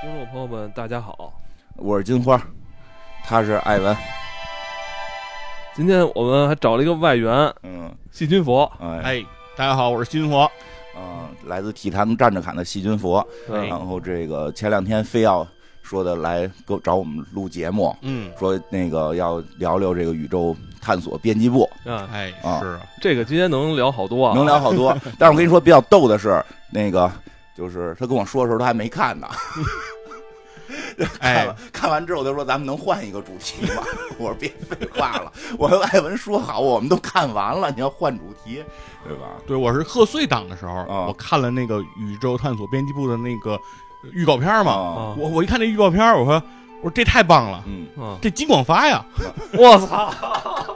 听众朋友们，大家好，我是金花，他是艾文。今天我们还找了一个外援，嗯，细菌佛，哎，哎，大家好，我是金佛。啊，来自体坛站着侃的细菌佛。对哎然后这个前两天非要说的来给我找我们录节目，嗯，说那个要聊聊这个宇宙探索编辑部，啊，哎，啊是啊，这个今天能聊好多啊，能聊好 多。但是我跟你说，比较逗的是，那个就是他跟我说的时候，他还没看呢。看哎了， 看完之后，他说：“咱们能换一个主题吗？” 我说：“别废话了，我跟艾文说好，我们都看完了，你要换主题，对吧对我是贺岁档的时候，啊我看了那个宇宙探索编辑部的那个呃预告片？”嘛，啊，啊，我我一看那预告片，我说我说这太棒 了，嗯， 嗯，这金广发呀，我操，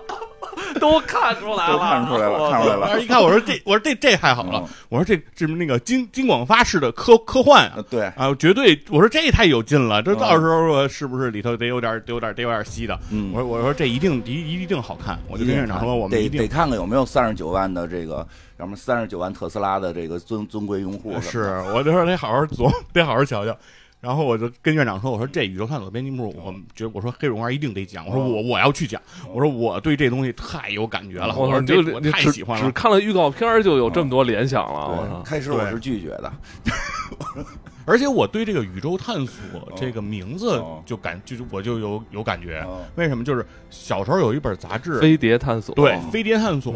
都看出来了，都看出来了啊我看出来了 嗯当时一看，我说这我说这这太好了，我说这这那个金金广发式的科科幻啊嗯，。对，啊，绝对！我说这也太有劲了，这嗯到时候是不是里头得有点、得有点、得有点稀的？嗯我说我说这一定一一定好看，我就跟院长说，我们得一定得看看有没有三十九万的这个，什么三十九万特斯拉的这个尊尊贵用户什么的，是，我就说得好好琢，得好好瞧瞧。然后我就跟院长说：“我说这宇宙探索编辑部，哦我们觉得我说黑龙二一定得讲，我说哦我我要去讲，我说我对这东西太有感觉了，我操，我说哦你这就我你太只喜欢只了。看了预告片儿就有这么多联想了，我对，操，开始我对是拒绝的，而且我对这个宇宙探索这个名字哦就感就就我就有有感觉哦，为什么？就是小时候有一本杂志，飞嗯碟探索，对哦飞碟探索，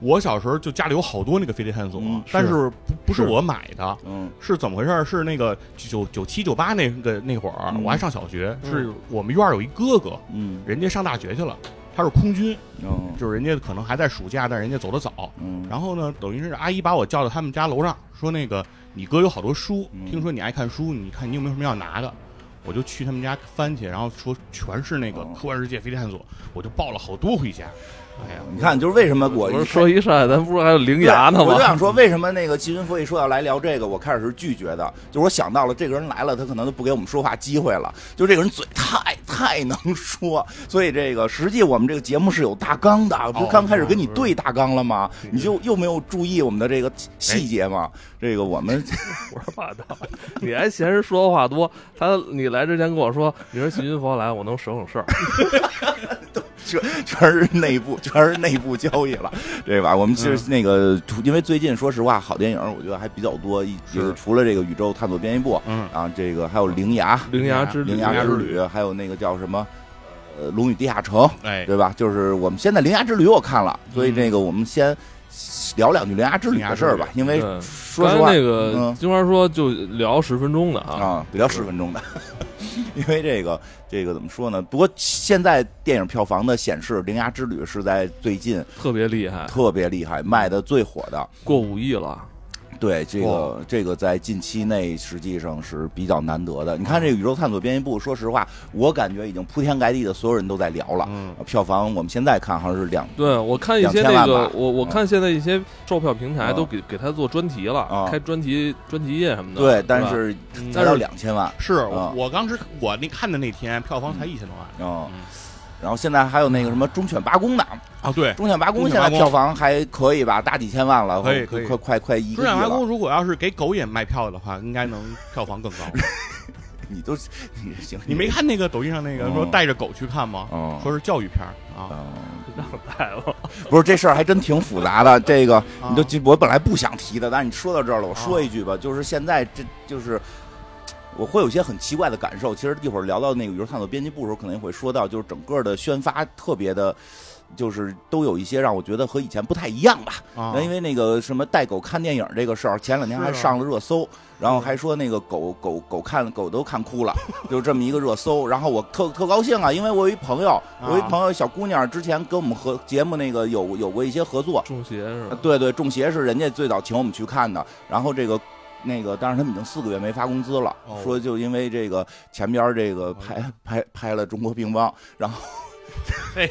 我小时候就家里有好多那个飞碟探索嗯，但是是不不是是我买的，嗯是怎么回事儿？是那个九九七九八那个那会儿，啊嗯我还上小学，嗯是我们院儿有一哥哥，嗯人家上大学去了，他是空军，嗯就是人家可能还在暑假，但人家走得早。嗯，然后呢，等于是阿姨把我叫到他们家楼上，说那个你哥有好多书，嗯听说你爱看书，你看你有没有什么要拿的？我就去他们家翻去，然后说全是那个哦《科幻世界飞碟探索》，我就抱了好多回家。哎呀，你看，就是为什么我不一是说一上海，咱不是还有灵对牙呢我就 吗？想说，为什么那个齐云佛一说要来聊这个，我开始是拒绝的，就是我想到了这个人来了，他可能都不给我们说话机会了，就这个人嘴太太能说，所以这个实际我们这个节目是有大纲的，啊不是刚开始跟你对大纲了吗？你就又没有注意我们的这个细节吗？这个我们 胡说八道，你还嫌人说的话多？他你来之前跟我说，你说细菌佛来，我能省省事儿。全全是内部，全是内部交易了，对吧？我们其实那个，因为最近说实话，好电影我觉得还比较多，一是就是除了这个《宇宙探索编辑部嗯》，啊，这个还有《灵牙》。灵牙之旅，嗯《铃牙芽之之旅》，还有那个叫什么，呃，《龙与地下城》，哎，对吧？就是我们现在《铃芽之旅》我看嗯了，所以这个我们先聊两句《铃芽之旅》的事儿吧，因为对嗯说刚实才话，那个嗯金花说就聊十分钟的啊，啊，得聊十分钟的， 因为这个这个怎么说呢？不过现在电影票房的显示，《铃芽之旅》是在最近特别厉害，特别厉嗯害，卖的最火的。过五亿了。对，这哇个这个在近期内实际上是比较难得的。你看这个宇宙探索编辑部，说实话，我感觉已经铺天盖地的所有人都在聊了。嗯，票房我们现在看好像是两对，我看一些2000那万个吧，我我嗯看现在一些售票平台啊都给给他做专题了啊，开专题专题页什么的。对，但吧是嗯才到两千万是我啊我当时我那看的那天票房才一千多万啊嗯。然后现在还有那个什么忠犬八公呢，啊，对，忠犬八公忠现犬在八公票房还可以吧，大几千万了，可以快可以快快快一朱个雀亿麻了。宫如果要是给狗也卖票的话，应该能票房更高。 你都你行，你没看那个抖音上那个嗯说带着狗去看吗？哦？说是教育片儿啊，哦哎我不是这事儿还真挺复杂的，这个啊你都记我本来不想提的，但是你说到这儿了，我说一句吧，就是现在这就是我会有一些很奇怪的感受。其实一会儿聊到那个《宇宙探索编辑部》的时候，可能也会说到，就是整个的宣发特别的，就是都有一些让我觉得和以前不太一样吧。啊因为那个什么带狗看电影这个事儿，前两天还是啊上了热搜，然后还说那个狗狗狗看狗都看 哭了，就这么一个热搜。然后我特特高兴啊，因为我有一朋友，我有一啊朋友小姑娘之前跟我们合节目那个有有过一些合作， 中邪是吧？对对，中邪是人家最早请我们去看的，然后这个。那个，但是他们已经四个月没发工资了，哦说就因为这个前边这个拍、拍拍了中国乒乓，然后哎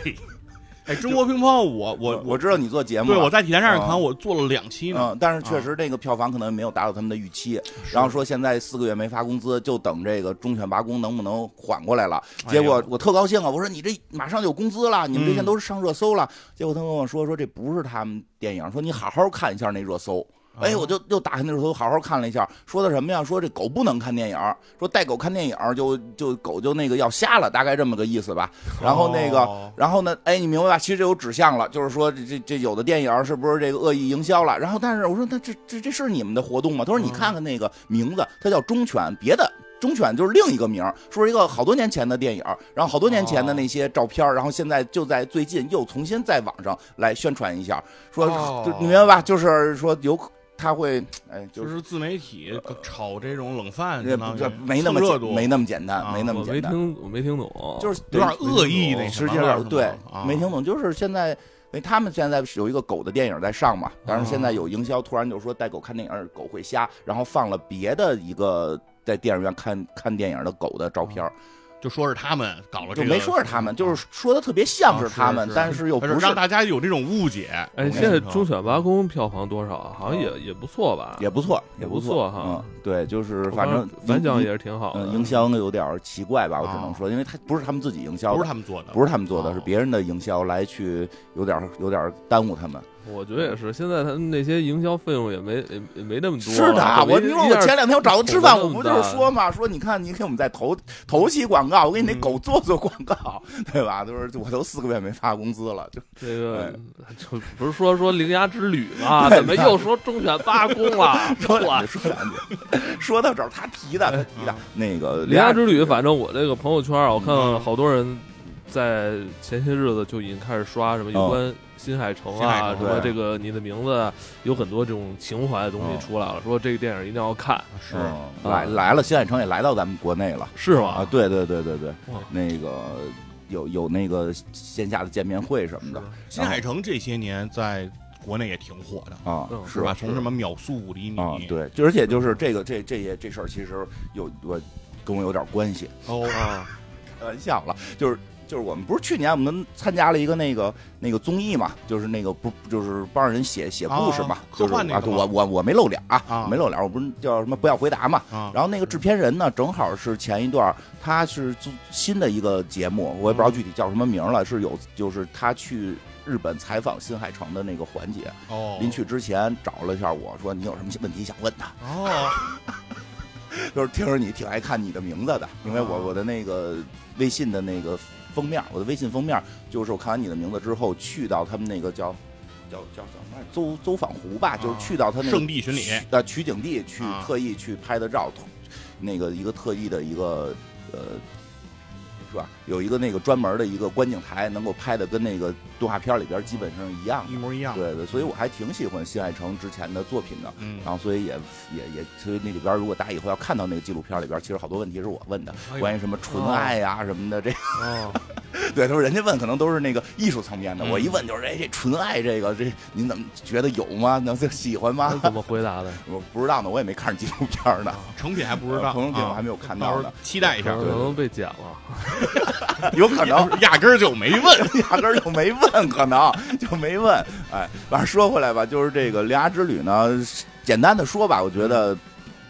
哎，中国乒乓，我我 我知道你做节目对了，我在体坛上啊看，我做了两期呢。嗯，但是确实这个票房可能没有达到他们的预期，是嗯然后说现在四个月没发工资，就等这个忠犬八公能不能缓过来了。哎结呦果我特高兴啊，我说你这马上就有工资了，你们这嗯些都是上热搜了。结果他跟我说说这不是他们电影，说你好好看一下那热搜。啊哎，我就又打开那时候好好看了一下，说的什么呀？说这狗不能看电影儿，说带狗看电影儿就就狗就那个要瞎了，大概这么个意思吧。然后那个，哦然后呢，哎，你明白吧？其实这有指向了，就是说这这这有的电影儿是不是这个恶意营销了？然后但是我说那这这这是你们的活动吗？嗯他说你看看那个名字，它叫忠犬，别的。忠犬就是另一个名儿，说是一个好多年前的电影儿，然后好多年前的那些照片儿，然后现在就在最近又重新在网上来宣传一下，说、哦就你明白吧？就是说有可他会，哎，就就是是自媒体炒这种冷饭，这相当于这呃没那么蹭热简度，没那么简单，啊没那么我没简单，听，我没听懂，就是有点恶意那什实么际了上是对吗啊没听懂，就是现在。因为他们现在是有一个狗的电影在上嘛，但是现在哦有营销，突然就说带狗看电影，狗会瞎，然后放了别的一个在电影院看看电影的狗的照片啊儿，就说是他们搞了这就个，没说是他们，就是说的特别像是他啊们是，但是又不是让大家有这种误解。哎，我现在跟你说忠犬八公票房多少啊？好像也也不错吧？哦也不错，也不不错错哈嗯，对，就是我反正看反响也是挺好的嗯，。营销有点儿奇怪吧，我只能啊说，因为他不是他们自己营销的，不是他们做的，不是他们做的，哦是别人的营销来去有点儿有点儿耽误他们。我觉得也是，现在他们那些营销费用也没也也没那么多了。是的啊，可能我一你说我一下前两天我找他吃饭，我口子不这就么大是说嘛，说你看你给我们再投投期广告，我给你那嗯狗做做广告，对吧？就是我都四个月没发工资了，就这个 哎就不是说说铃芽之旅吗？怎么又说忠犬八公了？ 说我两句说两句。说到这儿，他提的，他嗯提的那个铃芽之旅，反反正我这个朋友圈啊，我看嗯到好多人在前些日子就已经开始刷什么有关新海诚新海啊，诚什么哦对哦这个你的名字啊，有很多这种情怀的东西出来了，说这个电影一定要看，啊是是嗯来嗯来了，新海诚也来到咱们国内了。是啊，吗？对对对对对哇，那个有有那个线下的见面会什么的哎新海诚这些年在国内也挺火的，啊，嗯是是吧？吧？从什么秒速五厘米啊，对，就而且就是这个这这也这事儿，其实有我跟我有点关系，哦，啊，开玩笑了，就是。就是我们不是去年我们参加了一个那个那个综艺嘛，就是那个不就是帮人写写故事嘛，啊就是科幻那啊，个对吗我我我没露脸啊，啊我没露脸，我不是叫什么不要回答嘛，啊，然后那个制片人呢，正好是前一段儿他是做新的一个节目，我也不知道具体叫什么名儿了，嗯是有就是他去。日本采访新海诚的那个环节，哦，临去之前找了一下我说你有什么问题想问他，哦，就是听说你挺爱看你的名字的，因为我哦我的那个微信的那个封面，我的微信封面就是我看完你的名字之后去到他们那个叫叫叫什么来着邹邹访湖吧，就是啊去到他那个圣地巡礼取呃取景地去啊特意去拍的照，那个一个特意的一个呃。是吧？有一个那个专门的一个观景台，能够拍的跟那个动画片里边基本上一样。一模一样，对对，所以我还挺喜欢新海诚之前的作品的。嗯，然后所以也也也，所以那里边儿如果大家以后要看到那个纪录片里边儿，其实好多问题是我问的，哎呦关于什么纯哦爱呀、什么的，这哦，对，他说人家问可能都是那个艺术层面的，嗯我一问就是，哎，这纯爱这个这您怎么觉得有吗？能喜欢那吗？ 怎么回答的？我不知道呢，我也没看纪录片啊呢，啊呃成品还不知道，成品我还啊没有看到到时呢候，期待一可下，能被剪了。有可能。 压根儿就没问，压根儿就没问，可能就没问。哎，反正说回来吧，就是这个《铃芽之旅》呢，简单的说吧，我觉嗯得，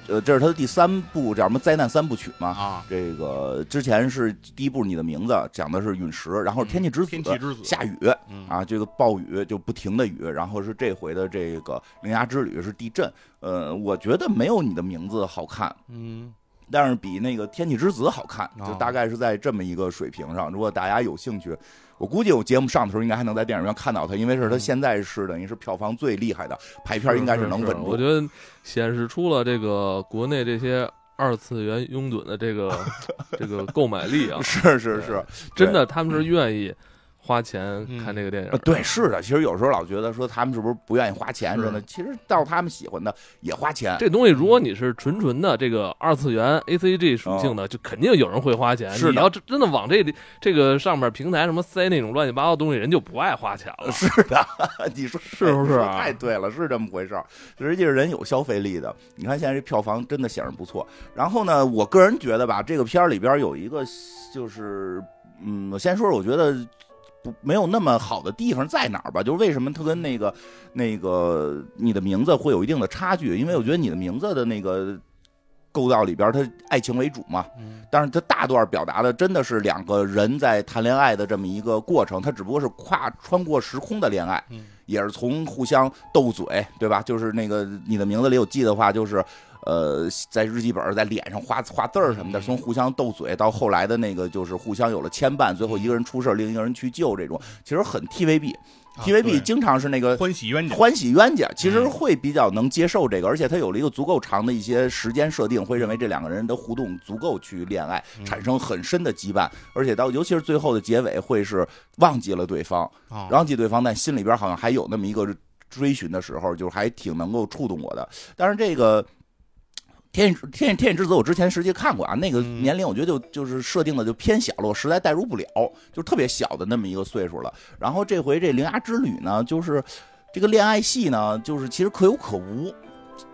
呃，这是他的第三部叫什么灾难三部曲嘛？啊这个之前是第一部《你的名字》，讲的是陨石，然后哦天气之子，嗯天气之子下雨嗯啊，这个暴雨就不停的雨，然后是这回的这个铃芽之旅是地震，呃，我觉得没有你的名字好看，嗯，但是比那个《天气之子》好看，哦就大概是在这么一个水平上。如果大家有兴趣，我估计我节目上的时候应该还能在电影院看到它，因为是嗯它现在是等于是票房最厉害的，排片应该能稳住。我觉得显示出了这个国内这些二次元拥趸的这个 这个购买力啊，是是是，真的他们是愿意花钱嗯看这个电影呃的。对，是的。其实有时候老觉得说他们是不是不愿意花钱似的，其实到他们喜欢的也花钱。 这东西，如果你是纯纯的这个二次元 A C G 属性的，就肯定有人会花钱。哦是的你要真真的往这里这个上面平台什么塞那种乱七八糟东西，人就不爱花钱了。是的， 你说是不是你说啊 太对了，是这么回事儿。实际上人有消费力的，你看现在这票房真的显示不错。然后呢，我个人觉得吧，这个片儿里边有一个就是，嗯，我先说说，我觉得。不没有那么好的地方在哪儿吧？就是为什么它跟那个那个你的名字会有一定的差距？因为我觉得你的名字的那个构造里边，它爱情为主嘛，但是它大段表达的真的是两个人在谈恋爱的这么一个过程，它只不过是跨穿过时空的恋爱。嗯也是从互相斗嘴，对吧？就是那个你的名字里有记的话，就是呃，在日记本儿在脸上画画字儿什么的，从互相斗嘴到后来的那个就是互相有了牵绊，最后一个人出事儿，另一个人去救这种，其实很 TVB。TVB 啊经常是那个欢嗯喜冤家，欢喜冤家，其实会比较能接受这个，而且他有了一个足够长的一些时间设定，会认为这两个人的互动足够去恋爱，嗯产生很深的羁绊，而且到尤其是最后的结尾会是忘记了对方，啊忘记对方，但心里边好像还有那么一个追寻的时候，就是还挺能够触动我的。但是这个。天使天天使之子，我之前实际看过啊，那个嗯年龄我觉得就就是设定的就偏小了，我实在代入不了，就是特别小的那么一个岁数了。然后这回这铃芽之旅呢，就是这个恋爱戏呢，就是其实可有可无，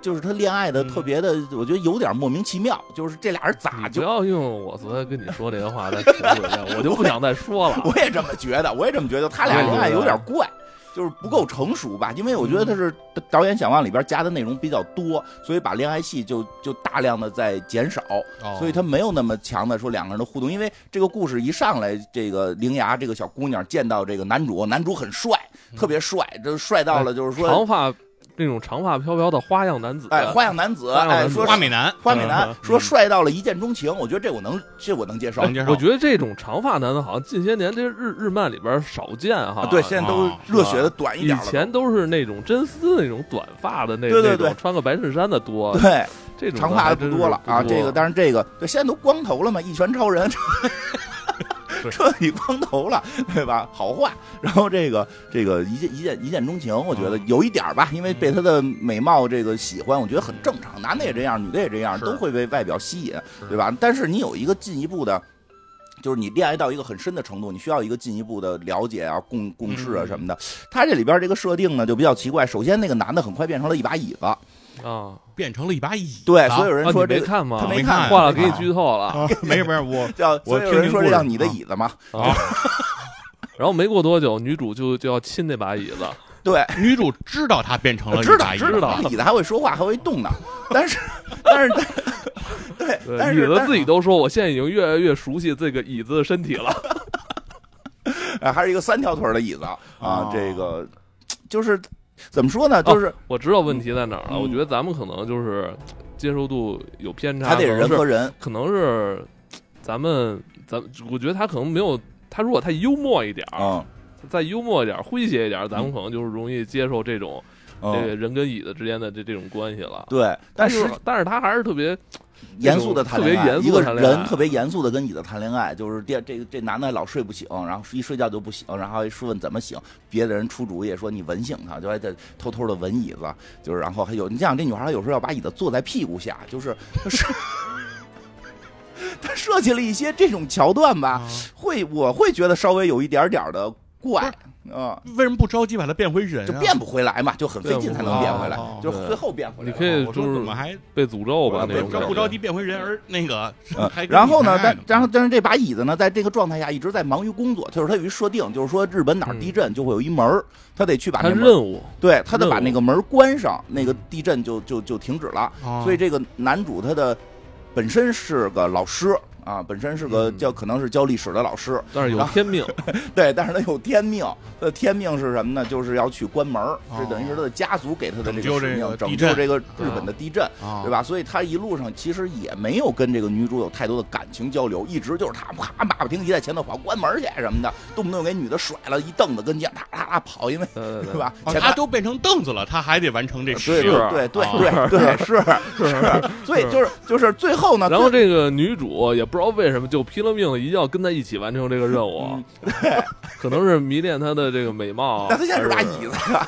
就是他恋爱的嗯特别的，我觉得有点莫名其妙，就是这俩人咋你不就。要用我昨天跟你说这些话再重复一遍，我就不想再说了。 我也这么觉得，我也这么觉得，他俩恋爱有点怪。就是不够成熟吧，因为我觉得他是导演想往里边加的内容比较多，所以把恋爱戏就就大量的在减少，哦所以他没有那么强的说两个人的互动，因为这个故事一上来，这个灵牙这个小姑娘见到这个男主，男主很帅，特别帅，这帅到了就是说，嗯长发那种长发飘飘的花样男子，哎，花样男子，花样哎，男子说花美男，花美男嗯，说帅到了一见钟情，我觉得这我能这我能接受能，介绍哎我觉得这种长发男的，好像近些年这日日漫里边少见哈。对，现在都啊热血的短一哦以点了，前都是那种真丝那种短发的那对对那对种，穿个白衬衫的多，对。这种长发的还的真不是多了啊，不这个当然这个对，现在都光头了嘛，一拳 超人对彻底光头了，对吧？好坏，然后这个这个一见一见一见钟情，我觉得嗯有一点儿吧，因为被他的美貌这个喜欢，我觉得很正常，男的也这样，女的也这样，是都会被外表吸引，对吧？但是你有一个进一步的。就是你恋爱到一个很深的程度，你需要一个进一步的了解啊、共共事啊嗯什么的。他这里边这个设定呢就比较奇怪。首先，那个男的很快变成了一把椅子，啊，变成了一把椅，对，所以有人啊人你说这没个看吗？他没没看看话了，没给你看剧透了啊。没事没事，我叫我所以有人听听说故这事叫你的啊椅子嘛？然后没过多久，女主就就要亲那把椅子，对，女主知道他变成了 知道一哦把椅，啊知道，椅子还会说话，还会动呢。但是，但是，对，对 但椅是子但自己是都说，我现在已经越来越熟悉这个椅子的身体了。啊还是一个三条腿的椅子啊哦， 这个就是怎么说呢？就是我知道问题在哪儿了，嗯我觉得咱们可能就是接受度有偏差，还得人可能和是人，可能是咱们咱我觉得他可能没有他如果太幽默一点儿，嗯再幽默一点儿、诙谐一点儿，咱们可能就是容易接受这种这个嗯，人跟椅子之间的这这种关系了。对。但是就是但是他还是特别严肃的谈恋爱，特别严一肃个地谈恋爱人特别严肃的跟椅子谈恋爱，就是这这这男的老睡不醒，然后一睡觉就不醒，然后还说问怎么醒，别的人出主意也说你吻醒他，就还得偷偷的吻椅子，就是然后还有你想这女孩儿有时候要把椅子坐在屁股下，就是就是。 他设计了一些这种桥段吧，啊会我会觉得稍微有一点点儿的怪哎啊，为什么不着急把他变回人就啊？变不回来嘛，就很费劲才能变回来哦，就是最后变回来你了。可以就我说怎是么还被诅咒我吧那被种诅咒感不觉着急变回人，而 那个嗯还跟然后你呢，谈但恋爱然后但是这把椅子呢，在这个状态下一直在忙于工作，就是它有一设定，就是说日本哪儿嗯地震就会有一门儿，他得去把他那门儿，任务对他得把任务那个门儿关上，那个地震就就就停止了。哦所以这个男主他的本身是个老师啊，本身是个嗯教可能是教历史的老师，但是有然后天 命，对，但是他有天命，他的天命是什么呢？就是要去关门儿，这哦等于是他的家族给他的这拯救个这使个命，地拯震救这个日本的地震。啊哦对？吧？所以他一路上其实也没有跟这个女主有太多的感情交流，一直就是他啪马不停蹄在前头跑，关门去什么的，动不动给女的甩了一凳子跟前，啪啪啪跑，因为对对对对？吧？哦前他面都变成凳子了，他还得完成这对使是哦命。对对啊对 对是是，所以就是就是最后呢，然后最这个女主也不知道为什么就拼了命的一定要跟他一起完成这个任务， 嗯可能是迷恋他的这个美 貌。那他现在是把还椅子啊，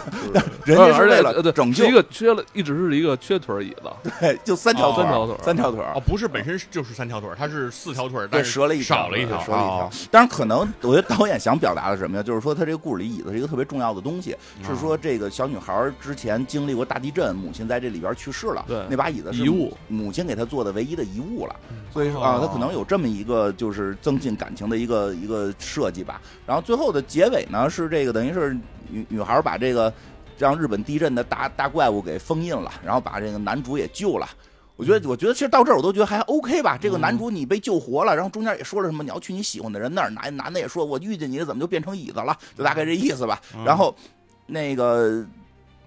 是 人家是而且为呃对了拯救是一，个缺了，一直是一个缺腿儿椅子，对， 就三条哦腿三条儿腿儿，三条腿儿，哦，不是本身就是三条腿儿，他是四条腿儿，对，但是折了一条少了一条，折了一条哦。当然，可能我觉得导演想表达的是什么呀？就是说，他这个故事里椅子是一个特别重要的东哦西，是说这个小女孩儿之前经历过大地震，母亲在这里边去世了，对那把椅子是遗物，母亲给她做的唯一的遗物了。所以说啊，他可能有这么一个就是增进感情的一个一个设计吧。然后最后的结尾呢是这个，等于是女女孩把这个让日本地震的大大怪物给封印了，然后把这个男主也救了。我觉得，我觉得其实到这儿我都觉得还 OK 吧。这个男主你被救活了，然后中间也说了什么你要去嗯哦你喜欢的人那儿，男男的也说我遇见你了怎么就变成椅子了，就大概这意思吧。然后那个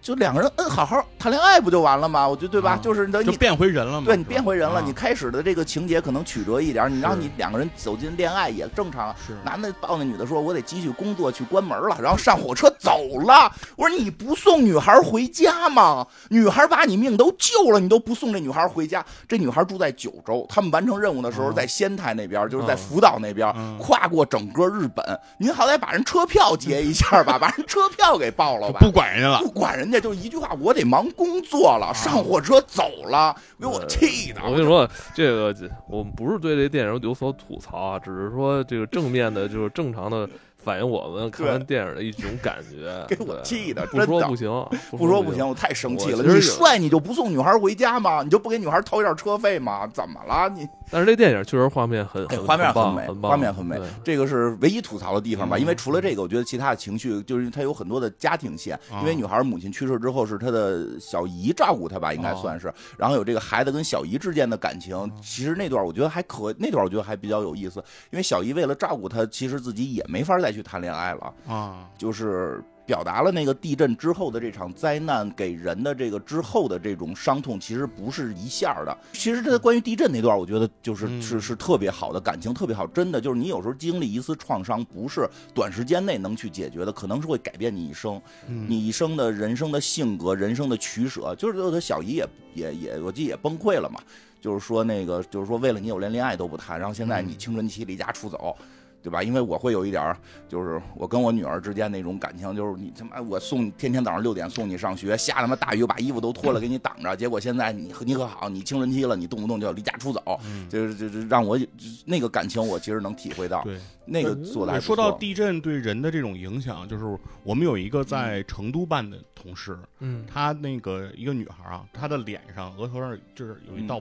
就两个人嗯好好谈恋爱不就完了吗？我觉得对吧？啊就是等就你。变回人了嘛。对你是吧变回人了，啊你开始的这个情节可能曲折一点，你让是你两个人走进恋爱也正常啊。是男的抱那女的说：“我得继续工作，去关门了，然后上火车走了。”我说：“你不送女孩回家吗？女孩把你命都救了，你都不送这女孩回家。这女孩住在九州，他们完成任务的时候哦在仙台那边，就是在哦福岛那边，嗯跨过整个日本。您好歹把人车票结一下 吧，把人车票给报了就吧。”不管人啊家了不。管人家，就一句话，我得忙工作了，上火车走了，给我气的。我跟你说，这个我们不是对这电影有所吐槽啊，只是说这个正面的，就是正常的反映我们看完电影的一种感觉。 给我对气的不说真的不行， 不说说不行，。我太生气了。我其实你有帅你就不送女孩回家吗？你就不给女孩掏一下车费吗？怎么了你？但是这电影确实画面很，哎很画面很棒美，很棒，画面很美对。这个是唯一吐槽的地方吧？嗯因为除了这个，我觉得其他的情绪就是她有很多的家庭线。啊因为女孩母亲去世之后是她的小姨照顾她吧，啊应该算是。然后有这个孩子跟小姨之间的感情，其实那段我觉得还可，那段我觉得还比较有意思。因为小姨为了照顾她，其实自己也没法再去谈恋爱了。 啊，就是表达了那个地震之后的这场灾难给人的这个之后的这种伤痛，其实不是一下儿的。其实这关于地震那段，我觉得就是、嗯是是特别好的感情，特别好，真的就是你有时候经历一次创伤，不是短时间内能去解决的，可能是会改变你一生。你你一生的人生的性格、人生的取舍，就是有的小姨也也也，我记得也崩溃了嘛，就是说那个，就是说为了你我连恋爱都不谈，然后现在你嗯青春期离家出走。对吧？因为我会有一点儿，就是我跟我女儿之间那种感情，就是你他妈我送你，天天早上六点送你上学，下他妈大雨我把衣服都脱嗯了给你挡着，结果现在你你可好，你青春期了，你动不动就要离家出走，嗯就是就是让我那个感情我其实能体会到，对那个做的还我不错说到地震对人的这种影响，就是我们有一个在嗯成都办的同事，嗯，她那个一个女孩啊，她的脸上、额头上就是有一道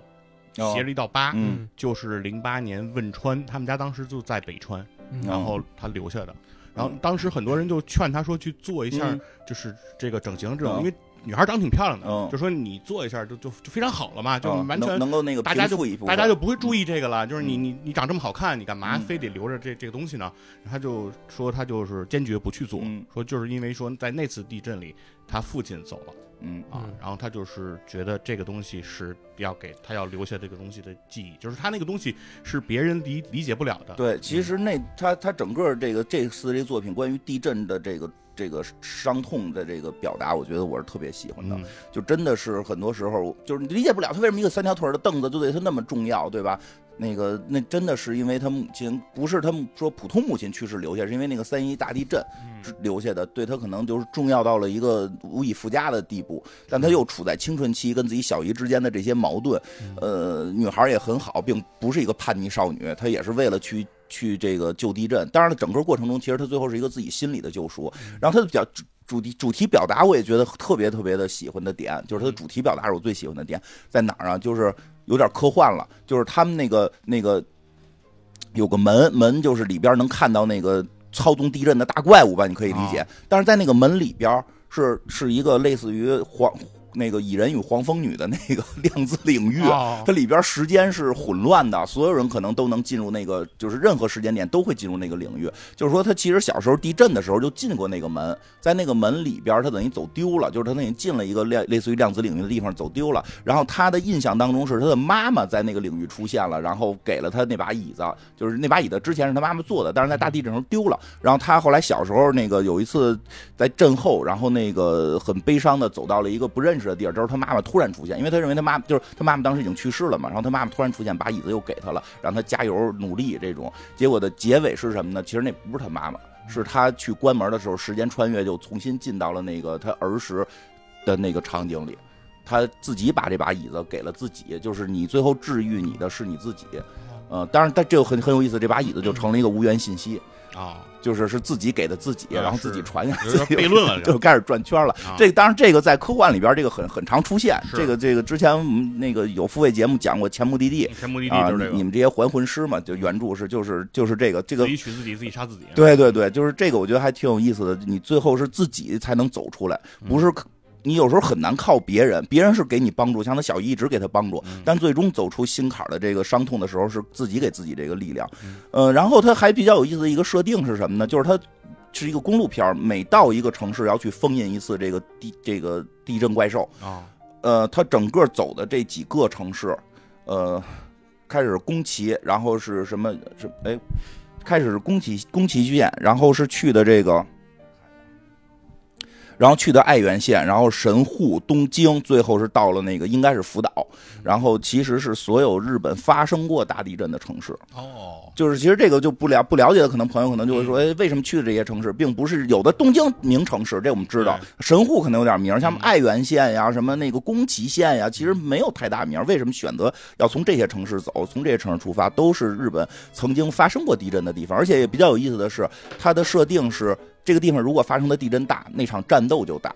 哦斜着一道疤，嗯就是零八年汶川，他们家当时就在北川，嗯然后她留下的。然后当时很多人就劝她说去做一下嗯，就是这个整形这嗯种，因为女孩长挺漂亮嗯的，就说你做一下就就就非常好了嘛，就嗯完能全能够那个大家平就复一部大家分就不会注意这个了。就是你嗯你你长这么好看，你干嘛嗯非得留着这这个东西呢？他就说他就是坚决不去做嗯，说就是因为说在那次地震里他父亲走了嗯啊嗯，然后他就是觉得这个东西是要给他要留下这个东西的记忆，就是他那个东西是别人理理解不了的。对，其实那他他整个这个这次这作品关于地震的这个这个伤痛的这个表达，我觉得我是特别喜欢的。嗯，就真的是很多时候就是你理解不了他为什么一个三条腿儿的凳子就对他那么重要，对吧？那个那真的是因为他母亲不是他母说普通母亲去世留下，是因为那个三一大地震留下的，对他可能就是重要到了一个无以复加的地步。但他又处在青春期，跟自己小姨之间的这些矛盾，呃，女孩也很好，并不是一个叛逆少女，她也是为了去。去这个救地震，当然了，整个过程中其实她最后是一个自己心理的救赎。然后她的表主主题主题表达，我也觉得特别特别的喜欢的点，就是她的主题表达是我最喜欢的点在哪儿啊？就是有点科幻了，就是他们那个那个有个门，门就是里边能看到那个操纵地震的大怪物吧，你可以理解。但是在那个门里边是是一个类似于黄那个蚁人与黄蜂女的那个 量子领域。哦它里边时间是混乱的，所有人可能都能进入那个，就是任何时间点都会进入那个领域。就是说，他其实小时候地震的时候就进过那个门，在那个门里边，他等于走丢了，就是他等于进了一个类类似于量子领域的地方走丢了。然后他的印象当中是他的妈妈在那个领域出现了，然后给了他那把椅子，就是那把椅子之前是他妈妈做的，但是在大地震时候丢了。然后他后来小时候那个有一次在震后，然后那个很悲伤的走到了一个不认识的地儿，之后他妈妈突然出现，因为他认为他妈就是他妈妈当时已经去世了嘛，然后他妈妈突然出现，把椅子又给他了，让他加油努力这种。结果的结尾是什么呢？其实那不是他嗯妈妈，是他去关门的时候，时间穿越就重新进到了那个他儿时的那个场景里。他自己把这把椅子给了自己，就是你最后治愈你的是你自己，嗯呃，当然，但这个很很有意思，这把椅子就成了一个无源信息，啊，就是是自己给的自己，啊然后是自己传下有自点己悖 论了，就就开始转圈了。啊这当然，这个在科幻里边，这个很很常出现。是这个这个之前我们那个有付费节目讲过前目的地前目的啊地就是这，你个，们这些还魂师嘛，就原著是就是就是这个这个自己娶自己，自己杀自己。对对对，就是这个，我觉得还挺有意思的。你最后是自己才能走出来，不是靠你有时候很难靠别人，别人是给你帮助，像他小姨一直给他帮助，但最终走出心坎儿的这个伤痛的时候，是自己给自己这个力量。呃，然后他还比较有意思的一个设定是什么呢？就是他。是一个公路片儿，每到一个城市要去封印一次这个地这个地震怪兽。啊，呃，它整个走的这几个城市，呃，开始是宫崎，然后是什么是哎，开始是宫崎宫崎县，然后是去的这个。然后去的爱媛县，然后神户、东京，最后是到了那个应该是福岛，然后其实是所有日本发生过大地震的城市。哦，就是其实这个就不了不了解的，可能朋友可能就会说，哎，为什么去的这些城市，并不是有的东京名城市，这我们知道，神户可能有点名儿，像嗯爱媛县呀、什么那个宫崎县呀，其实没有太大名儿。为什么选择要从这些城市走，从这些城市出发，都是日本曾经发生过地震的地方，而且也比较有意思的是，它的设定是。这个地方如果发生的地震大，那场战斗就大。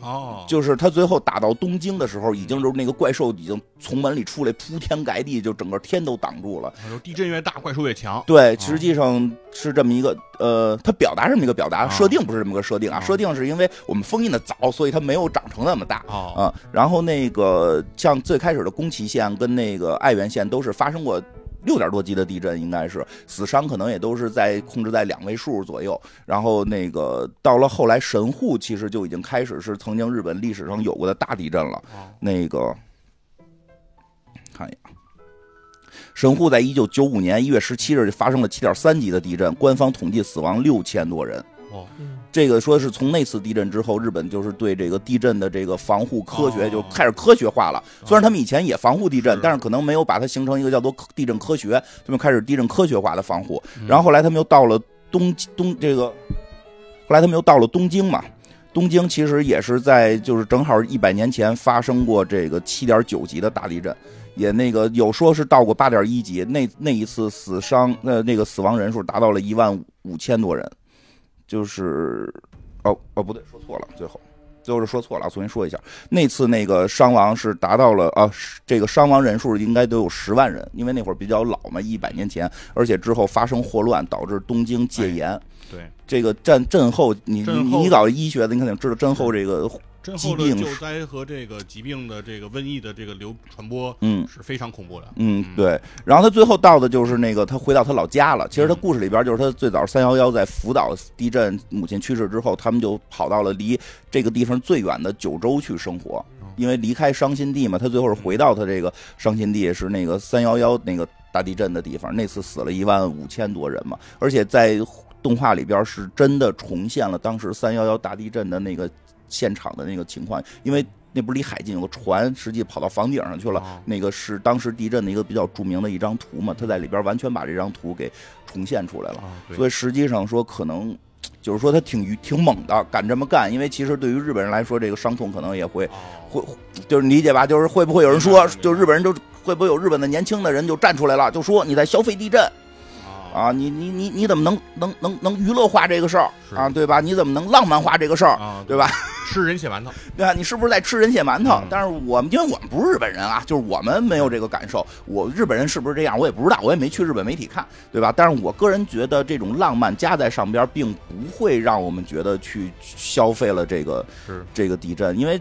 哦，嗯就是他最后打到东京的时候，已经就是那个怪兽已经从门里出来，铺天盖地，就整个天都挡住了。就哎地震越大，怪兽越强。对，实际上是这么一个呃，它表达是这么一个表达，啊设定不是这么个设定啊。啊设定是因为我们封印的早，所以它没有长成那么大哦，啊。然后那个像最开始的宫崎县跟那个爱媛县都是发生过。六点多级的地震应该是死伤，可能也都是在控制在两位数左右。然后那个到了后来，神户其实就已经开始是曾经日本历史上有过的大地震了。哦那个看一眼啊，神户在一九九五年一月十七日就发生了七点三级的地震，官方统计死亡六千多人。哦，嗯这个说是从那次地震之后，日本就是对这个地震的这个防护科学哦就开始科学化了。虽然他们以前也防护地震，嗯是但是可能没有把它形成一个叫做科地震科学，他们开始地震科学化的防护。然后后来他们又到了东东这个，后来他们又到了东京嘛。东京其实也是在就是正好一百年前发生过这个七点九级的大地震，也那个有说是到过八点一级，那那一次死伤呃那个死亡人数达到了一万五千多人，就是哦哦不对说错了，最后最后是说错了，重新说一下，那次那个伤亡是达到了啊是这个伤亡人数应该都有十万人，因为那会儿比较老嘛，一百年前，而且之后发生霍乱导致东京戒严。对，这个战震后，你你震后你搞医学的，你肯定知道震后这个，震疾后的病救是灾和这个疾病的这个瘟疫的这个流传播嗯是非常恐怖的。嗯，嗯对。然后他最后到的就是那个，他回到他老家了。其嗯实他故事里边就是他最早三幺幺在福岛地震母亲去世之后，他们就跑到了离这个地方最远的九州去生活哦，因为离开伤心地嘛。他最后是回到他这个伤心地，是那个三幺幺那个大地震的地方，那次死了一万五千多人嘛，而且在动画里边是真的重现了当时三幺幺大地震的那个现场的那个情况，因为那不是离海近有个船，实际跑到房顶上去了，哦那个是当时地震的一个比较著名的一张图嘛，他在里边完全把这张图给重现出来了，啊，所对，以实际上说可能。就是说他挺于挺猛的，敢这么干，因为其实对于日本人来说，这个伤痛可能也会哦，会就是理解吧，就是会不会有人明白说明白，就日本人就会不会有日本的年轻的人就站出来了，就说你在消费地震啊啊，你你你你怎么能能能能娱乐化这个事儿是啊，对吧？你怎么能浪漫化这个事儿？啊，对吧？吃人血馒头，对吧？你是不是在吃人血馒头嗯？但是我们因为我们不是日本人啊，就是我们没有这个感受。我日本人是不是这样，我也不知道，我也没去日本媒体看，对吧？但是我个人觉得这种浪漫加在上边，并不会让我们觉得去消费了这个是这个地震，因为。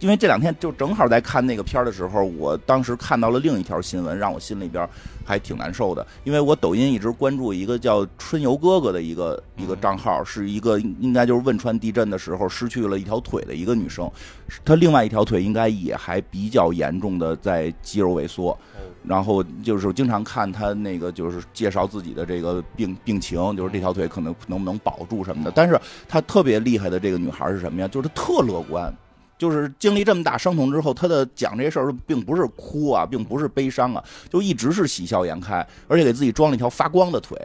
因为这两天就正好在看那个片儿的时候，我当时看到了另一条新闻，让我心里边还挺难受的。因为我抖音一直关注一个叫“春游哥哥”的一个一个账号，是一个应该就是汶川地震的时候失去了一条腿的一个女生，她另外一条腿应该也还比较严重的在肌肉萎缩，然后就是经常看他那个就是介绍自己的这个病病情，就是这条腿可能能不能保住什么的。但是她特别厉害的这个女孩是什么呀？就是她特乐观。就是经历这么大伤痛之后，她的讲这事儿并不是哭啊，并不是悲伤啊，就一直是喜笑颜开，而且给自己装了一条发光的腿，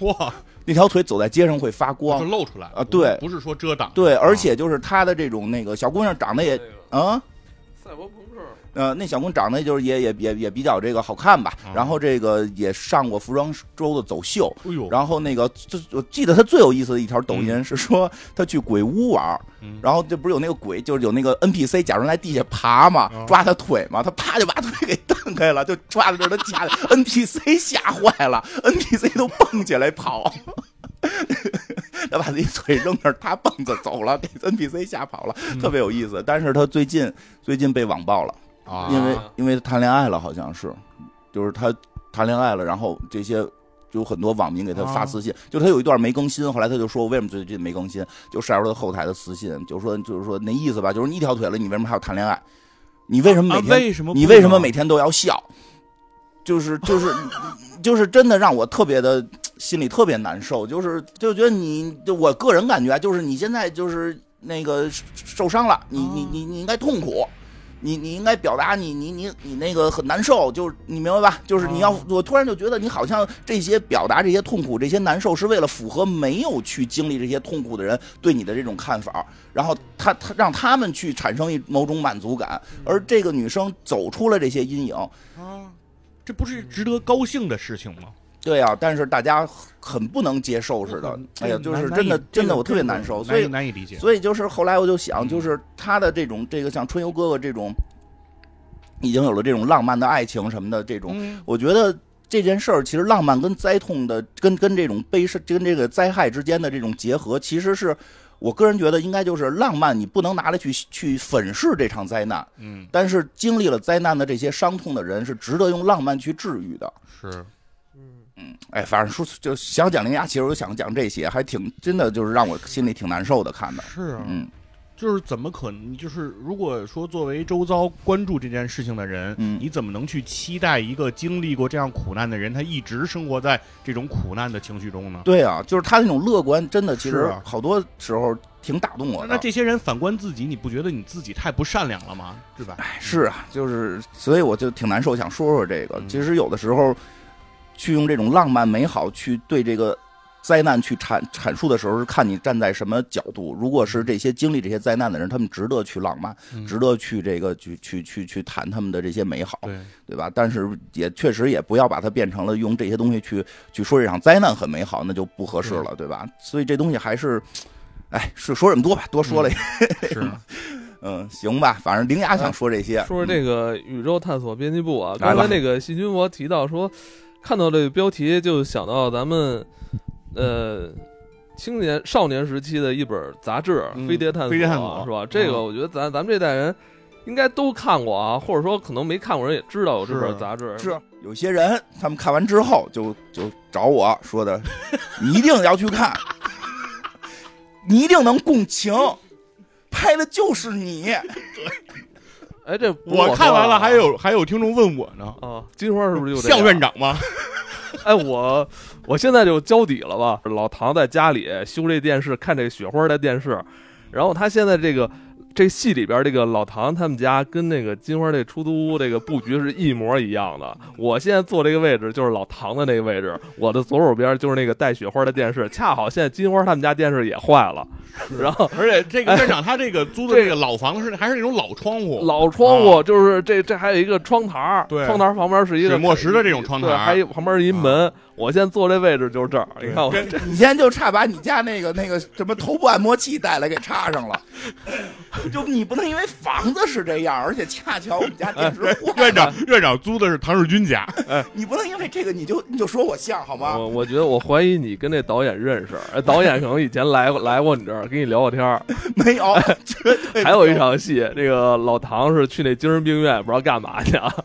哇，那条腿走在街上会发就 光。露出来啊对不是说遮挡，对，啊而且就是她的这种那个小姑娘长得也那个啊。赛博朋克，呃，那小姑娘长得就是也也也也比较这个好看吧，嗯然后这个也上过服装周的走秀，哎呦，然后那个，就我记得他最有意思的一条抖音是说他去鬼屋玩儿，嗯然后这不是有那个鬼，就是有那个 NPC 假装在地下爬嘛啊，抓他腿嘛，他啪就把腿给蹬开了，就抓在这儿 他夹 NPC 吓坏了，NPC 都蹦起来跑。 他把自己腿扔那儿，他蹦着走了，给 NPC 吓跑了，特别有意思。但是他最近最近被网暴了，啊，因为啊因为他谈恋爱了，好像是，就是他谈恋爱了，然后这些就有很多网民给他发哦私信，就他有一段没更新，后来他就说我为什么最近没更新，就晒出他后台的私信，就说就是说那意思吧，就是你一条腿了，你为什么还要谈恋爱？你为什么每天、啊为什么不你为什么呢每天都要笑？就是就是 就是真的让我特别的心里特别难受，就是就觉得你，就我个人感觉啊就是你现在就是那个受受伤了，哦你你你你应该痛苦。你你应该表达你你你你那个很难受，就是你明白吧？就是你要，哦我突然就觉得你好像这些表达这些痛苦、这些难受，是为了符合没有去经历这些痛苦的人对你的这种看法，然后他他让他们去产生一某种满足感，而这个女生走出了这些阴影，啊，这不是值得高兴的事情吗？对啊，但是大家很不能接受似的嗯，哎呀，就是难真的难以真这的个我特别这个难受，难所以难以理解。嗯所以就是后来我就想，就是他的这种这个像春游哥哥这种，已经有了这种浪漫的爱情什么的这种，嗯，我觉得这件事儿其实浪漫跟灾痛的跟跟这种悲伤跟这个灾害之间的这种结合，其实是我个人觉得应该就是浪漫，你不能拿来去去粉饰这场灾难，嗯，但是经历了灾难的这些伤痛的人是值得用浪漫去治愈的。是嗯哎，反正说就想讲零压，其实我想讲这些，还挺真的，就是让我心里挺难受的看的。是啊，嗯就是怎么可能？就是如果说作为周遭关注这件事情的人，嗯你怎么能去期待一个经历过这样苦难的人，他一直生活在这种苦难的情绪中呢？对啊，就是他那种乐观，真的其是实啊好多时候挺打动我的。那那这些人反观自己，你不觉得你自己太不善良了吗？对吧？哎是啊，就是所以我就挺难受，想说说这个。嗯其实有的时候，去用这种浪漫美好去对这个灾难去阐阐述的时候，是看你站在什么角度。如果是这些经历这些灾难的人，他们值得去浪漫，嗯值得去这个去去去去谈他们的这些美好。对，对吧？但是也确实也不要把它变成了用这些东西去去说这场灾难很美好，那就不合适了，对吧？所以这东西还是，哎，是说这么多吧，多说了也，是嗯行吧，反正灵牙想说这些，说说这个宇宙探索编辑部啊，来吧刚才那个细菌博提到说，看到这个标题就想到咱们呃青年少年时期的一本杂志嗯《飞碟探索》啊飞碟探索嗯是吧？这个我觉得咱咱们这代人应该都看过啊，或者说可能没看过人也知道有这是本杂志。是有些人他们看完之后就就找我说的， 你一定要去看， 你一定能共情，拍的就是你，哎，这不是我看说完的了，啊还有还有听众问我呢，啊，金花是不是就这样向院长吗？ 哎，我我现在就交底了吧？老唐在家里修这电视，看这个雪花的电视，然后他现在这个这戏里边这个老唐他们家跟那个金花这出租屋这个布局是一模一样的。我现在坐这个位置就是老唐的那个位置，我的左手边就是那个带雪花的电视，恰好现在金花他们家电视也坏了，然后 而且这个院长他这个租的这这个老房子是还是那种老窗户，老窗户就是这这还有一个窗台儿，啊对窗台儿旁边是一水个墨石的这种窗台对，还有旁边一啊门。我现在坐这位置就是这儿，你看我跟你现在就差把你家那个那个什么头部按摩器带来给插上了，就你不能因为房子是这样，而且恰巧我们家电视坏，院长院长租的是唐世军家，你不能因为这个你就你就说我像好吗？我我觉得我怀疑你跟那导演认识，哎导演可能以前来过来过你这儿跟你聊过天儿。没有，绝 对没还有一场戏，那个老唐是去那精神病院，不知道干嘛去啊。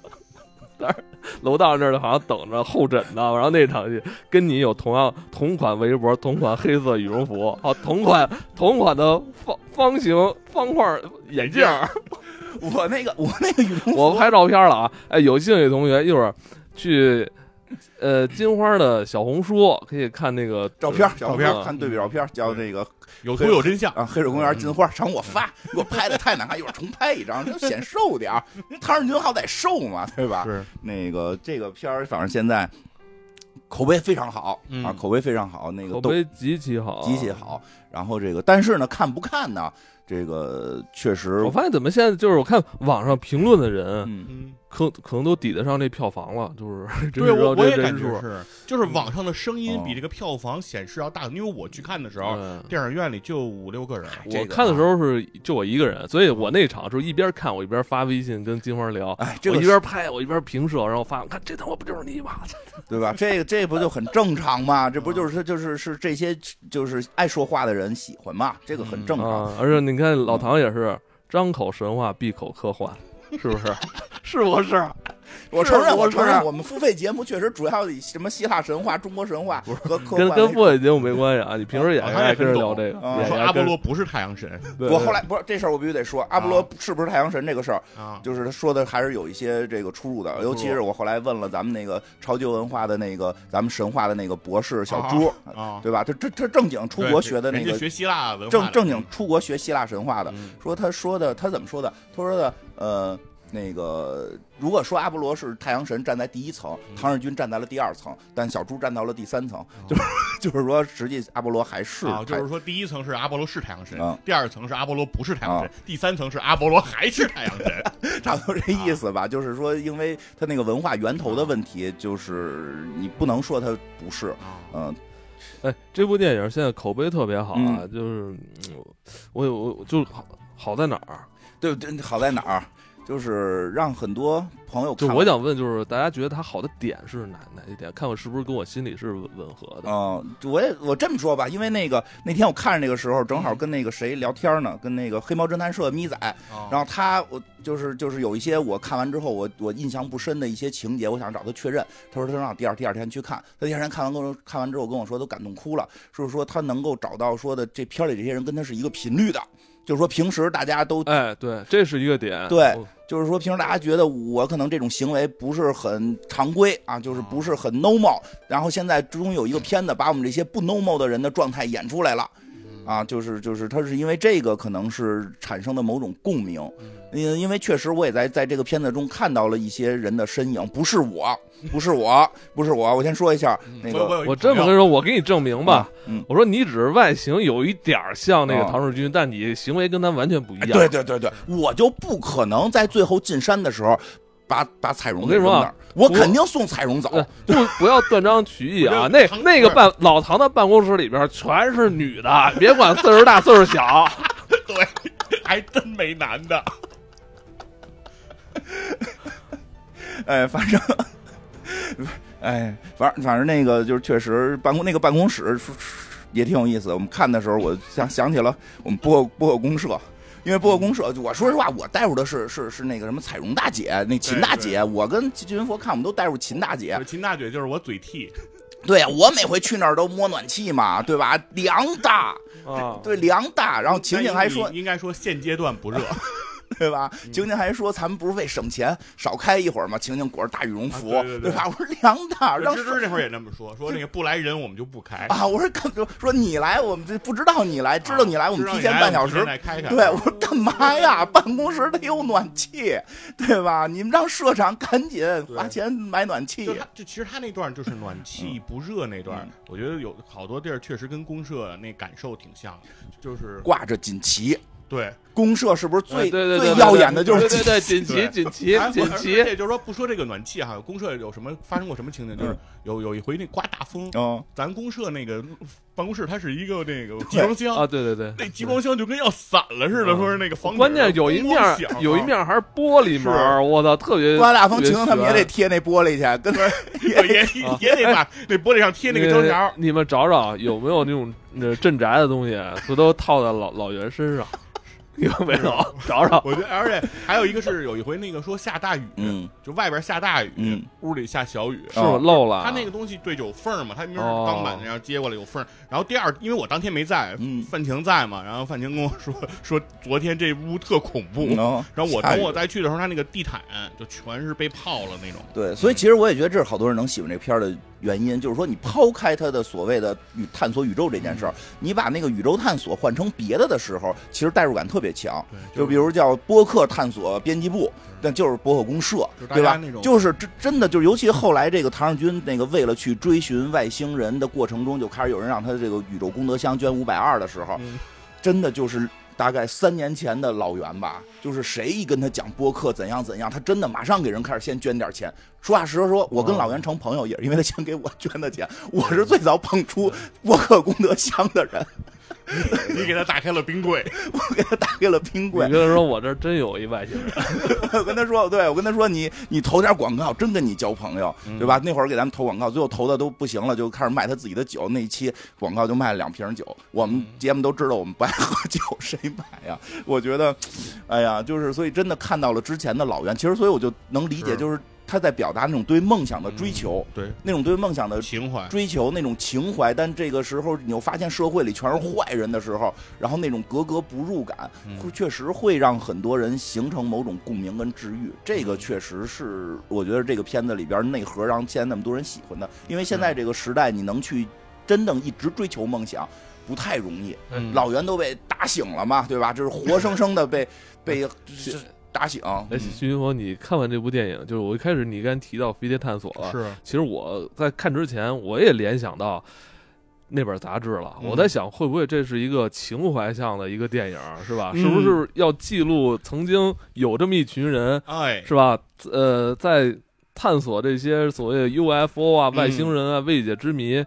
但是楼道那儿好像等着候诊呢。然后那场戏跟你有同样同款围脖、同款黑色羽绒服，好同款同款的方方形方块眼镜儿。我那个我那个羽绒服，我拍照片了啊！哎，有兴趣的同学一会儿去呃金花的小红书可以看那个呃照片，小照片嗯看对比照片，叫那个 有图有真相。啊黑水公园金花，让我发，给我拍的太难看，一会儿重拍一张，就显瘦点儿。因为唐人军好歹瘦嘛，对吧？是那个这个片儿，反正现在口碑非常好、嗯啊，口碑非常好，那个口都碑极其好，极其。好。然后这个，但是呢，看不看呢？这个确实我，发现怎么现在就是我看网上评论的人，嗯，嗯，可可能都抵得上这票房了，就是真对是说我我也这感人觉数。是，就是网上的声音比哦这个票房显示要大，因为我去看的时候，嗯电影院里就五六个嗯人，这我个看的啊时候是就我一个人，所以我那场是一边看我一边发微信跟金花聊，哎，这我个一边拍我一边评射，然后发我看这他妈不就是你吗？ 对吧？这个这不就很正常吗？这嗯不就是就是是这些就是爱说话的人喜欢嘛？这个很正常。啊！而且你看嗯 老唐也是张口神话，闭口科幻，是不是？是不是？我承认，我我承承认认，我们付费节目确实主要以什么希腊神话、中国神话和科 跟幻跟为复位节目没关系啊，你平时也啊他也爱跟人很聊懂这个，啊也说爱阿波跟罗不是太阳神对主。我对后来不是这事儿，我必须得说，阿波罗是不是太阳神这个事儿，啊，就是他说的还是有一些这个出入的，尤其是我后来问了咱们那个超级文化的那个咱们神话的那个博士小朱，啊，对吧？这这这正经出对国学的那人家个学希腊文化正的正经出国学希腊神话的，嗯说他说的他怎么说的？他说的呃。那个，如果说阿波罗是太阳神站在第一层，嗯唐日军站在了第二层，但小猪站到了第三层，就是 就是说，实际阿波罗还是啊，就太是说第一层是阿波罗是太阳神啊，第二层是阿波罗不是太阳神，第三层是阿波罗还是太阳神。差不多这意思啊吧，就是说，因为他那个文化源头的问题，就是你不能说他不是，啊嗯，哎，这部电影现在口碑特别好啊，就是嗯我有我就好好在哪儿？啊对对，好在哪儿？就是让很多朋友就看我想问，就是大家觉得它好的点是哪哪一点？看我是不是跟我心里是吻吻合的？嗯，我也我这么说吧，因为那个那天我看着那个时候，嗯正好跟那个谁聊天呢，跟那个黑猫侦探社咪仔，啊然后他我就是就是有一些我看完之后我我印象不深的一些情节，我想找他确认。他说他让我第二第二天去看，他第二天看完跟我说看完之后跟我说都感动哭了，说是说他能够找到说的这片儿里这些人跟他是一个频率的，就是说平时大家都哎，对，这是一个点。对我，就是说，平时大家觉得我可能这种行为不是很常规啊，就是不是很 normal。然后现在终于有一个片子把我们这些不 normal 的人的状态演出来了，啊，就是就是，他是因为这个可能是产生的某种共鸣，因因为确实我也在在这个片子中看到了一些人的身影，不是我，不是我，不是我，我先说一下那我个。有一我这么朋跟友你说，我给你证明吧。嗯，我说你只是外形有一点儿像那个啊唐日军，但你行为跟他完全不一哎样。对对对对，我就不可能在最后进山的时候把把彩我荣跟给你扔说那啊儿，我我肯定送彩荣走。呃，不不要断章取义啊！我那这唐那个不是办老唐的办公室里边全是女的，别管岁数大岁数小。啊对，还真没男的。哎，反正，哎，反正反正那个就是确实办公那个办公室也挺有意思的。我们看的时候，我想想起了我们播播客公社。因为播客公社，我说实话，我带入的是是是那个什么彩荣大姐，那秦大姐，我跟金云佛看，我们都带入秦大姐。秦大姐就是我嘴替，对呀，我每回去那儿都摸暖气嘛，对吧？凉大，啊，对凉大。然后晴晴还说但，你应该说现阶 段不热，对吧？嗯晴晴还说，咱们不是为省钱少开一会儿吗？晴晴裹着大羽绒服，啊对对对吧？我说凉 大，啊让芝芝那会儿也那么说，说那个不来人我们就不开，啊！我说干说说你来，我们这不知道你来，知道你来，我们啊知道提你前来半小我们时提前。来开开。啊对，我说干嘛呀？办公室得有暖气，对吧？你们让社长赶紧花钱买暖气就。他就其实他那段就是暖气不热那段，嗯我觉得有好多地儿确实跟公社那感受挺像的，就是挂着锦旗，对公社是不是最哎对对最对耀眼的就是对对锦旗？对， 锦旗对锦旗哎锦而旗而，且就是说不说这个暖气哈，公社有什么发生过什么情景？嗯就是有有一回那刮大风，哦嗯，咱公社那个办公室它是一个那个集装箱啊，，对对对，那集装箱就跟要散了似的，嗯说是那个房顶关键有一面儿咣咣响啊有一面儿还是玻璃门儿，我操，特别刮大风，晴特别晴他们也悬得贴那玻璃去，跟对 也啊也 得把那玻璃上贴那个胶条。你们找找有没有那种呃镇宅的东西，回头套在老老袁身上， 有没有？找找。我觉得，而且还有一个是有一回那个说下大雨，嗯就外边下大雨，嗯屋里下小雨。是我漏了啊，它那 个东西对着有缝儿嘛，它明明哦是钢板的，然后接过来有缝儿。然后第二，因为我当天没在嗯，范晴在嘛，然后范晴跟我说 说昨天这屋特恐怖。嗯，然后我下等雨我再去的时候，它那个地毯就全是被泡了那种。对，所以其实我也觉得这是好多人能喜欢这片儿的原因，就是说你抛开它的所谓的宇探索宇宙这件事儿，你把那个宇宙探索换成别的的时候，其实代入感特别强。对，就比如叫播客探索编辑部嗯，那就是播客公社就是，大对家吧那？种就是真真的就是，尤其后来这个唐日军那个为了去追寻外星人的过程中，就开始有人让他这个宇宙功德箱捐五百二的时候，嗯真的就是大概三年前的老袁吧，就是谁一跟他讲播客怎样怎样，他真的马上给人开始先捐点钱。实话实说，我跟老袁成朋友也是因为他先给我捐的钱，我嗯是最早捧出播客功德箱的人， 你给它打开了冰柜，我给他打开了冰你柜跟，他说我这儿真有一外星人， 我跟他说，对我跟他说你，你投点广告，真跟你交朋友，对吧？那会儿给咱们投广告，最后投的都不行了，就开始卖他自己的酒。那一期广告就卖了两瓶酒。我们节目都知道我们不爱喝酒，谁买呀？ 我觉得，哎呀，就是所以真的看到了之前的老袁，其实所以我就能理解，是就是他在表达那种对梦想的追求，对那种对梦想的情怀，追求那种情怀，但这个时候你又发现社会里全是坏人的时候，然后那种格格不入感，嗯会确实会让很多人形成某种共鸣跟治愈。这嗯个确实是我觉得这个片子里边内核让现在那么多人喜欢的，因为现嗯在这个时代，你能去真正一直追求梦想。不太容易，嗯老袁都被打醒了嘛，对吧？这是活生生的 被被就是打醒。哎，徐云峰，你看完这部电影，就是我一开始你刚才提到《飞碟探索》啊了，是其实我在看之前，我也联想到那本杂志了。嗯我在想，会不会这是一个情怀向的一个电影，是吧？嗯是不是要记录曾经有这么一群人，哎，是吧？呃，在探索这些所谓的 UFO 啊、嗯外星人啊、未解之谜。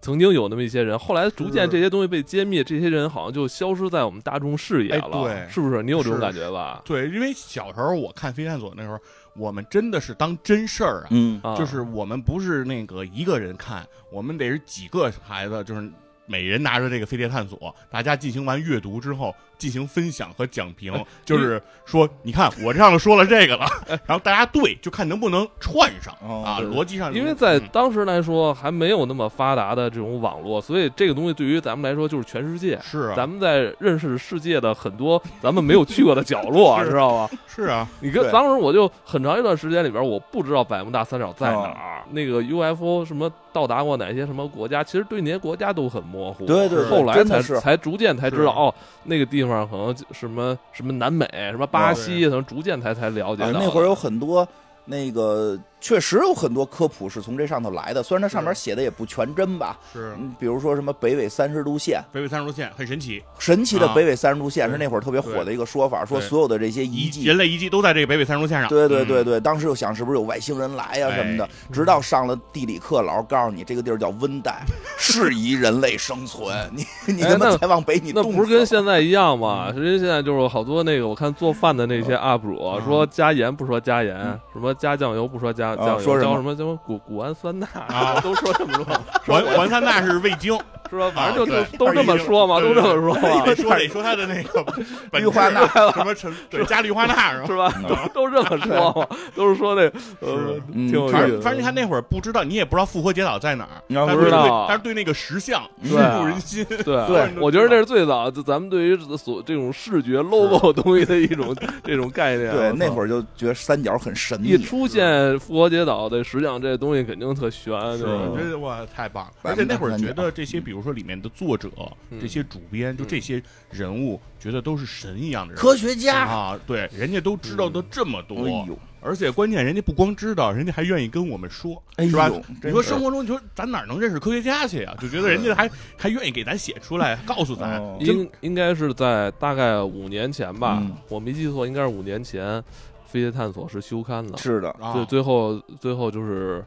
曾经有那么一些人，后来逐渐是这些东西被揭秘，这些人好像就消失在我们大众视野哎了，对是不是？你有这种是感觉吧？对，因为小时候我看《飞探索》那时候，我们真的是当真事儿啊，嗯啊，就是我们不是那个一个人看，我们得是几个孩子，就是每人拿着这个飞碟探索，大家进行完阅读之后进行分享和讲呃评， 就是说，你看我这样说了这个了，然后大家对，就看能不能串上哦啊，对逻辑上能，因为在嗯当时来说还没有那么发达的这种网络，所以这个东西对于咱们来说就是全世界。是啊咱们在认识世界的很多咱们没有去过的角 落，是知道吧？是啊， 你跟对当时我就很长一段时间里边，我不知道百慕大三角哦在哪儿，那个 UFO 什么到达过哪些什么国家，其实对那些国家都很模糊。对对对后来真的才是才逐渐才知是道哦，那个地方可能就什么什么南美、什么巴西，什么逐渐才才了解啊到的。哦那会儿有很多那个，确实有很多科普是从这上头来的，虽然它上嗯面写的也不全真吧。是啊嗯，比如说什么北纬三十度线，北纬三十度线很神奇，神奇的啊北纬三十度线是对那会儿特别火的一个说法，说对所有的这些遗遗迹人类遗迹都在这个北纬三十度线上，对对对嗯，对，当时又想是不是有外星人来呀、啊哎什么的，直到上了地理课，老师告诉你这个地儿叫温带，适宜人类生存。你你哎他妈那再往北你那冻不是跟死了现在一样吗？嗯人家现在就是好多那个，我看做饭的那些 UP 主嗯说加盐不说加盐，什么加酱油不说哦加酱油，说什么叫什么什么谷谷氨酸钠啊 都说这么 说，环环三大是味精，是吧？反正就啊都都这么说嘛，对都这么说嘛，得说得说它的那个本质啊氯化钠什么成对加氯化钠是吧？是吧？都都这么说 嘛，都是说那呃嗯是 嗯挺有意反思正反正你的。看那会儿不知道，你也不知道复活节岛在哪儿，你要但不是知道对啊但是对那个石像嗯深入人心。对，我觉得这是最早就咱们对于所这种视觉 logo 东西的一种这种概念。对，那儿。会儿就觉得三角很神一秘。出现复活节岛，这实际上这东西肯定特悬，对吧？ 我觉得哇，太棒了！百而分且之那会儿百分之觉得这些，比如说里面的作者、嗯这些主编，就这些人物，觉得都是神一样的人。科学家，啊，对，人家都知道的这么多，哎呦，而且关键人家不光知道，人家还愿意跟我们说，哎呦是吧？你真说是生活中，你说咱哪能认识科学家去呀？就觉得人家还还愿意给咱写出来，告诉咱哦，真应应该是在大概五年前吧，嗯我没记错，应该是五年前，《飞碟探索》是休刊的。是的，啊对，最后最后就是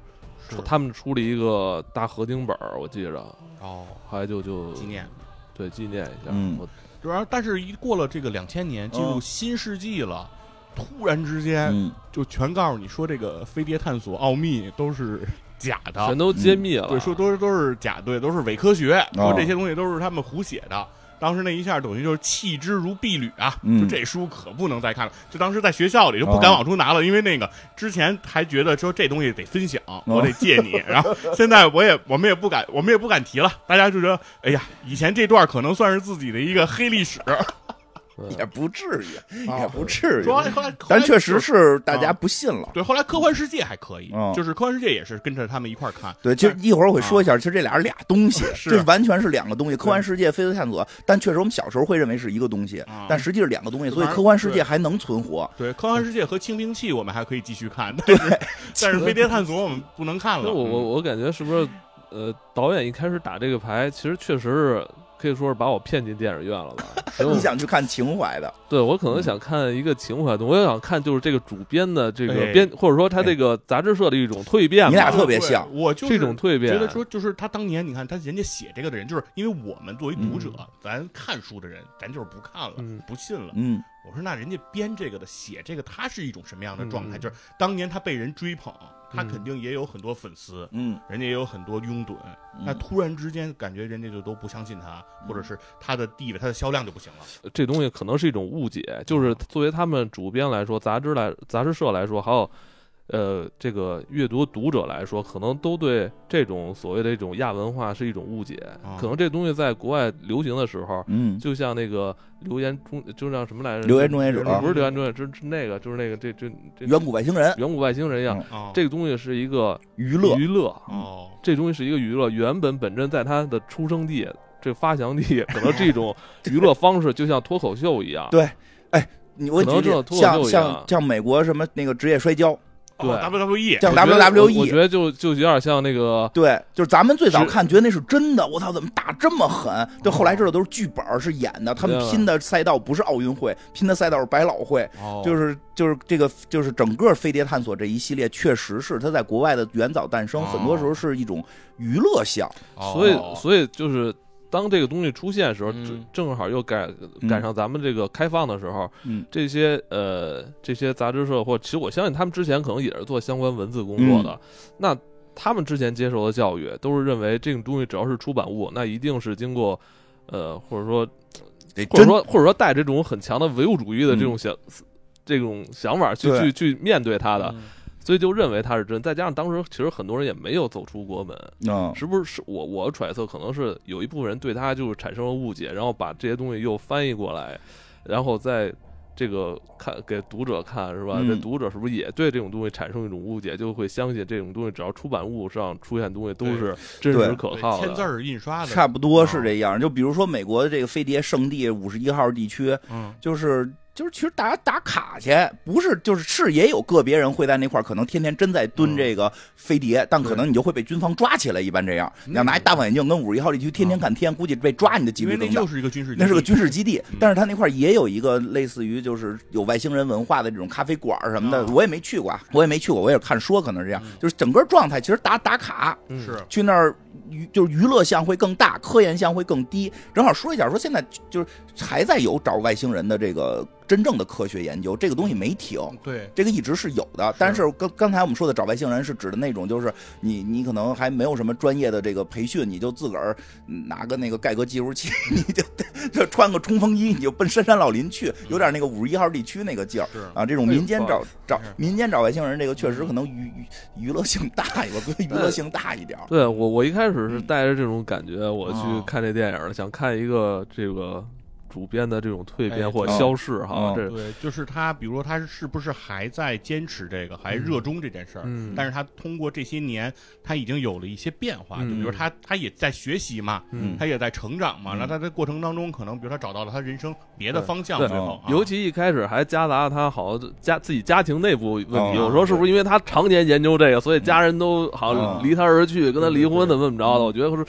是他们出了一个大合订本儿，我记着，哦，后来就就纪念。对纪念一下。嗯我主要，但是一过了这个两千年，进入新世纪了，突然之间嗯，就全告诉你说，这个飞碟探索奥秘都是假的全，都揭秘嗯了。对，说都是都是假，对，都是伪科学，哦说这些东西都是他们胡写的。当时那一下等于就是弃之如敝履啊！嗯哦就这书可不能再看了。就当时在学校里就不敢往出拿了，因为那个之前还觉得说这东西得分享，哦我得借你。然后现在我也我们也不敢，我们也不敢提了。大家就觉得，哎呀，以前这段可能算是自己的一个黑历史。对也不至于，啊也不至于主。要后来，但确实是是大家不信了。对。后来科幻世界还可以，嗯就是科幻世界也是跟着他们一块儿看。对，嗯其实一会儿我会说一下，其实这俩是俩东西，是这完全是两个东西。科幻世界、飞碟探索，但确实我们小时候会认为是一个东西嗯啊，但实际是两个东西，所以反而科幻世对界还能存活。对，科幻世界和清兵器我们还可以继续看，但是但是飞碟探索我们不能看那了。嗯我我我感觉是不是呃，导演一开始打这个牌，其实确实是可以说是把我骗进电影院了 吧？所以我你想去嗯看情怀的，对我可能想看一个情怀的，我也想看就是这个主编的这个哎编，或者说他这个杂志社的一种蜕变吧。你俩特对别像我就是这种啊蜕变觉得说就是他当年你看他人家写这个的人，就是因为我们作为读者，咱看书的人，咱就是不看了，嗯不信了。嗯，我说那人家编这个的写这个，他是一种什么样的状态？嗯就是当年他被人追捧，他嗯肯定也有很多粉丝，嗯，人家也有很多拥趸。嗯那突然之间，感觉人家就都不相信他，或者是他的地位、他的销量就不行了。这东嗯西可能是一种误解，就是作为他们主编来说，杂志来杂志社来说，还有呃这个阅读读者来说，可能都对这种所谓的这种亚文化是一种误解，啊可能这东西在国外流行的时候。嗯，就像那个留言中，就像什么来着？流言终结者嗯不是留言终结者，是是那个，就是那个，这这这远古外星人远古外星人一样嗯。哦这个嗯东西是一个娱乐，娱乐，哦，这东西是一个娱乐。原本本身在它的出生地，这发祥地，可能这种娱乐方式就像脱口秀一样。 对你我可能举例这脱口像秀一像样像美国什么那个职业摔跤，对哦 WWE 像我觉得 WWE 我我觉得就就有点像那个，对，就是咱们最早是看觉得那是真的，我操，怎么打这么狠？就后来知道都是剧本儿是演的，他们对啊拼的赛道不是奥运会，拼的赛道是百老汇，哦就是就是这个就是整个飞碟探索这一系列，确实是它在国外的远早诞生，哦很多时候是一种娱乐项，哦所以所以就是当这个东西出现的时候，嗯正正好又赶嗯赶上咱们这个开放的时候，嗯这些呃这些杂志社或其实我相信他们之前可能也是做相关文字工作的，嗯那他们之前接受的教育都是认为这种东西只要是出版物，那一定是经过呃或者说得或者说或者说带着这种很强的唯物主义的这种想、这种想法去嗯对去去面对它的，嗯所以就认为它是真。再加上当时其实很多人也没有走出国门，嗯是不是？是我我揣测可能是有一部分人对它就是产生了误解，然后把这些东西又翻译过来，然后再。这个看给读者看是吧？嗯这读者是不是也对这种东西产生一种误解，就会相信这种东西只要出版物上出现的东西都是真实对可对靠的？签字儿印刷的，差不多是这样。就比如说美国的这个飞碟圣地五十一号地区，嗯，就是就是，其实大家打卡去，不是就是是也有个别人会在那块儿，可能天天真在蹲这个飞碟，但可能你就会被军方抓起来，一般这样。你要拿一大望远镜跟五十一号地区天天看天，估计被抓你的几因率为那更就大。是一个军事基地，那是个军事基地嗯，但是他那块儿也有一个类似于就是有外星人文化的这种咖啡馆儿什么的，哦我也没去过啊，嗯我也没去过，我也是看说可能是这样，就是整个状态其实打打卡，嗯是去那儿娱就是娱乐项会更大，科研项会更低。正好说一下，说现在就是还在有找外星人的这个真正的科学研究，这个东西没停。对，这个一直是有的，但是刚刚才我们说的找外星人是指的那种，就是你你可能还没有什么专业的这个培训，你就自个儿拿个那个盖革计数器， 你就就穿个冲锋衣，你就奔深山老林去，有点那个五十一号地区那个劲儿是啊。这种民间哎呦找找没事民间找外星人，这个确实可能娱娱娱乐性大一个，我觉得娱乐性大一点儿。对我，我一开始是嗯带着这种感觉，我去哦看这电影的，想看一个这个主编的这种蜕哎哦变或对消逝哈嗯，这对，就是他，比如说他是不是还在坚持这个，还热衷这件事儿？嗯但是他通过这些年，他已经有了一些变化，嗯就比如他他也在学习嘛，嗯他也在成长嘛。嗯那他在过程当中，可能比如他找到了他人生别的对方向，对最后、啊、尤其一开始还夹杂他好像家自己家庭内部问哦题，有时候是不是因为他常年研究这个，所以家人都好哦像离他而去，跟他离婚嗯对嗯怎么怎么着的？我觉得是。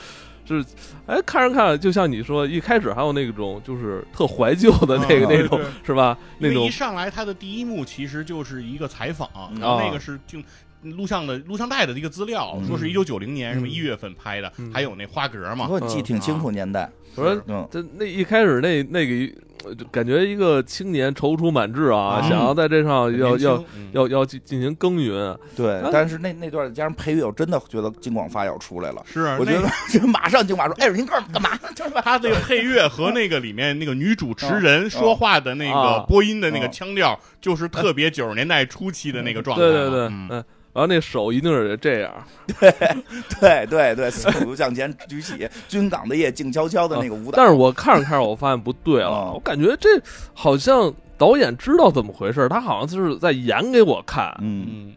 是，哎，看着看着，就像你说，一开始还有那种就是特怀旧的那个、哦那种对对，是吧？因那为种一上来他的第一幕其实就是一个采访，嗯然后啊那个是就录像的录像带的一个资料，嗯说是一九九零年什么嗯一月份拍的，嗯还有那花格嘛。我记挺清楚年代，我说是嗯，这那一开始那那个一呃就感觉一个青年踌躇满志啊，嗯啊想要在这上要年轻要嗯要要进进行耕耘，对啊。但是那那段加上配乐，我真的觉得金广发要出来了。是啊，我觉那得就 马上金广说：“哎，您干干嘛？就是吧。他这个配乐和那个里面那个女主持哦人说话的那个啊播音的那个腔调，就是特别九十年代初期的那个状态啊。对对对，嗯嗯。然后那手一定是这样， 对对对，四五向前举起，军港的夜静悄悄的那个舞蹈。哦但是我看着看着，我发现不对了啊，我感觉这好像导演知道怎么回事，他好像就是在演给我看，嗯，嗯，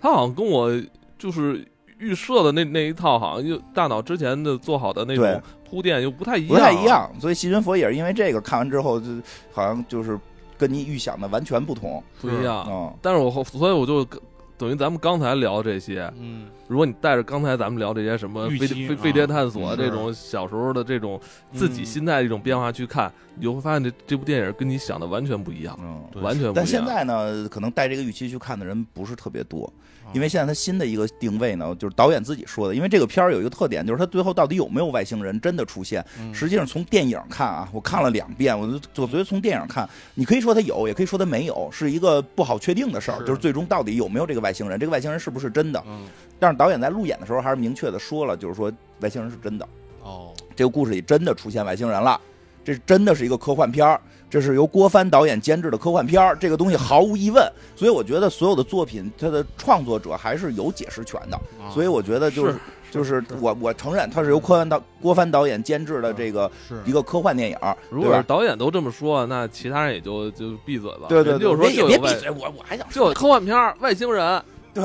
他好像跟我就是预设的那那一套，好像又大脑之前的做好的那对种铺垫又不太一样，啊不太一。样。所以西云佛也是因为这个看完之后，就好像就是跟你预想的完全不同。不一样。嗯，但是我后，所以我就跟等于咱们刚才聊这些，嗯，如果你带着刚才咱们聊这些什么预飞期飞啊飞碟探索是这种小时候的这种自己嗯心态的一种变化去看，你就会发现这这部电影跟你想的完全不一样，嗯。对完全不一样。但现在呢，可能带这个预期去看的人不是特别多啊，因为现在他新的一个定位呢，就是导演自己说的，因为这个片儿有一个特点，就是他最后到底有没有外星人真的出现？嗯实际上从电影看啊，我看了两遍，我就我觉得从电影看，你可以说他有，也可以说他没有，是一个不好确定的事儿，是就是最终到底有没有这个外星人，这个外星人是不是真的？嗯，但是导演在路演的时候还是明确的说了，就是说外星人是真的，哦，这个故事里真的出现外星人了。这真的是一个科幻片儿，这是由郭帆导演监制的科幻片儿，这个东西毫无疑问。所以我觉得所有的作品，它的创作者还是有解释权的。啊所以我觉得就是就是我我承认它是由柯帆导郭帆导演监制的这个是一个科幻电影儿，如对果吧是导演都这么说，那其他人也就就闭嘴了。对对对，人家就别说就别有闭外，嘴，我我还想就有说，科幻片儿、外星人、对，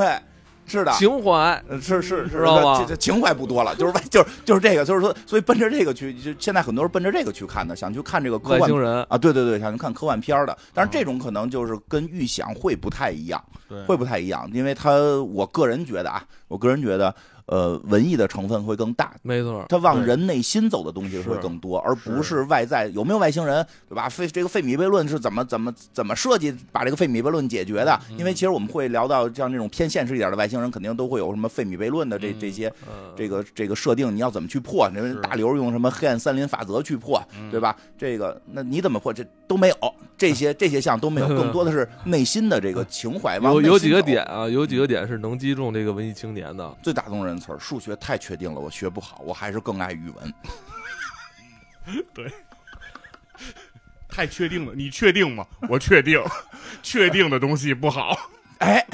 是的，情怀，呃是是是，知道吗这这情怀不多了，就是外就是就是这个，就是说，所以奔着这个去，就现在很多人奔着这个去看的，想去看这个科外幻星人。嗯啊，对对对，想去看科幻片儿的，但是这种可能就是跟预想会不太一样，对会不太一样，因为它我个人觉得啊，我个人觉得，呃，文艺的成分会更大，没错，它往对人内心走的东西会是更多，而不是是外在有没有外星人，对吧？费这个费米悖论是怎么怎么怎么设计把这个费米悖论解决的？嗯因为其实我们会聊到像这种偏现实一点的外星人，肯定都会有什么费米悖论的这这些嗯，这个这个设定，你要怎么去破？你是们大刘用什么黑暗森林法则去破，嗯对吧？这个那你怎么破？这都没有，这些这些项 都没有，更多的是内心的这个情怀。往有内有心几个走点啊，有几个点是能击中这个文艺青年的。最打动人的词儿，数学太确定了，我学不好，我还是更爱语文。太确定了，你确 定吗？我确定，确定的东西不好。哎，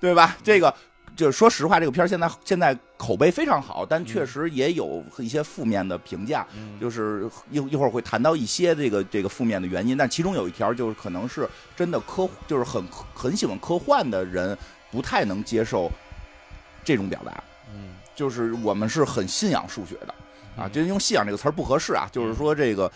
对吧？这个就是说实话，这个片儿现在现在口碑非常好，但确实也有一些负面的评价，嗯就是一一会儿会谈到一些这个这个负面的原因，但其中有一条就是可能是真的科，就是很很喜欢科幻的人不太能接受这种表达，嗯，就是我们是很信仰数学的啊，嗯就是用“信仰”这个词儿不合适啊，就是说这个。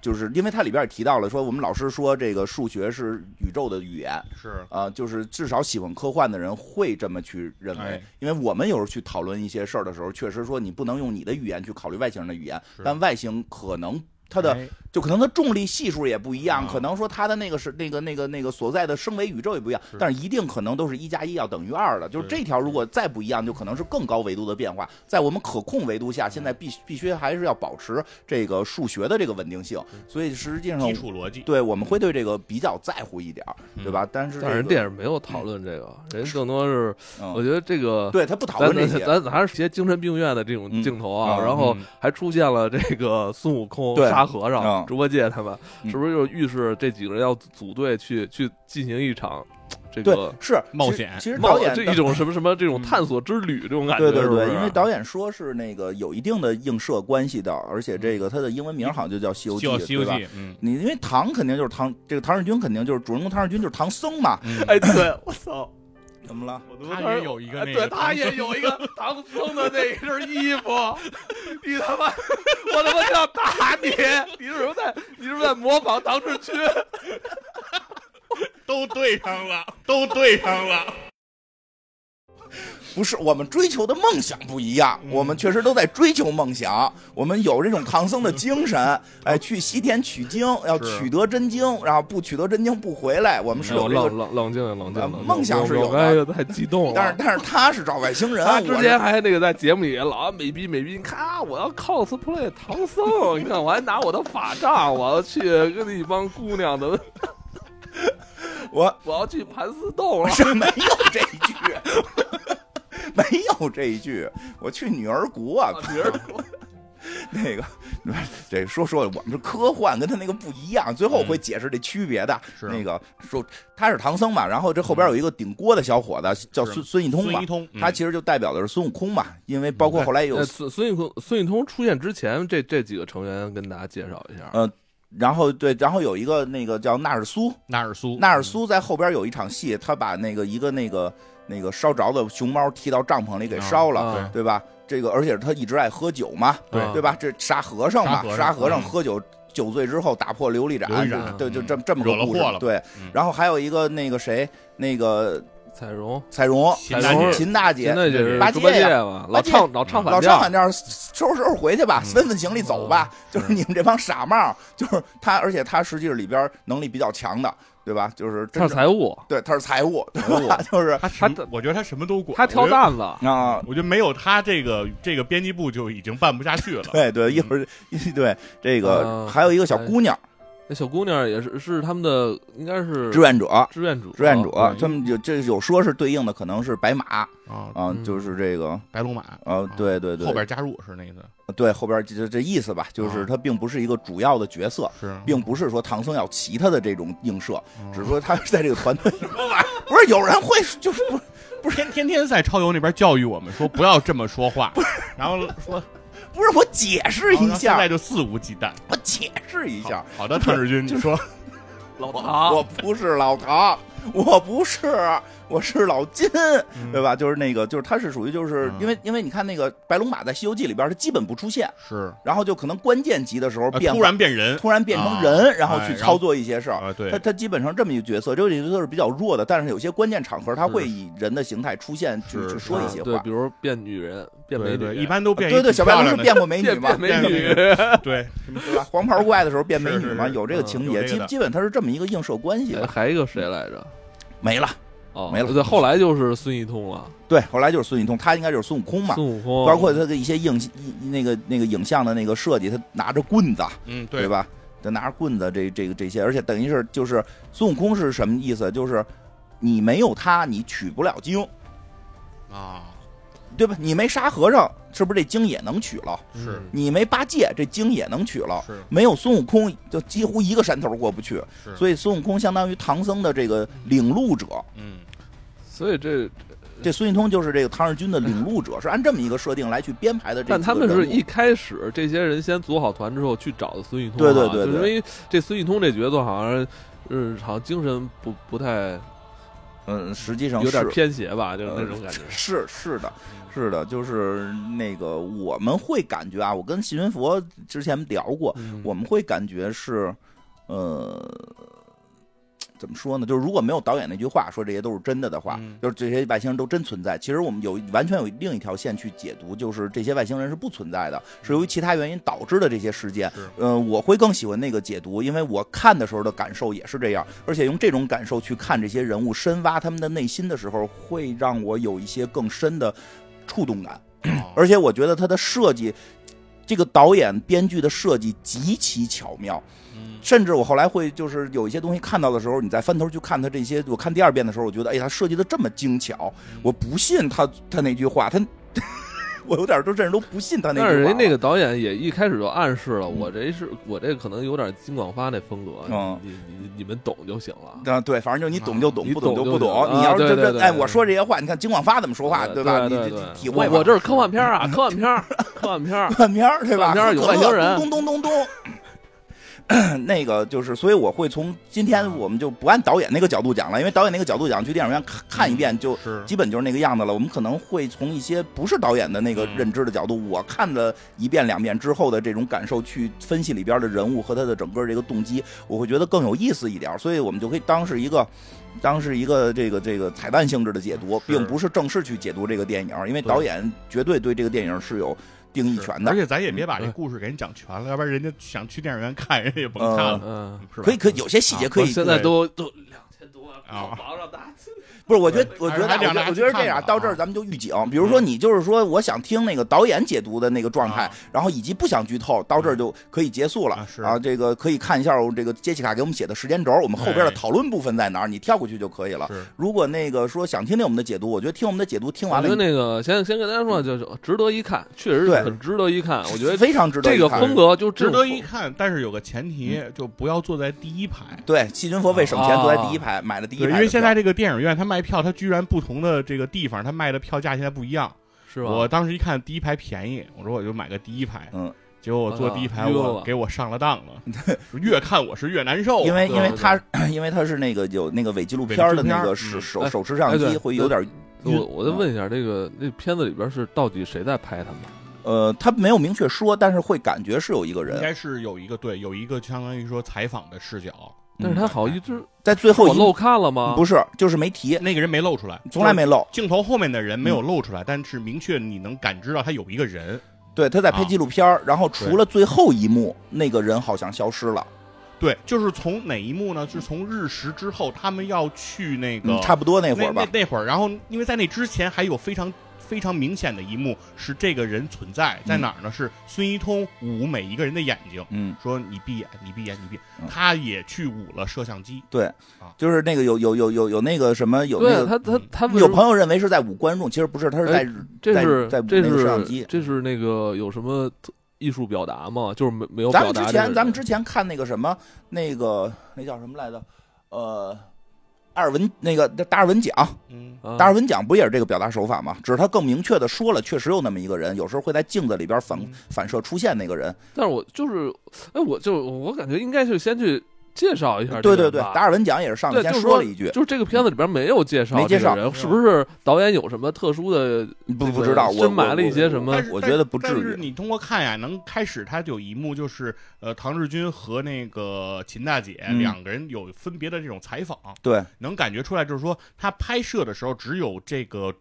就是因为它里边也提到了，说我们老师说这个数学是宇宙的语言，是啊，就是至少喜欢科幻的人会这么去认为，哎因为我们有时候去讨论一些事儿的时候，确实说你不能用你的语言去考虑外星人的语言是，但外星可能它的、哎就可能它重力系数也不一样，啊可能说它的那个是那个那个那个所在的升维宇宙也不一样，但是一定可能都是一加一要等于二的，就是对这条如果再不一样，就可能是更高维度的变化，在我们可控维度下，现嗯在必须必须还是要保持这个数学的这个稳定性，所以实际上基。础嗯逻辑，对，我们会对这个比较在乎一点儿，对吧？但是、这但是人个电影没有讨论这个，人更多是嗯我觉得这个对他不讨咱论这咱些，咱咱还是些精神病院的这种镜头啊，嗯啊然后嗯还出现了这个孙悟空、对沙和尚、嗯猪八戒他们，嗯是不是就是预示这几个人要组队去去进行一场这个是冒险其实其实冒导演这的一种什么什么这种嗯探索之旅这种感觉，对对是不对，是啊因为导演说是那个有一定的映射关系的，而且这嗯个他的英文名好像就叫《西游记叫《西》，游对记吧？》，嗯你因为唐肯定就是唐，这个唐日军肯定就是主人公唐日军就是唐僧嘛，嗯，哎，对我操，怎么了？我都呃他也有一个哎那对个他也有一个唐僧的那一身衣服，你他妈，我他妈就要打你！你是不是在你是不是在模仿唐志军？都对上了，都对上了。不是，我们追求的梦想不一样，我们确实都在追求梦想，我们有这种唐僧 的精神，哎，去西天取经，要是取得真经，然后不取得真经不回来，我们是有这个冷冷冷静冷静呃冷静，梦想是有的我刚才太激动了。但是但是他是找外星人，他我之是前还那个在节目里老美逼美逼，你看啊我要 cosplay 唐僧，你看我还拿我的法杖，我要去跟那一帮姑娘的，我我要去盘丝洞了。是没有这一句，没有这一句。我去女儿国、哦啊，别人那个这说说我们是科幻，跟他那个不一样。最后我会解释这区别的。嗯是嗯那个说他是唐僧嘛，然后这后边有一个顶锅的小伙子叫是孙孙一通嘛孙一，通，嗯哎他其实就代表的是孙悟空嘛，因为包括后来 也有呃，孙孙悟空孙悟空出现之前，这这几个成员跟大家介绍一下。呃然后对，然后有一个那个叫纳尔苏，纳尔苏，纳尔苏在后边有一场戏，他把那个一个那个那个烧着的熊猫踢到帐篷里给烧了，啊对吧？这个而且他一直爱喝酒嘛，对啊对吧？这沙和尚嘛沙和，尚沙和尚嗯喝酒酒醉之后打破琉璃琉盏，璃盏对，就嗯这这么个惹了故事祸了对嗯，然后还有一个那个谁，那个彩荣，彩蓉，秦大姐秦大现姐。在就是八猪戒八戒呀嘛，八老戒唱老唱反老张调反，正收拾收拾回去嗯吧，分分行李走吧。就是你们这帮傻帽，就是他，而且他实际是里边能力比较强的，对吧？就是真他是正财务，对，他是财务，对财务吧？ 就是他什么他嗯我觉得他什么都管，他挑我觉得。担子，啊，我觉得没有他这个这个编辑部就已经办不下去了。对嗯对，一会儿对这个啊嗯还有一个小姑娘，那小姑娘也是是他们的，应该是志愿者，志愿者，志愿者，哦嗯他们有这有说是对应的，可能是白马啊、啊，嗯就是这个。白龙马，呃，对对对，哦后边加入是那意思，对后边这这意思吧，就是啊他并不是一个主要的角色，是啊并不是说唐僧要骑他的这种映射，只是是说他是在这个团队哦不是有人会就是不不是天天天在超游那边教育我们说不要这么说话，然后说不是我解释一哦现在下，就肆无忌惮。我解释一下，好的，唐志军，你说老我唐，不是老唐，我不是，我是老金，对吧？就是那个，就是他是属于就是嗯因为因为你看那个白龙马在《西游记》里边，他基本不出现，是然后就可能关键集的时候呃变突然变人，突然变成啊人，然后哎去然后操作一些事儿。啊，对他，他基本上这么一个角色，这个角色是比较弱的，但是有些关键场合他是会以人的形态出现，去是去是说一些啊对，话比。如变女人，变美对女，对，一般都变一呃对对，挺小白漂龙是 变亮的过美女变嘛变，美变女， 对，对吧？黄袍怪的时候变美是女是嘛，是啊有这个嗯情有节，这个基的基本它是这么一个映射关系哎吧。还有一个谁来着？没了，哦，没了对，后来就是孙一通了，对，后来就是孙悟空，他应该就是孙悟空嘛孙，悟空，包括他的一些影那个那个影像的那个设计，他拿着棍子，嗯，对对吧？他拿着棍子这这个这些，而且等于是就是孙悟空是什么意思？就是你没有他，你取不了经，啊，对吧？你没沙和尚，是不是这经也能取了？是你没八戒，这经也能取了。是没有孙悟空，就几乎一个山头过不去。是，以所以孙悟空相当于唐僧的这个领路者，嗯，所以这，这孙悟空就是这个唐日军的领 路者，是按这么一个设定来去编排的这但几他个们是人物一开始这些人先组好团之后去找的孙一通啊，对对对对就因为这孙一通这角色好像是好像精神不不太嗯，实际上有点是偏邪吧，就是那呃种感觉。是是的，是的，就是那个我们会感觉啊，我跟秦云佛之前聊过，嗯我们会感觉是，呃，怎么说呢？就是如果没有导演那句话说这些都是真的的话，嗯就是这些外星人都真存在。其实我们有完全有另一条线去解读，就是这些外星人是不存在的，是由于其他原因导致的这些事件嗯是。呃，我会更喜欢那个解读，因为我看的时候的感受也是这样，而且用这种感受去看这些人物，深挖他们的内心的时候，会让我有一些更深的触动感。哦而且我觉得他的设计，这个导演编剧的设计极其巧妙，嗯甚至我后来会就是有一些东西看到的时候，你再翻头去看他这些，我看第二遍的时候，我觉得哎呀，他设计的这么精巧，嗯我不信他他那句话，他 我有点儿就甚至都不信他那句话嗯但是了。人家那个导演也一开始就暗示了，我这是我这可能有点金广发那风格，嗯你你你们懂就行了。啊，对，反正就你懂就懂，你不懂懂就就不懂你啊要是对这对这，对哎，对我说这些话，你看金广发怎么说话，对吧？你对这对这对体会吧我我这是科幻片 儿啊，科幻片儿，科幻片儿。看片儿对吧？看片儿有喝可乐外星人咚咚咚咚咚。 那个就是，所以我会从今天我们就不按导演那个角度讲了，因为导演那个角度讲，去电影院看看一遍就是基本就是那个样子了。我们可能会从一些不是导演的那个嗯认知的角度，我看了一遍两遍之后的这种感受去分析里边的人物和他的整个这个动机，我会觉得更有意思一点儿。所以我们就可以当是一个。当是一个这个这个彩蛋性质的解读，是并不是正式去解读这个电影，因为对导演绝对对这个电影是有定义是权的而。且咱也别把这嗯故事给人讲全了，要不然人家想去电影院看，人家也甭看了，嗯，是吧？啊可以，可以有些细节可我以，现在对都都两千多万，啊网上打字不是？我觉得，我还觉是得啊，我还觉两得个我觉得这人样，看吧到这儿啊嗯咱们就预警。比如说，你就是说，我想听那个导演解读的那个状态啊，嗯然后以及不想剧透，到这儿就可以结束了啊是啊。这个可以看一下我这个杰西卡给我们写的时间轴，我们后边的哎讨论部分在哪儿，你跳过去就可以了。是如果那个说想听听我们的解读，我觉得听我们的解读听我完觉得了，那个先先跟大家说，就是值得一看，确实是对很值得一看。我觉得非常值得这一个看风格就这值种得一看，但是有个前提，嗯就不要坐在第一排。对，细菌佛为省钱啊坐在第一排，买了第一对，排的因票。为现在这个电影院，它卖票，它居然不同的这个地方，它卖的票价现在不一样。是吧？我当时一看第一排便宜，我说我就买个第一排。嗯，结果我坐第一排，啊晕我了给我上了当了。 越看我是越难受啊，因为对因为对他因为他是那个有那个伪纪录片的那个手伪纪录片嗯手哎手持摄像哎机对会有点晕我我再问一下，这个那片子里边是到底谁在拍他们？呃，他没有明确说，但是会感觉是有一个应人该是有一个对，有一个相当于说采访的视角，但是他好像一直嗯在最后我一漏啊看了吗？不是，是就是没提，那个人没露出来，从来没嗯漏。镜头后面的人没有露出来，但是明确你能感知到他有一个人。对，他在拍啊纪录片儿，然后除了最后一幕，那个人好像消失了，对，就是从哪一幕呢？是从日食之后，他们要去那个、嗯，差不多那那会儿吧那。那会儿，然后因为在那之前还有非常非常明显的一幕是这个人存在在哪儿呢？是孙一通捂每一个人的眼睛，嗯，说你闭眼，你闭眼，你闭眼嗯。他也去捂了摄像机，对，就是那个有有有有有那个什么有对那啊个。他他他们有朋友认为是在捂观众，其实不是，他是哎在这是在在这那个摄像是机这是那个有什么特艺术表达吗？就是没没有咱表们达之这个前人。咱们之前看那个什么那个那叫什么来着？呃，阿尔文那个达尔文奖，嗯，啊达尔文奖不也是这个表达手法吗？只是他更明确的说了，确实有那么一个人，有时候会在镜子里边反嗯反射出现那个人。但是我就是，哎，我就我感觉应该是先去介绍一下这对个对人对，吧。达尔文奖也是上对，来先就是说了一句，就是这个片子里边没有介绍没介这个绍人，是不是导演有什么特殊的？这不个不知道我深埋了一些什么但是嗯我觉得不但至是于。你通过看呀，能开始他有一幕就是呃，唐志军和那个秦大姐嗯两个人有分别的这种采访，对，能感觉出来，就是说他拍摄的时候只有这个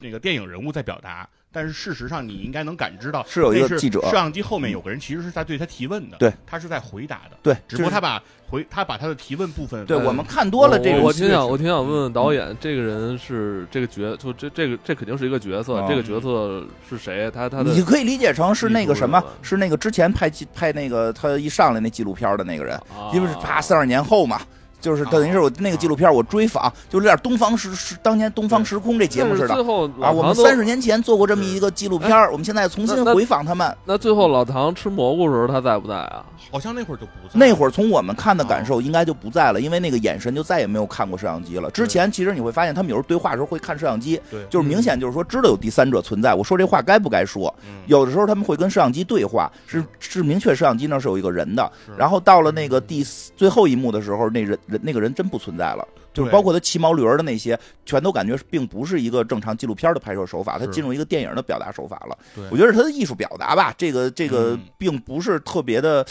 那个电影人物在表达，但是事实上你应该能感知到是有一个那是记者摄像机后面有个人其实是在对他提问的，对，他是在回答的，对，只不就过是他把回他把他的提问部分对呃我们看多了这我种我挺戏想，我挺想问嗯问导演，这个人是这个角，就这这个这肯定是一个角色啊，这个角色是谁？他他的你可以理解成是那个什艺么术人，吧是那个之前拍纪拍那个他一上来那纪录片的那个人，啊因为是啪三十年后嘛，就是等于是我那个纪录片我追访，就是有点东方时时当年东方时空这节目但是似的最后啊。老我们唐都哎三十年前做过这么一个纪录片，我们现在重新那那回访他们。那最后老唐吃蘑菇的时候他在不在啊？好像那会儿就不在那会儿儿从我们看的感受应该就不在了，因为那个眼神就再也没有看过摄像机了。之前其实你会发现，他们有时候对话的时候会看摄像机，对就是明显就是说知道有第三者存在，我说这话该不该说？嗯有的时候他们会跟摄像机对话，是是明确摄像机那是有一个人的。是嗯然后到了那个第四最后一幕的时候，那人人那个人真不存在了，就是对包括他骑毛驴儿的那些，全都感觉并不是一个正常纪录片的拍摄手法，他是进入一个电影的表达手法了对。我觉得是他的艺术表达吧，这个这个嗯并不是特别的，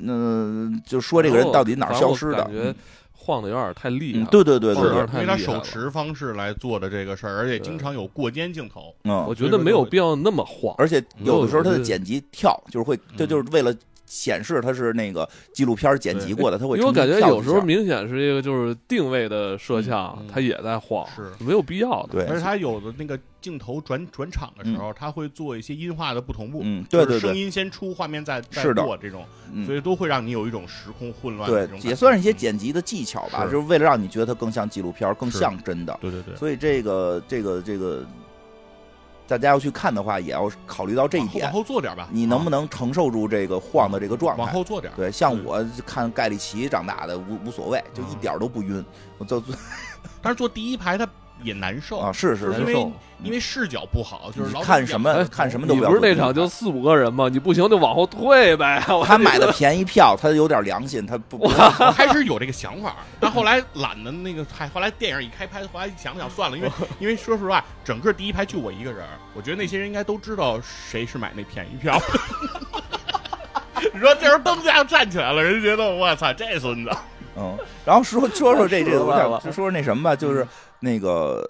嗯、就说这个人到底哪儿消失然后的我感。觉晃的有点太厉嗯，害。对对对是对对，是因为他太厉害手了持方式来做的这个事儿，而对且经常有过肩镜头，我嗯，觉得没有必要那么晃。而且有的时候他我的觉得剪辑跳，就是会，这嗯就是为了显示他是那个纪录片剪辑过的，他会因为我重感新觉跳有一时候下明显是一个就是定位的摄像嗯，嗯它也在晃，是没有必要的。对，而且他有的那个镜头转转场的时候，他会做一些音画的不同步，嗯，对就是对声对，音先出，画面再再是的过这种，所嗯，以都会让你有一种时空混乱的对这种，感觉，也算是一些嗯剪辑的技巧吧，是就是为了让你觉得它更像纪录片，更是像真的。对对对，所以这个这个这个，大家要去看的话，也要考虑到这一往后点往，后做点吧，你能不啊能承受住这个晃的这个状往态？后做点？对，像对嗯我看盖里奇长大的无无所谓，就一点儿都不晕。我就但是坐第一排他也难受啊，，是是哦是，就是因难为受因为视角不好，就是你老看什么哎看什么都你不要啊不坐是第一排。那场就四五个人吗？你不行就往后退 呗。我他买的便宜票，他有点良心，他不 不 我开始有这个想法，但后来懒得那个，嗨，后来电影一开拍，后来想想算了，因为因为说实话，整个第一排就我一个人儿，我觉得那些人应该都知道谁是买那便宜票。 你说这时候灯家站起来了，人觉得我操这孙子，嗯，然后说说说这这个，说我完想了就说说那什么吧，就是嗯那个，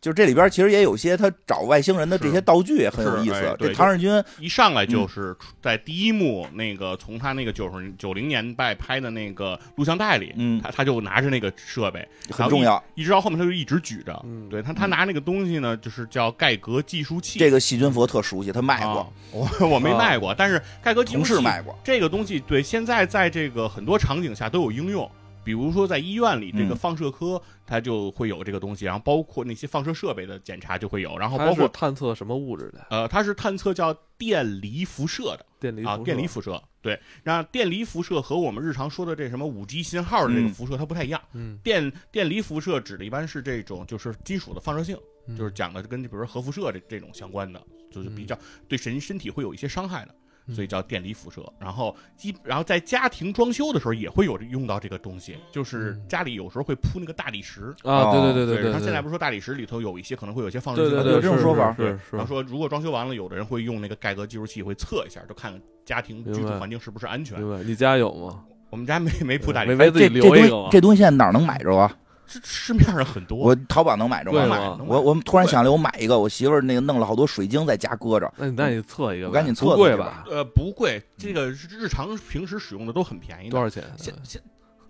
就这里边其实也有些他找外星人的这些道具也很有是意哎思。对这唐日军一上来就是在第一幕那个从他那个九十九零年代拍的那个录像带里，嗯他他就拿着那个设备，然很后重一要，一直到后面他就一直举着，嗯对他他嗯拿那个东西呢，就是叫盖革计数器，这个细菌佛特熟悉，他卖过呃啊，我我没卖过，但是盖革计数同器事卖过，这个东西，对现在在这个很多场景下都有应用。比如说，在医院里，这个嗯放射科它就会有这个东西，然后包括那些放射设备的检查就会有，然后他包是括探测什么物质的？呃，它是探测叫电离辐射的，电离啊，辐电射离辐射，对，那电离辐射和我们日常说的这什么五 G 信号的这个辐射它不太一样。嗯电电离辐射指的一般是这种就是金属的放射性，嗯就是讲的跟比如说核辐射这这种相关的，就是比较对神身体会有一些伤害的，嗯所以叫电离辐射。然后基然后在家庭装修的时候也会有用到这个东西，就是嗯家里有时候会铺那个大理石。啊，对对对对对，他对，现在不对是说大理石里头有一些可能会有一些放射对性对对哦有的这种是说法是是然后说，如果装修完了，有的人会用那个盖革计数器会测一下，就看看家庭居明住白环境是不是安全。明白？你家有吗？我们家没没铺大没理石，为哎自己这这留东一西个吗？这东西现在哪儿能买着啊？这市面上很多。我淘宝能买着对吗？吗买能买我我突然想起来，我买一个，我媳妇儿那个弄了好多水晶在家搁着，那你那你测一个呗，我赶紧测不贵测去吧？呃不贵，这个日常平时使用的都很便宜的多，少钱？现现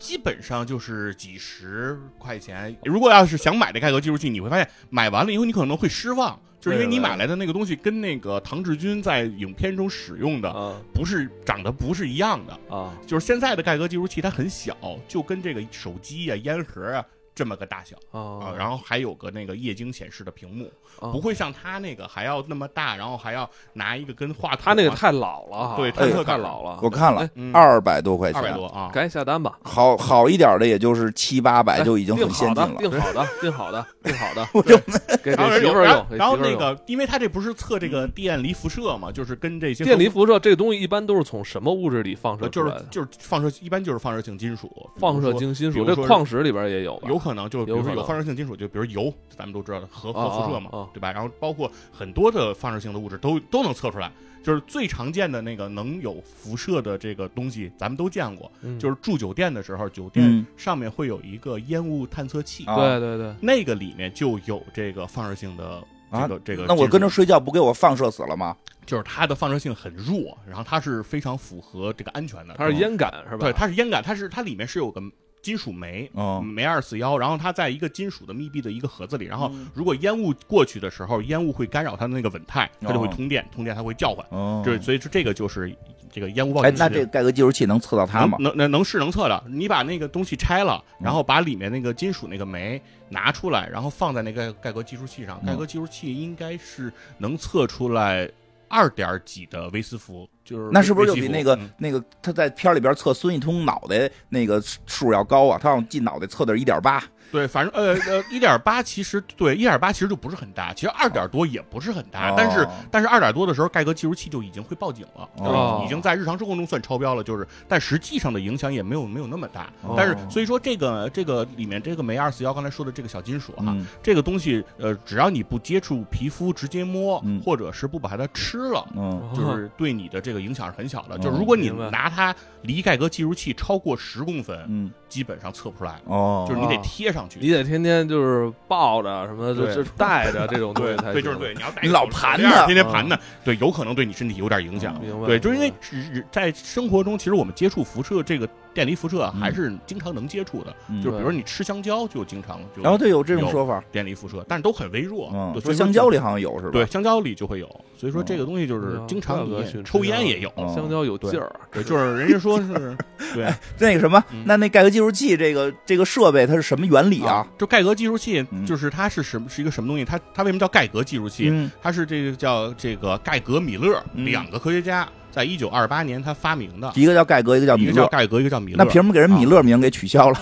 基本上就是几十块钱。如果要是想买这盖革计数器，你会发现买完了以后你可能会失望，就是因为你对对买来的那个东西跟那个唐志军在影片中使用的啊不是长得不是一样的。啊，就是现在的盖革计数器它很小，就跟这个手机呀、烟盒啊这么个大小啊，啊，然后还有个那个液晶显示的屏幕，啊不会像它那个还要那么大，然后还要拿一个跟话筒啊他那个太老了哈，对探探测太测感老了，哎我看了哎嗯二百多块二钱，百多啊，赶紧下单吧，好好一点的也就是七八哎百哎就已经很先进了。定好的， 定好的，定好的，我定就好的， 给然后给媳有妇儿然用后，给然后媳妇儿那用嗯个，因为它这不是测这个电离辐射嘛，就是跟这些电离辐射这个东西一般都是从什么物质里放射呃出就是来的？就是放射，一般就是放射性金属，比如放射说性金比属，如这说是矿石里边也有吧？有可能就是比如有可说能有放射性金属，就比如油，咱们都知道的核啊核辐射啊啊嘛，对吧？然后包括很多的放射性的物质都都能测出来，就是最常见的那个能有辐射的这个东西，咱们都见过，嗯就是住酒店的时候，酒嗯店上面会有一个烟雾探测器，啊对对对，那个里面就有这个放射性的这啊个这个金属。啊那我跟着睡觉不给我放射死了吗？就是它的放射性很弱，然后它是非常符合这个安全的，它是烟感是吧？嗯哦对，它是烟感，它是它里面是有个金属酶，嗯，酶二四幺，然后它在一个金属的密闭的一个盒子里，嗯然后如果烟雾过去的时候，烟雾会干扰它的那个稳态，它就会哦通电，通电它会叫唤，哦对，所以这这个就是这个烟雾报哎警，器。那这个盖革计数器能测到它吗能？能能能是能测的，你把那个东西拆了，嗯然后把里面那个金属那个酶拿出来，然后放在那个盖革计数器上，嗯盖革计数器应该是能测出来二点几的维斯伏，就是那是不是就维基比伏那个嗯那个他在片儿里边测孙一通脑袋那个数要高啊？他让进脑袋测的是一点八，对，反正呃呃，一点八其实对一点八其实就不是很大，其实二点多也不是很大，哦啊但是但是二点多的时候，盖革计数器就已经会报警了，就是哦已经在日常生活中算超标了，就是但实际上的影响也没有没有那么大哦。但是所以说这个这个里面这个酶二四幺刚才说的这个小金属哈，嗯这个东西呃，只要你不接触皮肤直接摸，嗯或者是不把它吃了。嗯，就是对你的这个影响是很小的，哦就是如果你明白拿它离盖革计数器超过十公分，嗯基本上测不出来，哦，就是你得哦贴上去。你得天天就是抱着什么，就对就带着这种东西对才对，就是行对，你要带你老手盘哦链儿它天天盘它，对，有可能对你身体有点影响。明白？对，就是因为明白是是在生活中，其实我们接触辐射这个电离辐射啊嗯还是经常能接触的，嗯就比如说你吃香蕉就经常就然后对有这种有说法，电离辐射，但是都很微弱。嗯，对说所以香蕉里里好像有是吧？哦对，香蕉里就会有，所以说这个东西就是嗯经怪常不得你是抽烟也有，嗯香蕉有劲儿，对，就是人家说是 对那个什么，嗯那那盖革计数器这个这个设备它是什么原理啊？，就盖革计数器嗯就是它是什么是一个什么东西？它它为什么叫盖革计数器？嗯他是这个叫这个盖格米勒、嗯两个科学家，在一九二八年他发明的，一个叫盖革，一个叫啊一米个叫勒。盖格，一个叫米勒。那凭什么给人米勒名给取消了？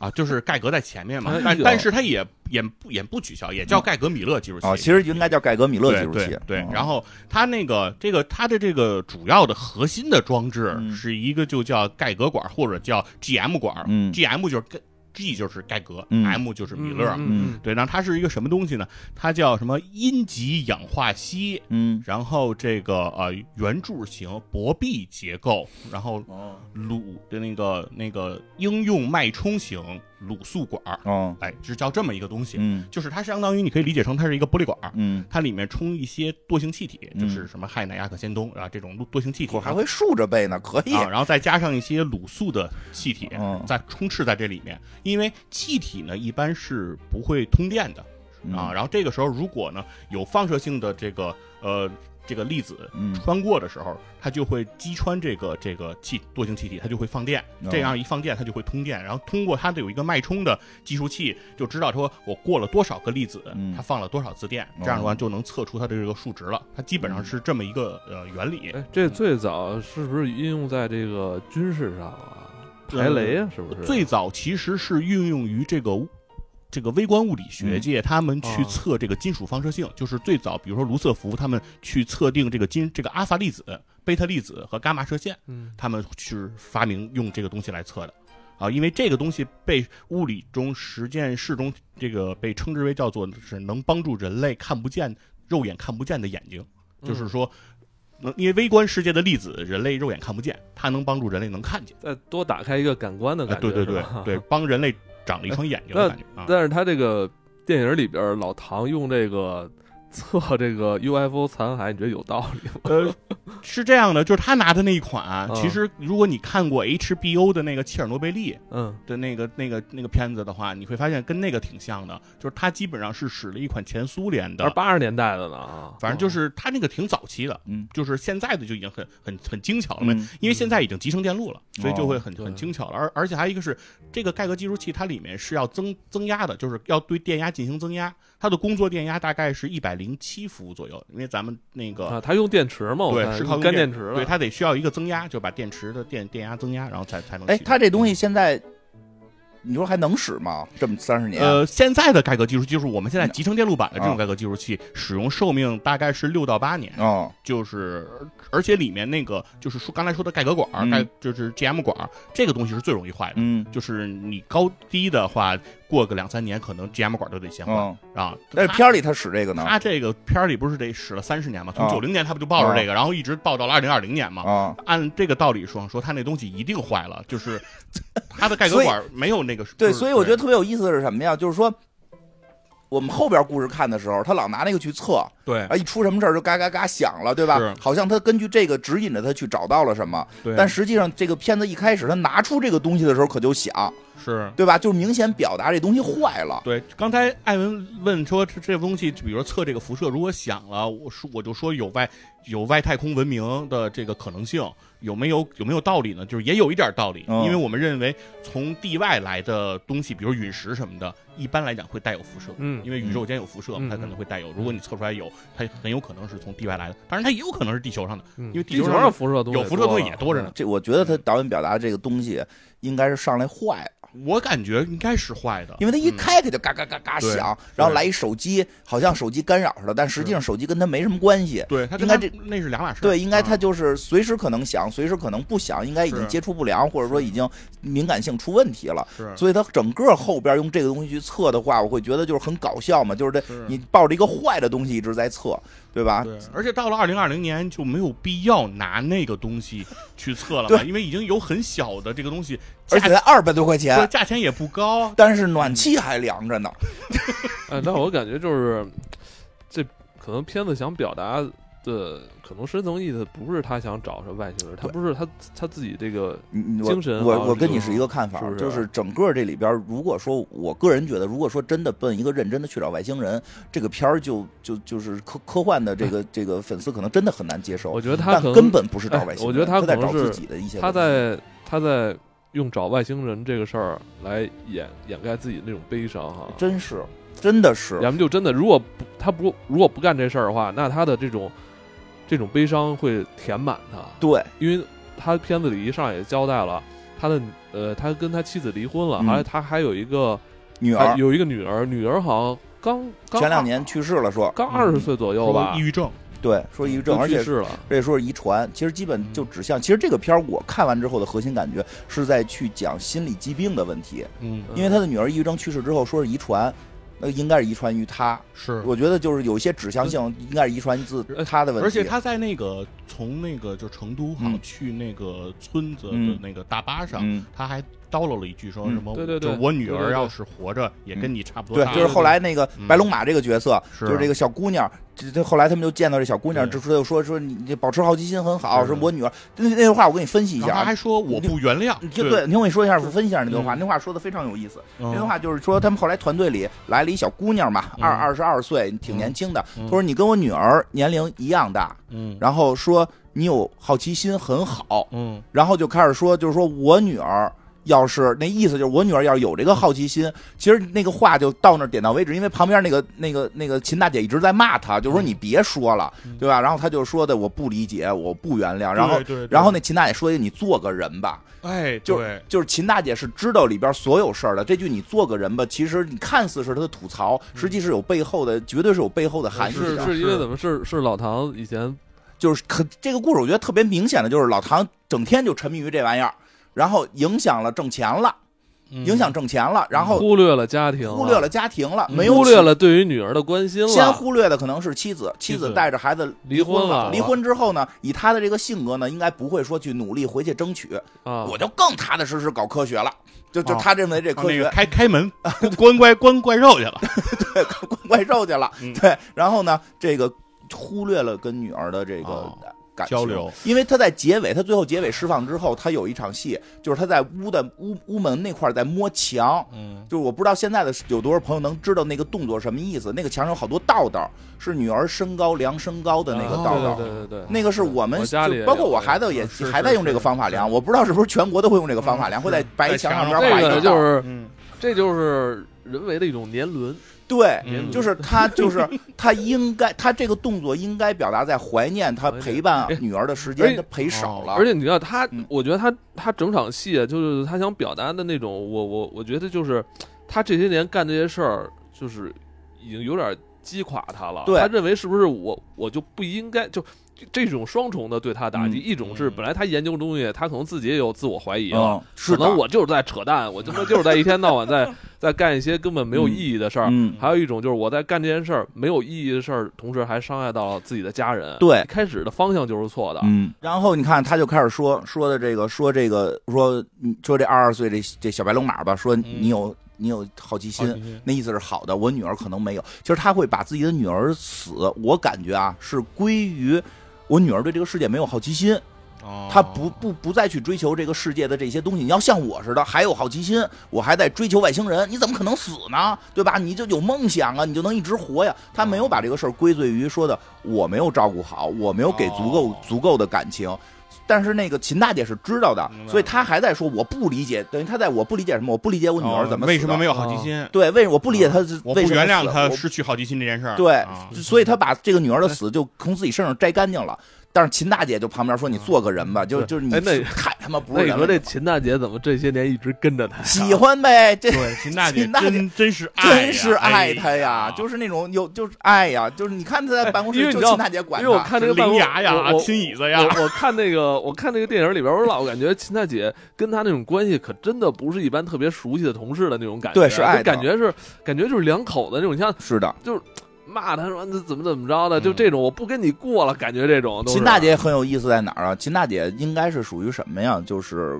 啊，就是盖格在前面嘛哎，但呦但是他也也不也不取消，也叫盖格米勒计数嗯器。啊，其实应该叫盖革米勒对计数对器。对嗯，然后它那个这个它的这个主要的核心的装置嗯是一个就叫盖格管或者叫 GM 管嗯，GM 就是盖 G 就是盖格嗯，M 就是米勒。嗯，对，那它是一个什么东西呢？它叫什么阴极氧化硒，嗯，然后这个呃圆柱形薄壁结构，然后哦卤的那个那个应用脉冲型卤素管儿，哦哎，是叫这么一个东西，嗯就是它相当于你可以理解成它是一个玻璃管儿，嗯，它里面充一些惰性气体，嗯就是什么氦、氖、氩、氪、氙、氡啊这种惰性气体，啊我还会竖着背呢，可以。啊，然后再加上一些卤素的气体嗯，再充斥在这里面，因为气体呢一般是不会通电的嗯啊。然后这个时候如果呢有放射性的这个呃这个粒子嗯穿过的时候，它就会击穿这个这个气惰性气体，它就会放电哦。这样一放电，它就会通电。然后通过它的有一个脉冲的计数器，就知道说我过了多少个粒子嗯，它放了多少次电。这样的话就能测出它的这个数值了。它基本上是这么一个呃原理。哎，这最早是不是应用在这个军事上啊？排雷啊，是不是？呃最早其实是运用于这个这个微观物理学界，他们去测这个金属放射性，就是最早，比如说卢瑟福他们去测定这个金这个阿法粒子、贝塔粒子和伽马射线，嗯他们是发明用这个东西来测的。啊，因为这个东西被物理中实践室中这个被称之为叫做是能帮助人类看不见、肉眼看不见的眼睛，嗯就是说，能因为微观世界的粒子人类肉眼看不见，它能帮助人类能看见。再多打开一个感官的哎，感觉，对对对是吧 对，帮人类长了一双眼睛的感觉啊。但是他这个电影里边，老唐用这个测这个 UFO 残骸，你觉得有道理吗？呃，是这样的，就是他拿的那一款，啊嗯其实如果你看过 HBO 的那个《切尔诺贝利》嗯的那个那个那个片子的话，你会发现跟那个挺像的，就是它基本上是使了一款前苏联但的是，八十年代的呢啊，反正哦就是它那个挺早期的，嗯，就是现在的就已经很很很精巧了嘛。嗯哦因为现在已经集成电路了，所以就会很对很精巧了。而而且还有一个是，这个盖革计数器它里面是要增增压的，就是要对电压进行增压。它的工作电压大概是一百零七伏左右，因为咱们那个啊，它用电池嘛，我对看是靠用干电电池的，对，它得需要一个增压，就把电池的电电压增压，然后才才能启动。哎，它这嗯东西现在，你说还能使吗？这么三十年，呃，现在的盖革技术就是我们现在嗯集成电路板的这种啊盖革技术器，使用寿命大概是六到八年，哦，就是而且里面那个就是说刚才说的盖革管儿，嗯盖就是 GM 管儿，这个东西是最容易坏的。嗯，就是你高低的话，过个两三年，可能 GM 管儿都得先换、嗯，啊。但是它片儿里它使这个呢，他这个片儿里不是得使了三十年嘛？从啊九零年他不就抱着这哦个，然后一直抱到了二零二零年嘛？啊，按这个道理说，说他那东西一定坏了，就是他的 盖革管儿没有那个对，就是所以我觉得特别有意思的是什么呀？就是说。我们后边故事看的时候，他老拿那个去测，对啊，一出什么事儿就嘎嘎嘎响了，对吧是？好像他根据这个指引着他去找到了什么，对，但实际上这个片子一开始他拿出这个东西的时候可就响，是。对吧？就是明显表达这东西坏了，对，刚才艾文问说这这东西，比如说测这个辐射，如果响了，我说我就说有外有外太空文明的这个可能性，有没有有没有道理呢？就是也有一点道理，嗯因为我们认为从地外来的东西，比如陨石什么的，一般来讲会带有辐射，嗯因为宇宙间有辐射，嗯它可能会带有。如果你测出来有，它很有可能是从地外来的，当然它也有可能是地球上的，嗯因为地地球上上辐射东西啊有辐射东西也了多着呢。这我觉得他导演表达这个东西应该是上来坏了，我感觉应该是坏的，嗯因为他一嗯开开就嘎嘎嘎嘎对响，然后来一手机，好像手机干扰似的，但实际上手机跟他没什么关系。对它跟应该它这那是两码事儿。对，应该啊他就是随时可能响，随时可能不响，应该已是经接触不良，或者说已经敏感性出问题了。是所以他整个后边用这个东西去测的话，我会觉得就是很搞笑嘛，就是这是你抱着一个坏的东西一直在测，对吧？对，啊而且到了二零二零年就没有必要拿那个东西去测了嘛，对因为已经有很小的这个东西，价而且才二百多块对钱，价钱也不高。但是暖气还凉着呢。哎，但我感觉就是这可能片子想表达的，可能深层意思不是他想找什么外星人，他对不是他他自己这个嗯嗯我精神我好我跟这你种是一个看法，是不是就是整个这里边，如果说我个人觉得，如果说真的奔一个认真的去找外星人，这个片儿就就就是科科幻的这个这个粉丝可能真的很难接受我，觉得他但可能根本不是找外星人，哎我觉得他他在可能找是自己的一些问题，他在他在用找外星人这个事儿来掩掩盖自己那种悲伤哈。真是真的是咱们就真的，如果不他不如果不干这事儿的话，那他的这种这种悲伤会填满他。对，因为他片子里一上来也交代了，他的呃，他跟他妻子离婚了，嗯还有他还有一个女还儿有一个女儿，女儿好像刚刚前两二年去世了说，刚二十岁左右吧抑，郁症，对，说抑郁症，就而去且世了。这说是遗传，其实基本就指向。其实这个片儿我看完之后的核心感觉是在去讲心理疾病的问题，嗯，嗯因为他的女儿抑郁症去世之后说是遗传，那应该是遗传于他。是。我觉得就是有一些指向性应该是遗传自呃他的问题。而且他在那个从那个就成都好像嗯去那个村子的嗯那个大巴上，嗯，他还叨唠了一句说嗯什么，对对就对我女对对儿对要是活着也跟你差不多对大，了，就是后来那个嗯白龙马这个角色，是就是这个小姑娘，这这后来他们就见到这小姑娘，对之后又说说你这保持好奇心很好，是说我女儿那那句话我给你分析一然下后他还啊。说我不原谅你，听对，你听我跟你说一下，我分析一下那段话。嗯那话说的非常有意思。嗯那段话就是说，他们后来团队里来了一小姑娘嘛，嗯二二十二岁，挺年轻的。嗯她说：“你跟我女儿年龄一样大，嗯然后说你有好奇心很好，嗯然后就开始说，就是说我女儿要是那意思就是我女儿要是有这个好奇心，其实那个话就到那儿点到为止，因为旁边那个那个那个秦大姐一直在骂她，就说你别说了，嗯对吧？然后她就说的我不理解，我不原谅，然后对对对然后那秦大姐说一句你做个人吧，哎就对就是秦大姐是知道里边所有事儿的。这句“你做个人吧”，其实你看似是她的吐槽，嗯实际是有背后的，绝对是有背后的含义是的。是因为怎么是是老唐以前就是可这个故事，我觉得特别明显的就是老唐整天就沉迷于这玩意儿，然后影响了挣钱了，影响挣钱了，然后嗯忽略了家庭，忽略了家庭了，嗯没有忽略了对于女儿的关心了，先忽略的可能是妻子，妻妻子子带着孩子离婚婚了离婚之后呢，以他的这个性格呢，应该不会说去努力回去争取，啊，我就更踏踏实实搞科学了。就就啊他认为这啊科那学个开开门，关关关怪兽去了。关 怪兽去了嗯，对，然后呢，这个忽略了跟女儿的这个哦感情交流，因为他在结尾，他最后结尾释放之后，他有一场戏，就是他在屋的屋屋门那块儿在摸墙，嗯，就是我不知道现在的有多少朋友能知道那个动作什么意思。那个墙上有好多道道，是女儿身高量身高的那个啊道对道。哦对对对对，那个是我们，我家里也就包括我有孩子也嗯是还在是用这个是方法量，是我不知道是不是全国都会用这个方法量，嗯会在白在墙墙上上边画画这个一道就是嗯这就是人为的一种年轮，对，嗯就是他，就是他应该，他这个动作应该表达在怀念他怀念陪伴女儿的时而间，且他陪少了。而且你知道他嗯，我觉得他他整场戏啊，就是他想表达的那种，我我我觉得就是他这些年干这些事儿，就是已经有点击垮他了。对他认为是不是我我就不应该就这这种双重的对他打击，嗯一种是嗯本来他研究东西，他可能自己也有自我怀疑了，嗯，是啊可的，能我就是在扯淡，我他妈就是在一天到晚在在干一些根本没有嗯意义的事儿。嗯，还有一种就是我在干这件事儿没有意义的事儿，同时还伤害到了自己的家人。对一开始的方向就是错的。嗯，然后你看，他就开始说说的这个，说这个，说嗯说这二十岁这这小白龙马吧，说你嗯有你有好奇好心奇心，那意思是好的。我女儿可能没有，其实他会把自己的女儿死，我感觉啊是归于我女儿对这个世界没有好奇心，哦他不不不再去追求这个世界的这些东西。你要像我似的，还有好奇心，我还在追求外星人，你怎么可能死呢？对吧？你就有梦想啊，你就能一直活呀。他没有把这个事儿归罪于说的我没有照顾好，我没有给足够哦足够的感情。但是那个秦大姐是知道的明白，了所以她还在说我不理解，等于她在我不理解什么，我不理解我女儿怎么死的、哦为什么没有好奇心？对，为什么我不理解她是我不为什么原谅死他我失去好奇心这件事儿。对啊，所以他把这个女儿哎的死就从自己身上摘干净了。但是秦大姐就旁边说：“你做个人吧，就啊对就是你哎那太他 妈不那是你人说了。这”秦大姐怎么这些年一直跟着啊他呀？喜欢呗，这对，秦大姐秦大姐真真是爱呀， 哎真是哎爱他呀，是就是那种有就是爱呀，就是你看他在办公因室为你就知道秦大姐管因为我他，看那个办公灵牙呀我、我亲椅子呀，我我看那个，我看那个电影里边，我老感觉秦大姐跟他那种关系，可真的不是一般特别熟悉的同事的那种感觉，对是就爱的感觉是感觉就是两口子那种，像是的，骂他说你怎么怎么着的，嗯就这种我不跟你过了，感觉这种都是啊秦大姐很有意思在哪儿啊？秦大姐应该是属于什么呀？就是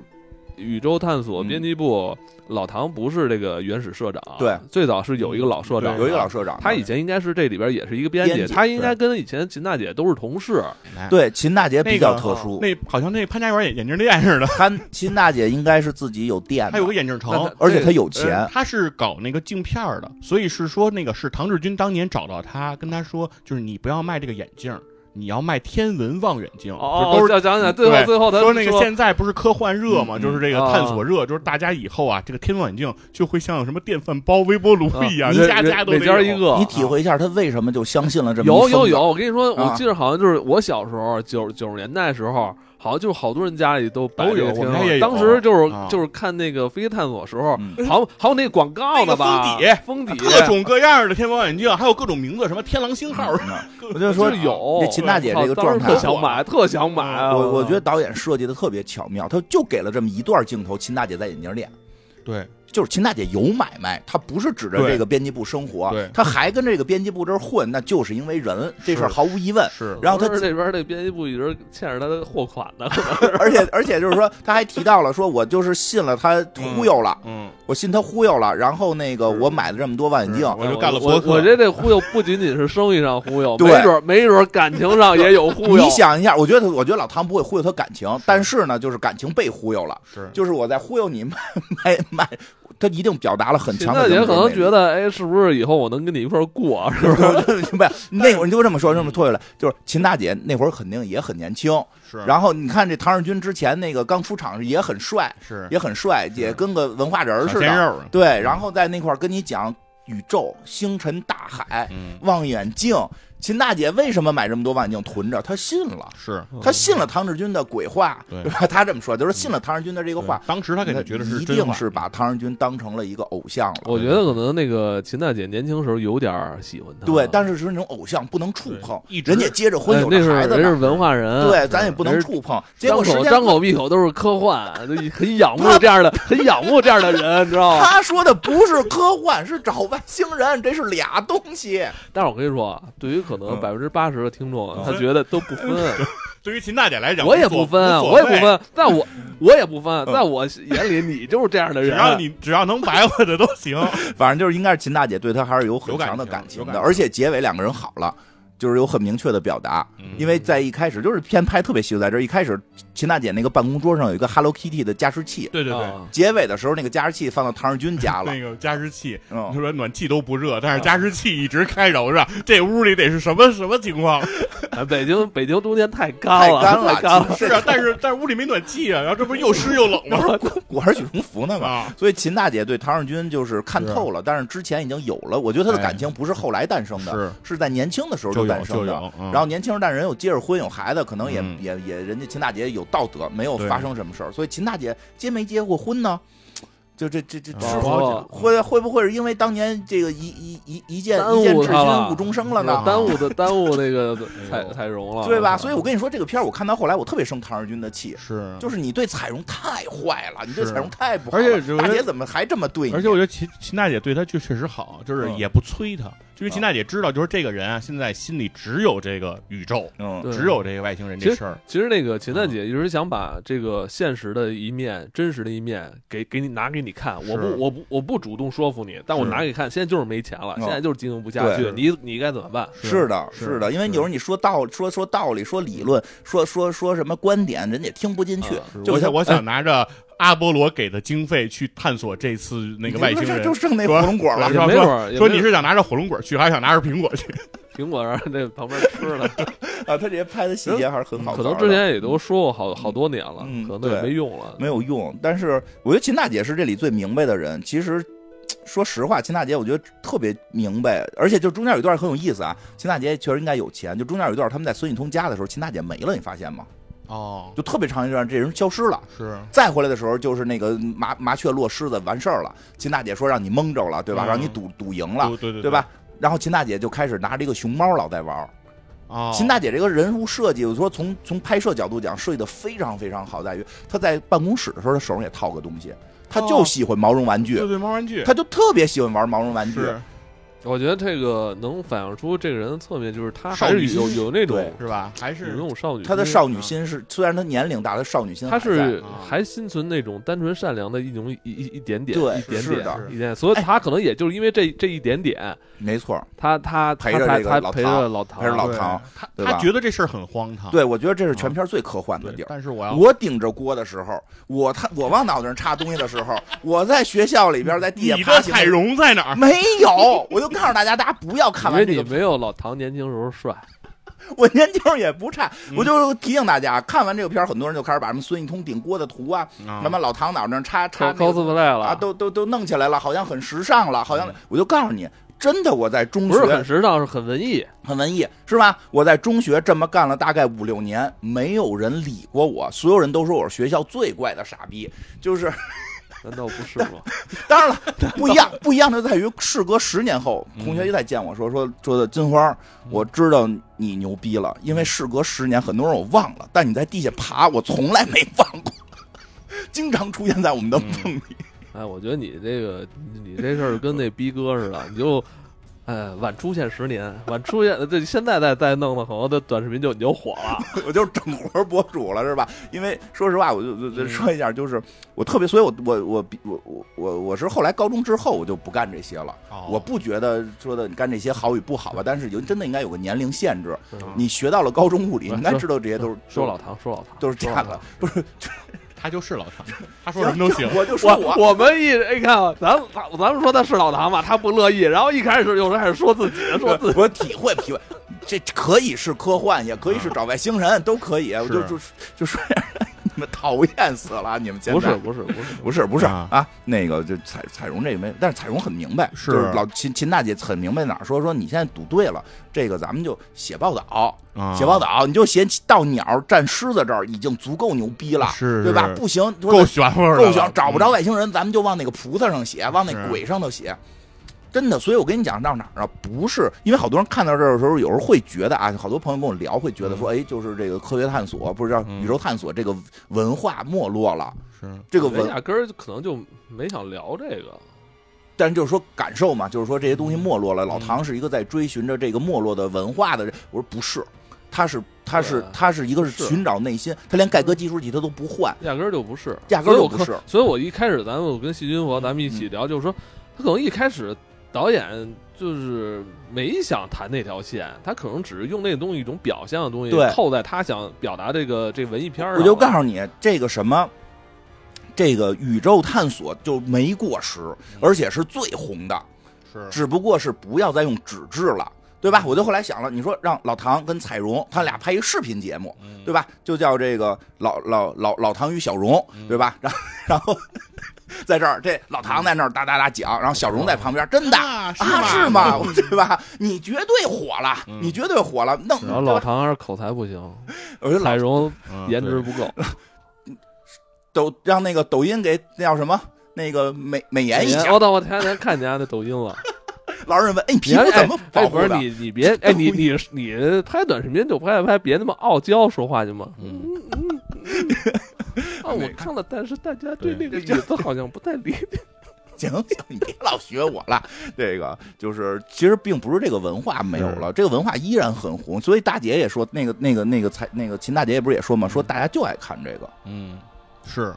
宇宙探索嗯编辑部、老唐不是这个原始社长，对，最早是有一个老社长，对有一个老。社长，啊他以前应该是这里边也是一个编编辑他应该跟以前秦大姐都是同事，对秦大姐比较特殊，那好像那潘家园眼眼镜店似的，她秦大姐应该是自己有店他有个的，眼镜那城他。而且对她有钱呃，他是搞那个镜片儿的，所以是说那个是唐志军当年找到他，跟他说，就是你不要卖这个眼镜儿，你要卖天文望远镜，哦，就我都是。想想起来，最后对最后他说那个现在不是科幻热嘛，嗯就是这个嗯探索热，就是大家以后啊，这个天文望远镜就会像什么电饭煲、微波炉一样，啊每家啊家都每得家有嗯一个，你体会一下她为什么就相信了这么有呃有一疯子有，我跟你说，我啊记得好像就是我小时候九九十年代时候，好像就是好多人家里都摆都这有个天我们窗家也有当时就是啊就是看那个《飞机探索》时候嗯，好像还有那广告呢吧？那个封底，各种各样的天文望远镜，还有各种名字，什么天狼星号，嗯我就说就是有这秦大姐这个哦当状时态特，想买，特想买啊。我我觉得导演设计的特别巧妙，他就给了这么一段镜头，秦大姐在眼镜店。对，就是秦大姐有买卖，她不是指着对这个编辑部生活对，她还跟这个编辑部这儿混，那就是因为人这事儿是毫无疑问。是然后他当时那边那编辑部一直欠着他的货款呢，而且而且就是说，他还提到了说，我就是信了他忽悠了，嗯，我信他忽悠了，然后那个我买了这么多望远镜，我就干了我博客我觉得这忽悠不仅仅是生意上忽悠，对没准儿没准儿感情上也有忽悠。你想一下，我觉得他我觉得老唐不会忽悠他感情，但是呢，就是感情被忽悠了，是就是我在忽悠你买买买，他一定表达了很秦强大的姐人可格能魅力觉得，哎，是不是以后我能跟你一块儿过？啊是不是？ 我 就明白，那会儿你就这么说，这么退来，就是秦大姐那会儿肯定也很年轻。是，然后你看这唐日军之前那个刚出场也很帅，是也很帅，也跟个文化人儿小似鲜的。肉啊，对，然后在那块儿跟你讲宇宙、星辰、大海、嗯，望远镜，秦大姐为什么买这么多望远镜囤着？她信了，是她嗯信了唐志军的鬼话，对对吧？她这么说，就是信了唐志军的这个对话，当时他肯定觉得那是一真定话是把唐志军当成了一个偶像了。我觉得可能那个秦大姐年轻时候有点儿喜欢他，对，但是是是那种偶像不能触碰啊对一，直人家结着婚有呃那是着孩子人是呢，文化人，对，咱也不能人是触碰。结张果时口间张口闭口都是科幻，就很仰慕这样的，很仰慕这样的人，你知道吗？他说的不是科幻， 是找外星人，这是俩东西。但是我跟你说啊，对于可能嗯百分之八十的听众，啊他嗯觉得都不分，啊对于秦大姐来讲，我也无所不分，啊无所我也不谓分，在我我也不分，啊嗯在我眼里你就是这样的只人，啊要你只要能白活的都行。反正就是应该是秦大姐对他还是有很强的感有情感的，情而且结尾两个人好了。就是有很明确的表达，嗯因为在一开始就是片拍特别细就在这儿，一开始秦大姐那个办公桌上有一个 Hello Kitty 的加湿器，对对对，啊结尾的时候那个加湿器放到唐日军 家了那，个加湿器，他嗯，说暖气都不热，但哦是加湿器一直开着，我说这屋里得是什么什么情况？哎北京北京冬天太太干了，干太干了， 是是啊， 但是但是屋里没暖气啊，然后这不是又湿又冷吗？我 还是许荣福呢嘛。啊，所以秦大姐对唐日军就是看透了，但是之前已经有了。我觉得她的哎感情不是后来诞生的，啊是是在年轻的时候就就有诞就生的。有，嗯然后年轻人但人有结着婚有孩子，可能也、嗯也也人家秦大姐有道德，没有对发生什么事儿。所以秦大姐结没结过婚呢？就这这这哦是不否好讲会会不会是因为当年这个一一一一件耽一件误至他亲误了，终生了是吧哦呢？耽误的耽误那个 哎彩呦彩荣了，啊啊对吧？所以我跟你说，这个片儿我看到后来，我特别生唐日军的气，是就是你对彩荣太坏了，你对嗯是彩荣太不好了。而且我觉得大姐怎么还这么对你？而且我觉得秦秦大姐对他就确实好，就是嗯也不催他，就是秦大姐知道，就是这个人啊，现在心里只有这个宇宙，嗯，对只有这个外星人这事儿。其实那个啊秦大姐一直想把这个现实的一面、真实的一面给给你拿给你看。我是不，我不，我不主动说服你，但我是拿给你看。现在就是没钱了，嗯现在就是经营不下去对，你你该怎么办？是的，是是的，因为有时候你说道说说道理，说理论，说说说什么观点，人家听不进去啊。就哎我想，像我想拿着阿波罗给的经费去探索这次那个外星你这人就。剩那火龙果了也。说没准儿也说没你是想拿着火龙果去，还是想拿着苹果去？苹果让那旁边吃了，啊，他这些拍的细节还是 很好玩嗯可的，能之前也都说过好好多年了嗯，可能都也对没用了。没有用。但是我觉得秦大姐是这里最明白的人。其实说实话，秦大姐我觉得特别明白，而且就中间有一段很有意思啊。秦大姐确实应该有钱，就中间有一段他们在孙雨通家的时候，秦大姐没了，你发现吗？哦，就特别长一段，这人消失了。是再回来的时候，就是那个麻麻雀落狮子完事儿了。秦大姐说让你蒙着了，对吧？嗯让你赌赌赢了，对对对？吧？然后秦大姐就开始拿着一个熊猫老在玩儿。哦，秦大姐这个人物设计，我说从从拍摄角度讲，设计的非常非常好，在于她在办公室的时候，她手上也套个东西，她就喜欢毛绒玩具对，哦对猫玩具，她就特别喜欢玩毛绒玩具。是我觉得这个能反映出这个人的侧面，就是他还少女是心有有那种对是吧？还有那是种少女心，她的少女心嗯是，虽然她年龄大，她少女心他还在是啊还心存那种单纯善良的一种一一一点点，对一点是哎点的，一点点，所以他可能也就是因为这这一点点，没错，他他陪他着才这个才老陪唐着老唐，陪着老对唐他对他吧觉得这事儿很荒唐，对我觉得这是全片最科幻的对地儿。但是我要我顶着锅的时候，我他我往脑袋上插东西的时 候，我在学校里边在地下你爬的行彩荣在哪儿？没有，我就告诉大家，大家不要看因为完这个你没有老唐年轻时候 帅，我年轻儿也不差，嗯我就提醒大家，看完这个片儿，很多人就开始把什么孙一通顶锅的图啊，啊什么老唐脑袋上插插超超那个 cosplay 了啊，都都都弄起来了，好像很时尚了，好像嗯我就告诉你，真的，我在中不是很学时尚，是很文艺，很文艺，是吧？我在中学这么干了大概五六年，没有人理过我，所有人都说我是学校最怪的傻逼，就是难道不是吗？当然了，不 一样，不一样的在于，事隔十年后，嗯同学又再见我说说说的金花，我知道你牛逼了，因为事隔十年，很多人我忘了，但你在地下爬，我从来没忘过， 经常出现在我们的梦里。哎，我觉得你这个你这事儿跟那逼哥似的，你就。哎，晚出现十年，晚出现，这现在再再弄的，可能这短视频就你就火了。 我就是整活博主了，是吧？因为说实话，我就就就说一下，就是我特别，所以我我我我我我我是后来高中之后，我就不干这些了。哦我不觉得说的你干这些好与不好吧，但是有真的应该有个年龄限制。嗯你学到了高中物理，不你是应该说知道这些都是说老唐，说老唐，都是这说样老的唐。他就是老唐，他说什么都行。我就说我我。我们一哎你看啊，咱咱咱们说他是老唐吧，他不乐意，然后一开始有时候还是说自己说自己，我体会体会，啊这可以是科幻，也可以是找外星人，都可以。我就就就说， 你们讨厌死了，你们现在不是不是不是，不是不是啊啊，那个就彩彩荣这没，但是彩荣很明白，是就是老秦秦大姐很明白哪儿说说你现在赌对了，这个咱们就写报道，啊写报道你就写到鸟站狮子这儿已经足够牛逼了，是是对吧？不行，说够玄乎的了，够想找不着嗯外星人，咱们就往那个菩萨上写，往那是鬼上头写。真的，所以我跟你讲到哪儿啊？不是，因为好多人看到这儿的时候，有时候会觉得啊，好多朋友跟我聊，会觉得说，哎，就是这个科学探索，不是叫嗯宇宙探索，这个文化没落了，是这个我文哎压根儿就可能就没想聊这个。但是就是说感受嘛，就是说这些嗯东西没落了。老唐是一个在追寻着这个没落的文化的人，我说不是，他是他是对他是一个是是寻找内心，他连嗯盖革计数器他都不换，压根儿就不是，压根儿就不所以是嗯我。可。所以我一开始咱们我跟细菌佛咱们一起聊，就是说他可能一开始导演就是没想谈那条线，他可能只是用那个东西一种表象的东西对扣在他想表达这个这文艺片儿上我了。就告诉你，这个什么，这个宇宙探索就没过时，而且是最红的，嗯是只不过是不要再用纸质了。对吧？我就后来想了，你说让老唐跟彩荣他俩拍一视频节目，嗯对吧？就叫这个老老老老唐与小荣，嗯对吧？ 然后然后在这儿，这老唐在那儿哒哒哒讲，然后小荣在旁边，真的啊是啊吗嗯是吗？对吧？你绝对火了，你绝对火了。弄然后老，唐还是口才不行，我觉得彩老荣嗯颜值不够，抖让那个抖音给那叫什么？那个美美颜一下，哦我操！我前两天看你家那抖音了，老让人问，哎，你皮你还肤哎怎么保哎，护不是的？你你别哎你你你拍短视频就拍拍，别那么傲娇说话行吗？嗯嗯嗯。啊，我看了，但是大家对那个椅子好像不太理解。 行行，你别老学我了。这个就是，其实并不是这个文化没有了，嗯这个文化依然很红。所以大姐也说，那个那个那个才那个秦大姐也不是也说嘛，说大家就爱看这个，嗯是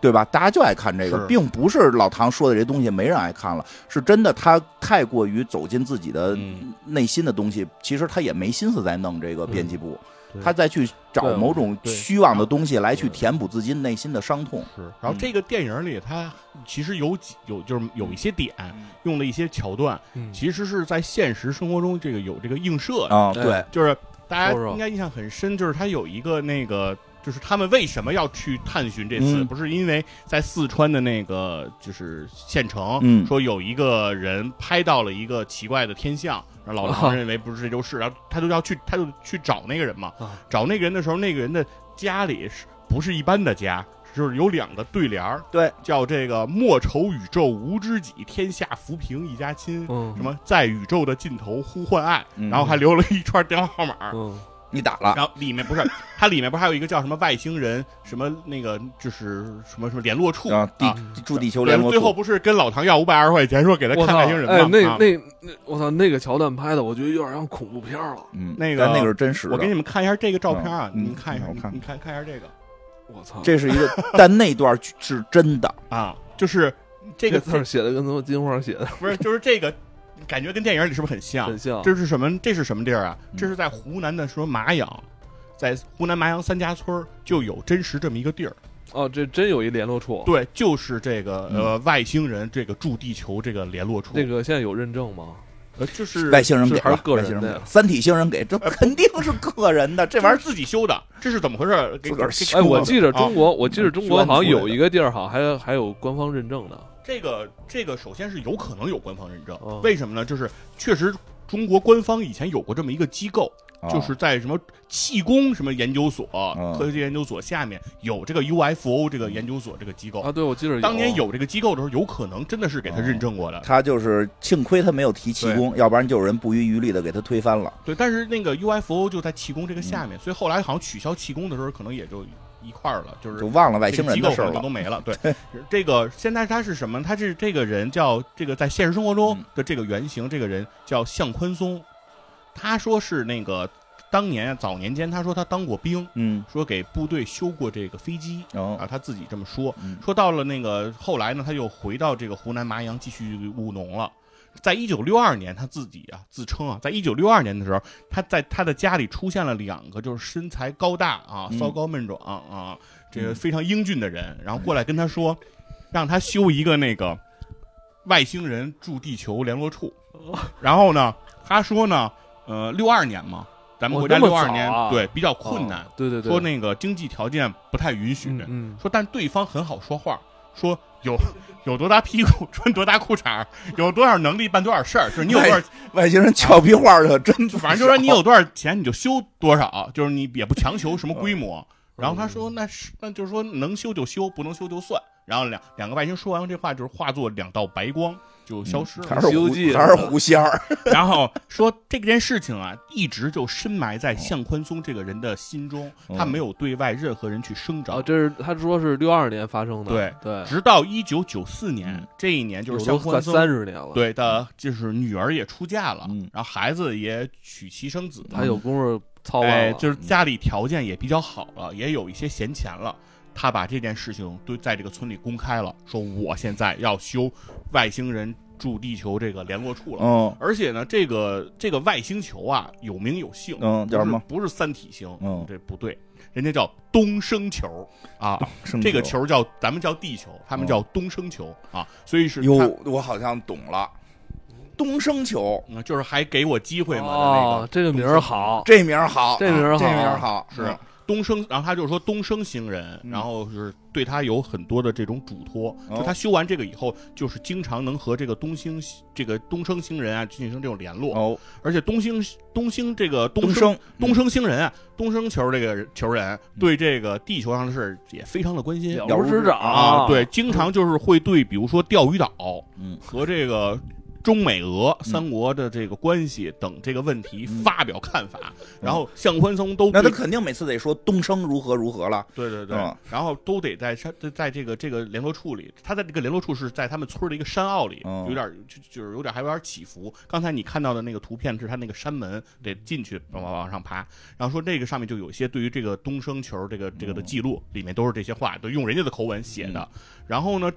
对吧？大家就爱看这个是，并不是老唐说的这东西没人爱看了，是真的他太过于走进自己的嗯内心的东西，其实他也没心思再弄这个编辑部，嗯对他再去找对某种对虚妄的东西来去填补自己内心的伤痛。是，然后这个电影里它其实有几有就是有一些点用了一些桥段，其实是在现实生活中这个有这个映射的，啊、对对，就是大家说说应该印象很深，就是他有一个那个。就是他们为什么要去探寻这次？嗯不是因为在四川的那个就是县城，嗯说有一个人拍到了一个奇怪的天象，然后老唐啊认为不是这就是，然后他就要去，他就去找那个人嘛。啊找那个人的时候，那个人的家里是不是一般的家？就是有两个对联儿，对，叫这个“莫愁宇宙无知己，天下浮萍一家亲”。嗯什么在宇宙的尽头呼唤爱，嗯然后还留了一串电话号码儿。嗯，你打了，然后里面不是，它里面不是还有一个叫什么外星人什么那个就是什么什么联络处啊，啊嗯地驻地球对联络最后处。不是跟老唐要五百二十块钱，说给他我看操！外星人吗？哎，那啊那那，我操，那个桥段拍的，我觉得有点像恐怖片了。嗯，那个但那个是真实的。我给你们看一下这个照片啊，嗯您看一下，嗯我看你看看一下这个我操，这是一个， 但那段是真的，啊，就是 这个字儿写的跟他妈金花写的不是就是这个，感觉跟电影里是不是很像很？像。啊这是什么？这是什么地儿啊？嗯这是在湖南的说麻阳，在湖南麻阳三家村儿就有真实这么一个地儿。哦，这真有一联络处。对，就是这个呃外星人这个驻地球这个联络处，那个现在有认证吗？呃就是外星人给是还了，是个外人的星人给了，三体星人给，这肯定是个人的，这这玩意玩儿意儿自己修的，这是怎么回事？给自个儿给 修哎，中我国记着啊中国，我记着中国宣好像出来有的一个地儿，好像还还有官方认证的。这个这个，首先是有可能有官方认证，哦为什么呢？就是确实中国官方以前有过这么一个机构，哦啊就是在什么气功什么研究所、嗯科学研究所下面有这个 UFO 这个研究所这个机构。啊，对，我记着哦当年有这个机构的时候，有可能真的是给他认证过的。他就是幸亏他没有提气功，要不然就有人不遗余力的给他推翻了。对，但是那个 UFO 就在气功这个下面，所以后来好像取消气功的时候，可能也就一块儿了，就是就忘了外这星个人机的构事可儿能就了都。没 了。对，这个现在他是什么？他是这个人叫这个在现实生活中嗯的这个原型，这个人叫向宽松。他说是那个当年早年间，他说他当过兵，嗯，说给部队修过这个飞机啊，哦，他自己这么说。嗯说到了那个后来呢，他又回到这个湖南麻阳继续务农了。在一九六二年，他自己啊自称啊，在一九六二年的时候，他在他的家里出现了两个就是身材高大啊、嗯骚高闷壮啊，这个嗯非常英俊的人，然后过来跟他说，嗯让他修一个那个外星哦人驻地球联络处。然后呢，他说呢，呃，六二年嘛，咱们哦国家那么六二年、早啊对比较困难，哦对对对，说那个经济条件不太允许，嗯嗯说但对方很好说话，说有 有多大屁股穿多大裤衩儿，有多少能力办多少事儿，就是 你有多少，外星人俏皮话儿可真不少，反正就是说你有多少钱你就修多少，就是你也不强求什么规模。嗯然后他说那是那就是说能修就修，不能修就算。然后两两个外星说完这话，就是化作两道白光就消失了。 还是西游狐记还是狐仙儿，然后说这件事情啊，一直就深埋在向宽松这个人的心中，嗯哦他没有对外任何人去声张啊，。这是他说是六二年发生的，对对，直到一九九四年嗯，这一年就是有向都快宽三松十年了，，对的，就是女儿也出嫁了嗯，然后孩子也娶妻生子，他有功夫操办嗯啊哎，了，嗯就是家里条件也比较好了，也有一些闲钱了。他把这件事情对在这个村里公开了，说我现在要修外星人驻地球这个联络处了。嗯而且呢，这个这个外星球啊，有名有姓，嗯，叫什么？不是？不是三体星，嗯这不对，人家叫东升球啊，生这个球叫咱们叫地球，他嗯们叫东升球啊，所以是哟，我好像懂了，东升球他，嗯就是还给我机会嘛的那哦个，这个名儿好，这名儿好，啊这名儿这好名儿好嗯是。东升，然后他就说东升星人，然后就是对他有很多的这种嘱托，哦就他修完这个以后，就是经常能和这个东星这个东升星人啊进行这种联络，哦，而且东星东星这个东东升升嗯东升星人啊，东升球这个人球人对这个地球上的事儿也非常的关心了了如如指指掌啊，对，，经常就是会对比如说钓鱼岛嗯和这个中美俄三国的这个关系等这个问题发表看法，然后向宽松都嗯那他对肯定每次得说东升如何如何了，对对对嗯，然后都得在山在这个这个联络处里，他在这个联络处是在他们村儿的一个山坳里，嗯有点儿就就是有点儿还有点儿起伏。刚才你看到的那个图片是他那个山门得进去往往往上爬，然后说这个上面就有一些对于这个东升球这个这个的记录，里面都是这些话，都用人家的口吻写的。然后呢，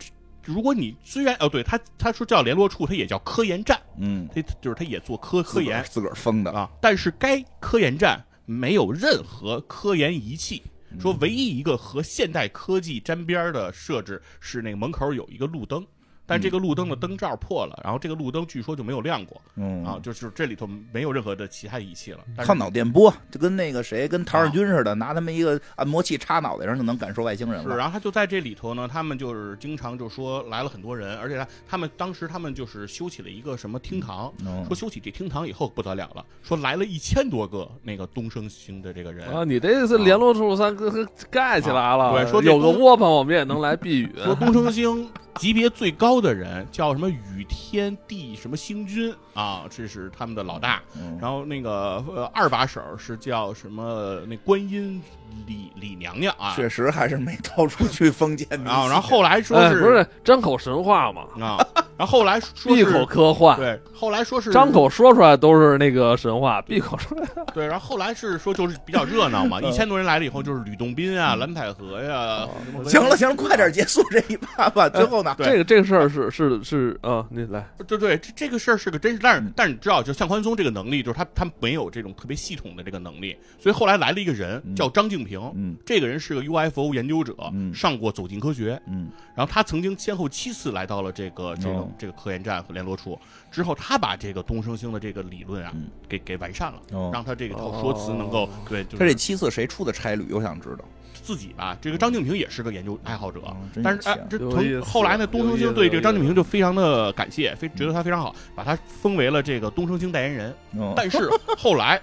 如果你虽然哦对他他说叫联络处，他也叫科研站，嗯，他就是他也做科科研，自个儿封的，啊，但是该科研站没有任何科研仪器。嗯说唯一一个和现代科技沾边儿的设置是那个门口有一个路灯，但这个路灯的灯罩破了，然后这个路灯据说就没有亮过嗯啊，就是这里头没有任何的其他仪器了。但是啊看脑电波，就跟那个谁，跟唐日军似的，拿他们一个按摩器插脑袋上就能感受外星人是，了。然后他就在这里头呢，他们就是经常就说来了很多人，而且他他们当时他们就是修起了一个什么厅堂，嗯说修起这厅堂以后不得了了，说来了一千多个那个东升星的这个人啊，你这次联络处三哥盖起来了，啊对说这有个东窝棚，我们也能来避雨， 说东升星级别最高的人叫什么雨天地什么星君啊，这是他们的老大。嗯然后那个呃二把手是叫什么那观音李李娘娘啊，确实还是没到处去封建迷信然后然后后来说哎，是、不是张口神话嘛，啊，然后后来说闭是口科幻，对，后来说是张口说出来都是那个神话，闭口 说出来对，然后后来是说就是比较热 闹嗯嘛，一千多人来了以后就是吕洞宾啊、蓝采和呀，什么 行了行了，快点结束这一趴吧。最后呢，对这个这个事儿是是是啊，你来，对对，这这个事儿是个真事，但是但是你知道，就向宽松这个能力，就是他他没有这种特别系统的这个能力，所以后来来了一个人叫张静平，嗯这个人是个 UFO 研究者，嗯上过《走进科学》，嗯然后他曾经先后七次来到了这个这个、哦这个科研站和联络处，之后他把这个东升星的这个理论啊、嗯给给完善了，哦让他这个套说辞能够、对，就他这是七次谁出的差旅？我想知道。自己吧。这个张静平也是个研究爱好者，哦真有但是哎钱，这有意从思后来呢，东升有意星思对这有意个张敬思平就非常的感谢，非觉得他非常好，把他封为了这个东升星代 言人。嗯但是后来，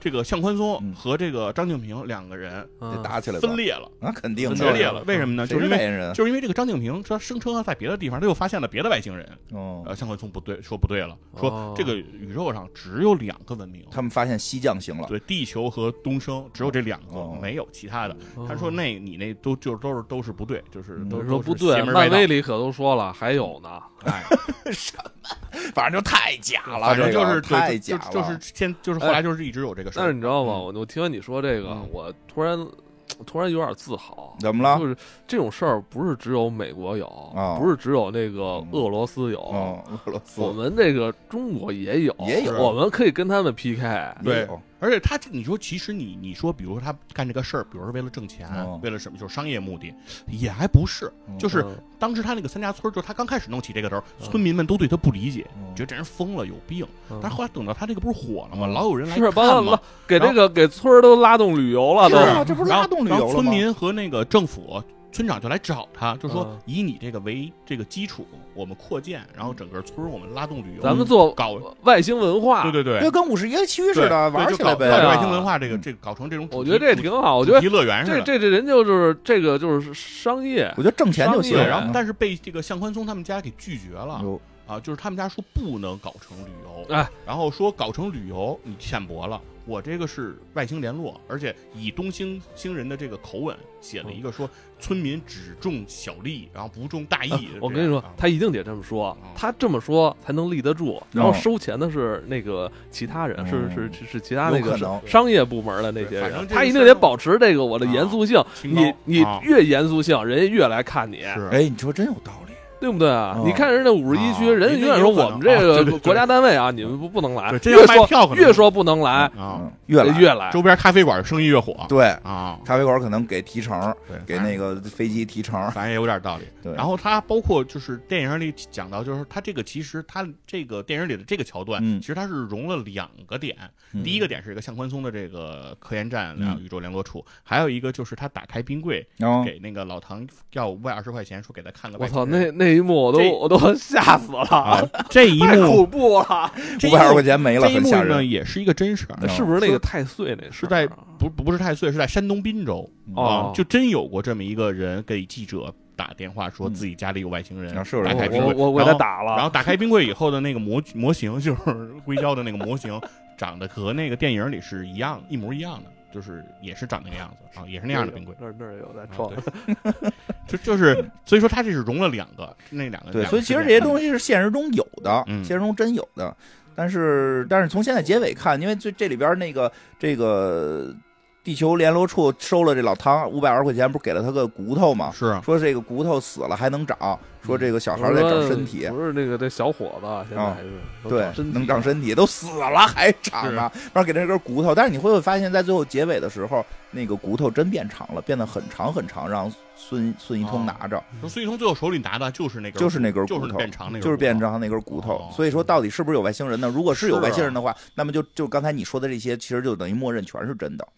这个向宽松嗯和这个张敬平两个人得嗯打起来吧啊分裂了，那肯定的决分裂了。为什么呢？就嗯谁是是因外为星人？啊就是因为这个张敬平他声称他在别的地方他又发现了别的外星人，哦，呃，向宽松不对，说不对了，说哦这个宇宙上只有两个文明。他们发现西降行了。对，地球和东升只有这两个哦，没有其他的。哦他说：“那你那都就都是都是不对，就是嗯都说不都是邪对，门漫歪道威里可都说了，还有呢，哎，反正就太假了，反正就这个是太假了，就就是现就是后来就是一直有这个事但是嗯儿你知道吗？我我听完你说这个嗯，我突然突然有点自豪。怎么了？就是这种事儿，不是只有美国有，啊哦不是只有那个嗯俄罗斯有，哦，俄罗斯我们这个中国也有，也有我们可以跟他们 PK。对也有而且他，你说其实你你说，比如说他干这个事儿，比如说为了挣钱，哦为了什么，就是商业目的，也还不是。嗯就是嗯当时他那个三家村儿，就是他刚开始弄起这个时候，村民们都对他不理解，嗯觉得这人疯了有病。嗯但是后来等到他这个不是火了吗？嗯老有人来是把看嘛拉，给这个给村儿都拉动旅游了，是都啊这不是然后拉动旅然后游了村吗民和那个政府。村长就来找他，就说嗯以你这个为这个基础，我们扩建，然后整个村儿我们拉动旅游，咱们做嗯搞外星文化，对对对，这跟五十一的区对似的，对玩就起来搞对搞啊呗。外星文化这个这个搞成这种主题，我觉得这也挺好，我觉得主题乐园似这的。这这人就是这个就是商业，我觉得挣钱就行。对，对然后但但是被这个向宽松他们家给拒绝了有啊，就是他们家说不能搞成旅游，哎，然后说搞成旅游你浅薄了。我这个是外星联络，而且以东星星人的这个口吻写了一个嗯说，村民只重小利，然后不重大义。呃我跟你说这样啊，哦他一定得这么说嗯，他这么说才能立得住。然后收钱的是那个其他人，嗯哦是是是是其他那有个可能商业部门的那些对反正人，这个他一事定儿啊得保持这个我的严肃性。清高你你啊越严肃性，人家越来看你，是嗯哎，你说真有道理。对不对啊哦？你看人家五十一区，啊人家永远说我们人家也有可能啊这对对个对国家单位啊，你们不不能来对，这要越卖票可说能越说不能来，啊嗯，，越来越来周边咖啡馆生意越火对，啊，咖啡馆可能给提成，对给那个飞机提成。反正也有点道理。对然后他包括就是电影里讲到，就是他这个其实他这个电影里的这个桥段，嗯其实它是融了两个点。嗯第一个点是一个向宽松的这个科研站，嗯然后宇宙联络处，还有一个就是他打开冰柜、然后给那个老唐要五百二十块钱，说给他看个我外星操，人。那那一幕我都这我都 吓死了， 啊，这一太幕恐怖了，这五一百二十块幕钱没了，这一很幕吓呢人。也是一个真事儿，嗯是不是那个太岁那事是儿在啊不不是太岁，是在山东滨州啊哦，就真有过这么一个人给记者打电话说自己家里有外星人，嗯啊是有人打开冰我柜，我我给然他后打了，然后打开冰柜以后的那个模模型，就是硅胶的那个模型，长得和那个电影里是一样，一模一样的，就是也是长那个样子啊，也是那样的冰柜。那儿那儿有在啊装， 对就就是，所以说它这是融了两个，那两个。对，两个所以其实事这件些东西是现实中有的，嗯现实中真有的。但是，但是从现在结尾看，因为最这里边那个这个地球联络处收了这老汤五百二十块钱，不是给了他个骨头吗？是啊说这个骨头死了还能长，说这个小孩在长身哦体，不是那个这小伙子啊现在还是能对长身，体能长身体，都死了 还长啊，然后给这根骨头。但是你会不会发现，在最后结尾的时候，那个骨头真变长了，变得很长很长，让孙孙一通哦拿着，说孙一通最后手里拿的就是那根，就是那根骨就是头变长那根，就是变。成那根骨哦头。所嗯以说，到底是不是有外星人呢？如果是有是啊外星人的话，那么就就刚才你说的这些，其实就等于默认全是真的。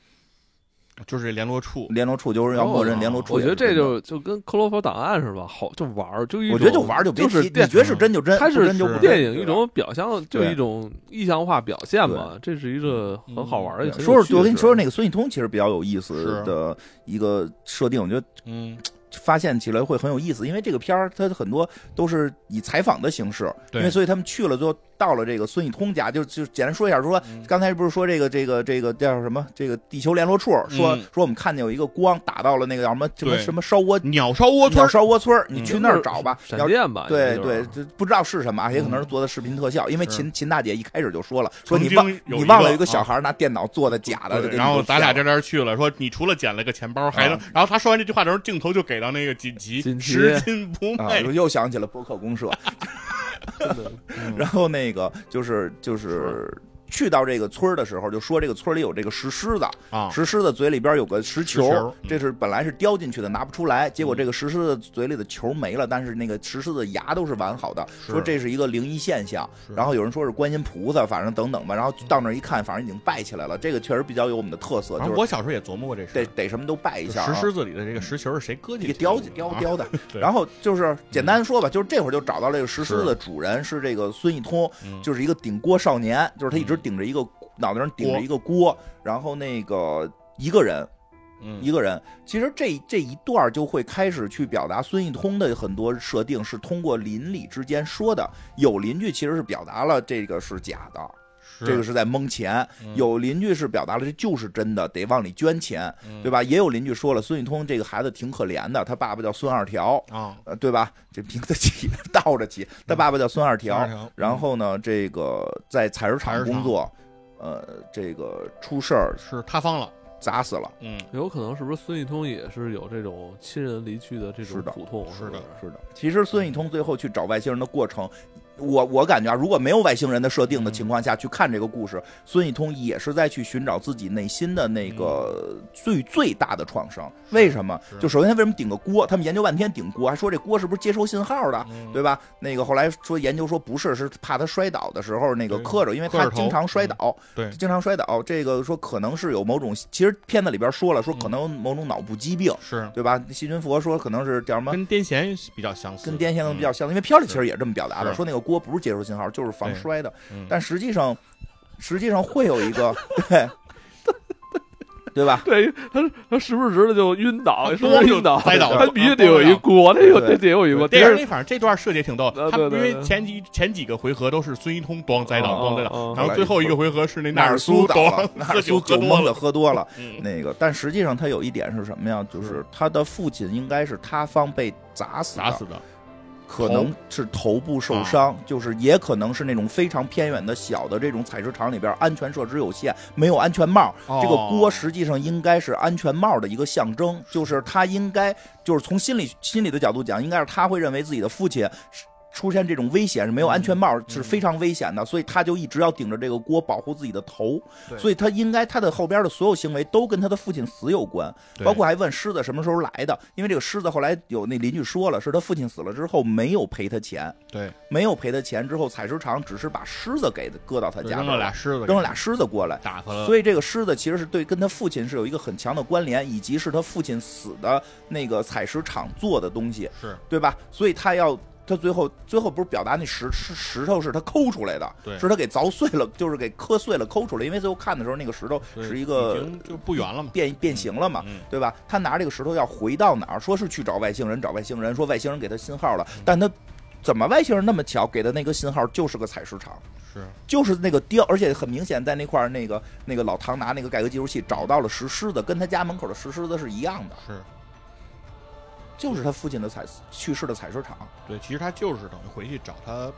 就是这联络处，联络处就是要默认联络处哦我也觉是得这真就的，就跟《克罗佛档案》似的，好就玩儿，就一我觉得就种玩儿就别就是提，你电觉得是真就真，它不是真就不真电影一对吧种表象，就对一种意象化表现嘛，这是一个很好玩的对一个。说说，我跟你说说那那个孙一通，其实比较有意思是的一个设定，我觉得嗯，发现起来会很有意思，因为这个片儿它很多都是以采访的形式，嗯对因为所以他们去了之后到了这个孙一通家，就就简单说一下，说嗯刚才不是说这个这个这个叫什么这个地球联络处，说嗯说我们看见有一个光打到了那个叫什么什么对什么烧窝鸟烧窝村鸟儿烧窝村儿，你嗯去那儿找吧，闪要。电吧，对应该就对是，这不知道是什么啊，也可能是做的视频特效，因为是秦秦大姐一开始就说了，说你曾经忘有一你忘个了有一个小啊孩拿电脑做的假的，就对给你然后弄咱笑俩了这边去了，说你除了捡了个钱包，还能，然后他说完这句话的时候，镜头就给到那个啊锦旗，锦旗拾金不啊，昧我，又想起了播客 公社，真的嗯 然后那个就是就说是去到这个村儿的时候，就说这个村儿里有这个石狮子，啊，石狮子嘴里边有个石球，石球嗯这是本来是叼进去的，拿不出来，结果嗯这个石狮子嘴里的球没了，但是那个石狮子牙都是完好的，是说这是一个灵异现象。是然后有人说是观音菩萨，反正等等吧。然后到那儿一看，反正已经拜起来了，这个确实比较有我们的特色，就反正是啊我小时候也琢磨过这事儿，得得什么都拜一就下、石啊。狮子里的这个石球是谁搁进给去？啊，叼进叼。叼的对嗯然后就是简单说吧，就是这会儿就找到这个石狮子的主人是这个孙一通，嗯就是一个顶锅少年，就是他一直顶着一个脑袋上顶着一个锅，然后那个一个人嗯一个人，其实这这一段儿就会开始去表达孙一通的很多设定是通过邻里之间说的，有邻居其实是表达了这个是假的，是这个是在蒙钱，嗯有邻居是表达了这就是真的，得往里捐钱，嗯对吧？也有邻居说了，孙一通这个孩子挺可怜的，他爸爸叫孙二条，啊，呃，对吧？这名字起 的倒着起，他爸爸叫孙二条，嗯条然后呢，这个在采石采场石工场作，呃，这个出事儿嗯是塌方了，砸死了，嗯，有可能是不是孙一通也是有这种亲人离去的这种是的苦痛？是的不是的。其实孙一通最后去找外星人的过程，我我感觉啊，如果没有外星人的设定嗯的情况下去看这个故事，孙一通也是在去寻找自己内心的那个最最大的创伤。为什么嗯是？就首先他为什么顶个锅？他们研究半天顶锅，还说这锅是不是接收信号的，嗯对吧？那个后来说研究说不是，是怕他摔倒的时候那个对磕着，因为磕他着头嗯经常摔倒，对经常摔倒。这个说可能是有某种，其实片子里边说了，说嗯可能有某种脑部疾病，是对吧？细菌佛说可能是叫什么？跟癫痫比较相似，跟癫痫能比较嗯像，因为片里其实也这么表达的，是说那个锅不是接收信号，就是防对摔的嗯。但实际上，实际上会有一个对 对吧？ 对，他他时不时的就晕倒，他时不时晕倒，多就摔倒了他必须得有一锅，他有对他得有一锅。别电影人里反正这段设计挺逗，啊他对因对为对前几前几个回合都是孙一通咣栽倒哦咣栽哦倒哦，然后最后一个回合是那纳尔尔苏倒了咣，纳喝尔苏喝酒多蒙了了，，喝多了。嗯那个，但实际上他有一点是什么呀？就是他的父亲应该是他方被砸死的，砸死的，可能是头部受伤，就是也可能是那种非常偏远的小的这种采石场里边，安全设施有限，没有安全帽。哦这个锅实际上应该是安全帽的一个象征，就是他应该就是从心理心理的角度讲，应该是他会认为自己的父亲是出现这种危险是没有安全嗯帽是非常危险的，所以他就一直要顶着这个锅保护自己的头，对所以他应该他的后边的所有行为都跟他的父亲死有关，对包括还问狮子什么时候来的，因为这个狮子后来有那邻居说了，是他父亲死了之后没有赔他钱，对没有赔他钱之后，采石场只是把狮子给搁到他家扔这了儿俩狮子，扔了俩狮子过来。打他了，所以这个狮子其实是对跟他父亲是有一个很强的关联，以及是他父亲死的那个采石场做的东西，是对吧？所以他要他最后最后不是表达那石石石头是他抠出来的，对是他给凿碎了，就是给磕碎了抠出来。因为最后看的时候，那个石头对是一个已经就不圆了嘛，变变形了嘛，嗯对吧？他拿这个石头要回到哪儿？说是去找外星人，找外星人，说外星人给他信号了，嗯但他怎么外星人那么巧给的那个信号就是个采石场？是就是那个雕，而且很明显，在那块儿那个那个老唐拿那个改革计数器找到了石狮子，跟他家门口的石狮子是一样的，是。就是他父亲的采去世的采石场。对，其实他就是等于回去找他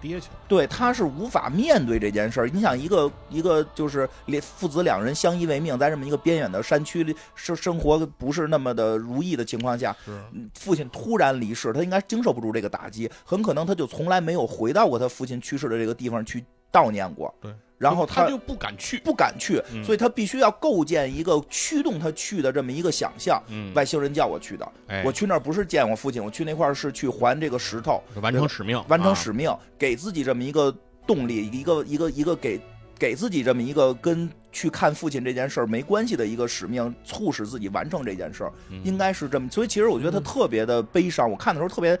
爹去了。对，他是无法面对这件事儿。你想，一个一个就是连父子两人相依为命，在这么一个边远的山区里生生活不是那么的如意的情况下，是，嗯父亲突然离世，他应该经受不住这个打击，很可能他就从来没有回到过他父亲去世的这个地方去悼念过。对，然后他就不敢去。不敢去，嗯所以他必须要构建一个驱动他去的这么一个想象。嗯，外星人叫我去的，哎我去那儿不是见我父亲，我去那块儿是去还这个石头，完成使命，完成啊使命，给自己这么一个动力，一个一个一个给给自己这么一个跟去看父亲这件事儿没关系的一个使命，促使自己完成这件事儿，嗯应该是这么。所以其实我觉得他特别的悲伤，我看的时候特别。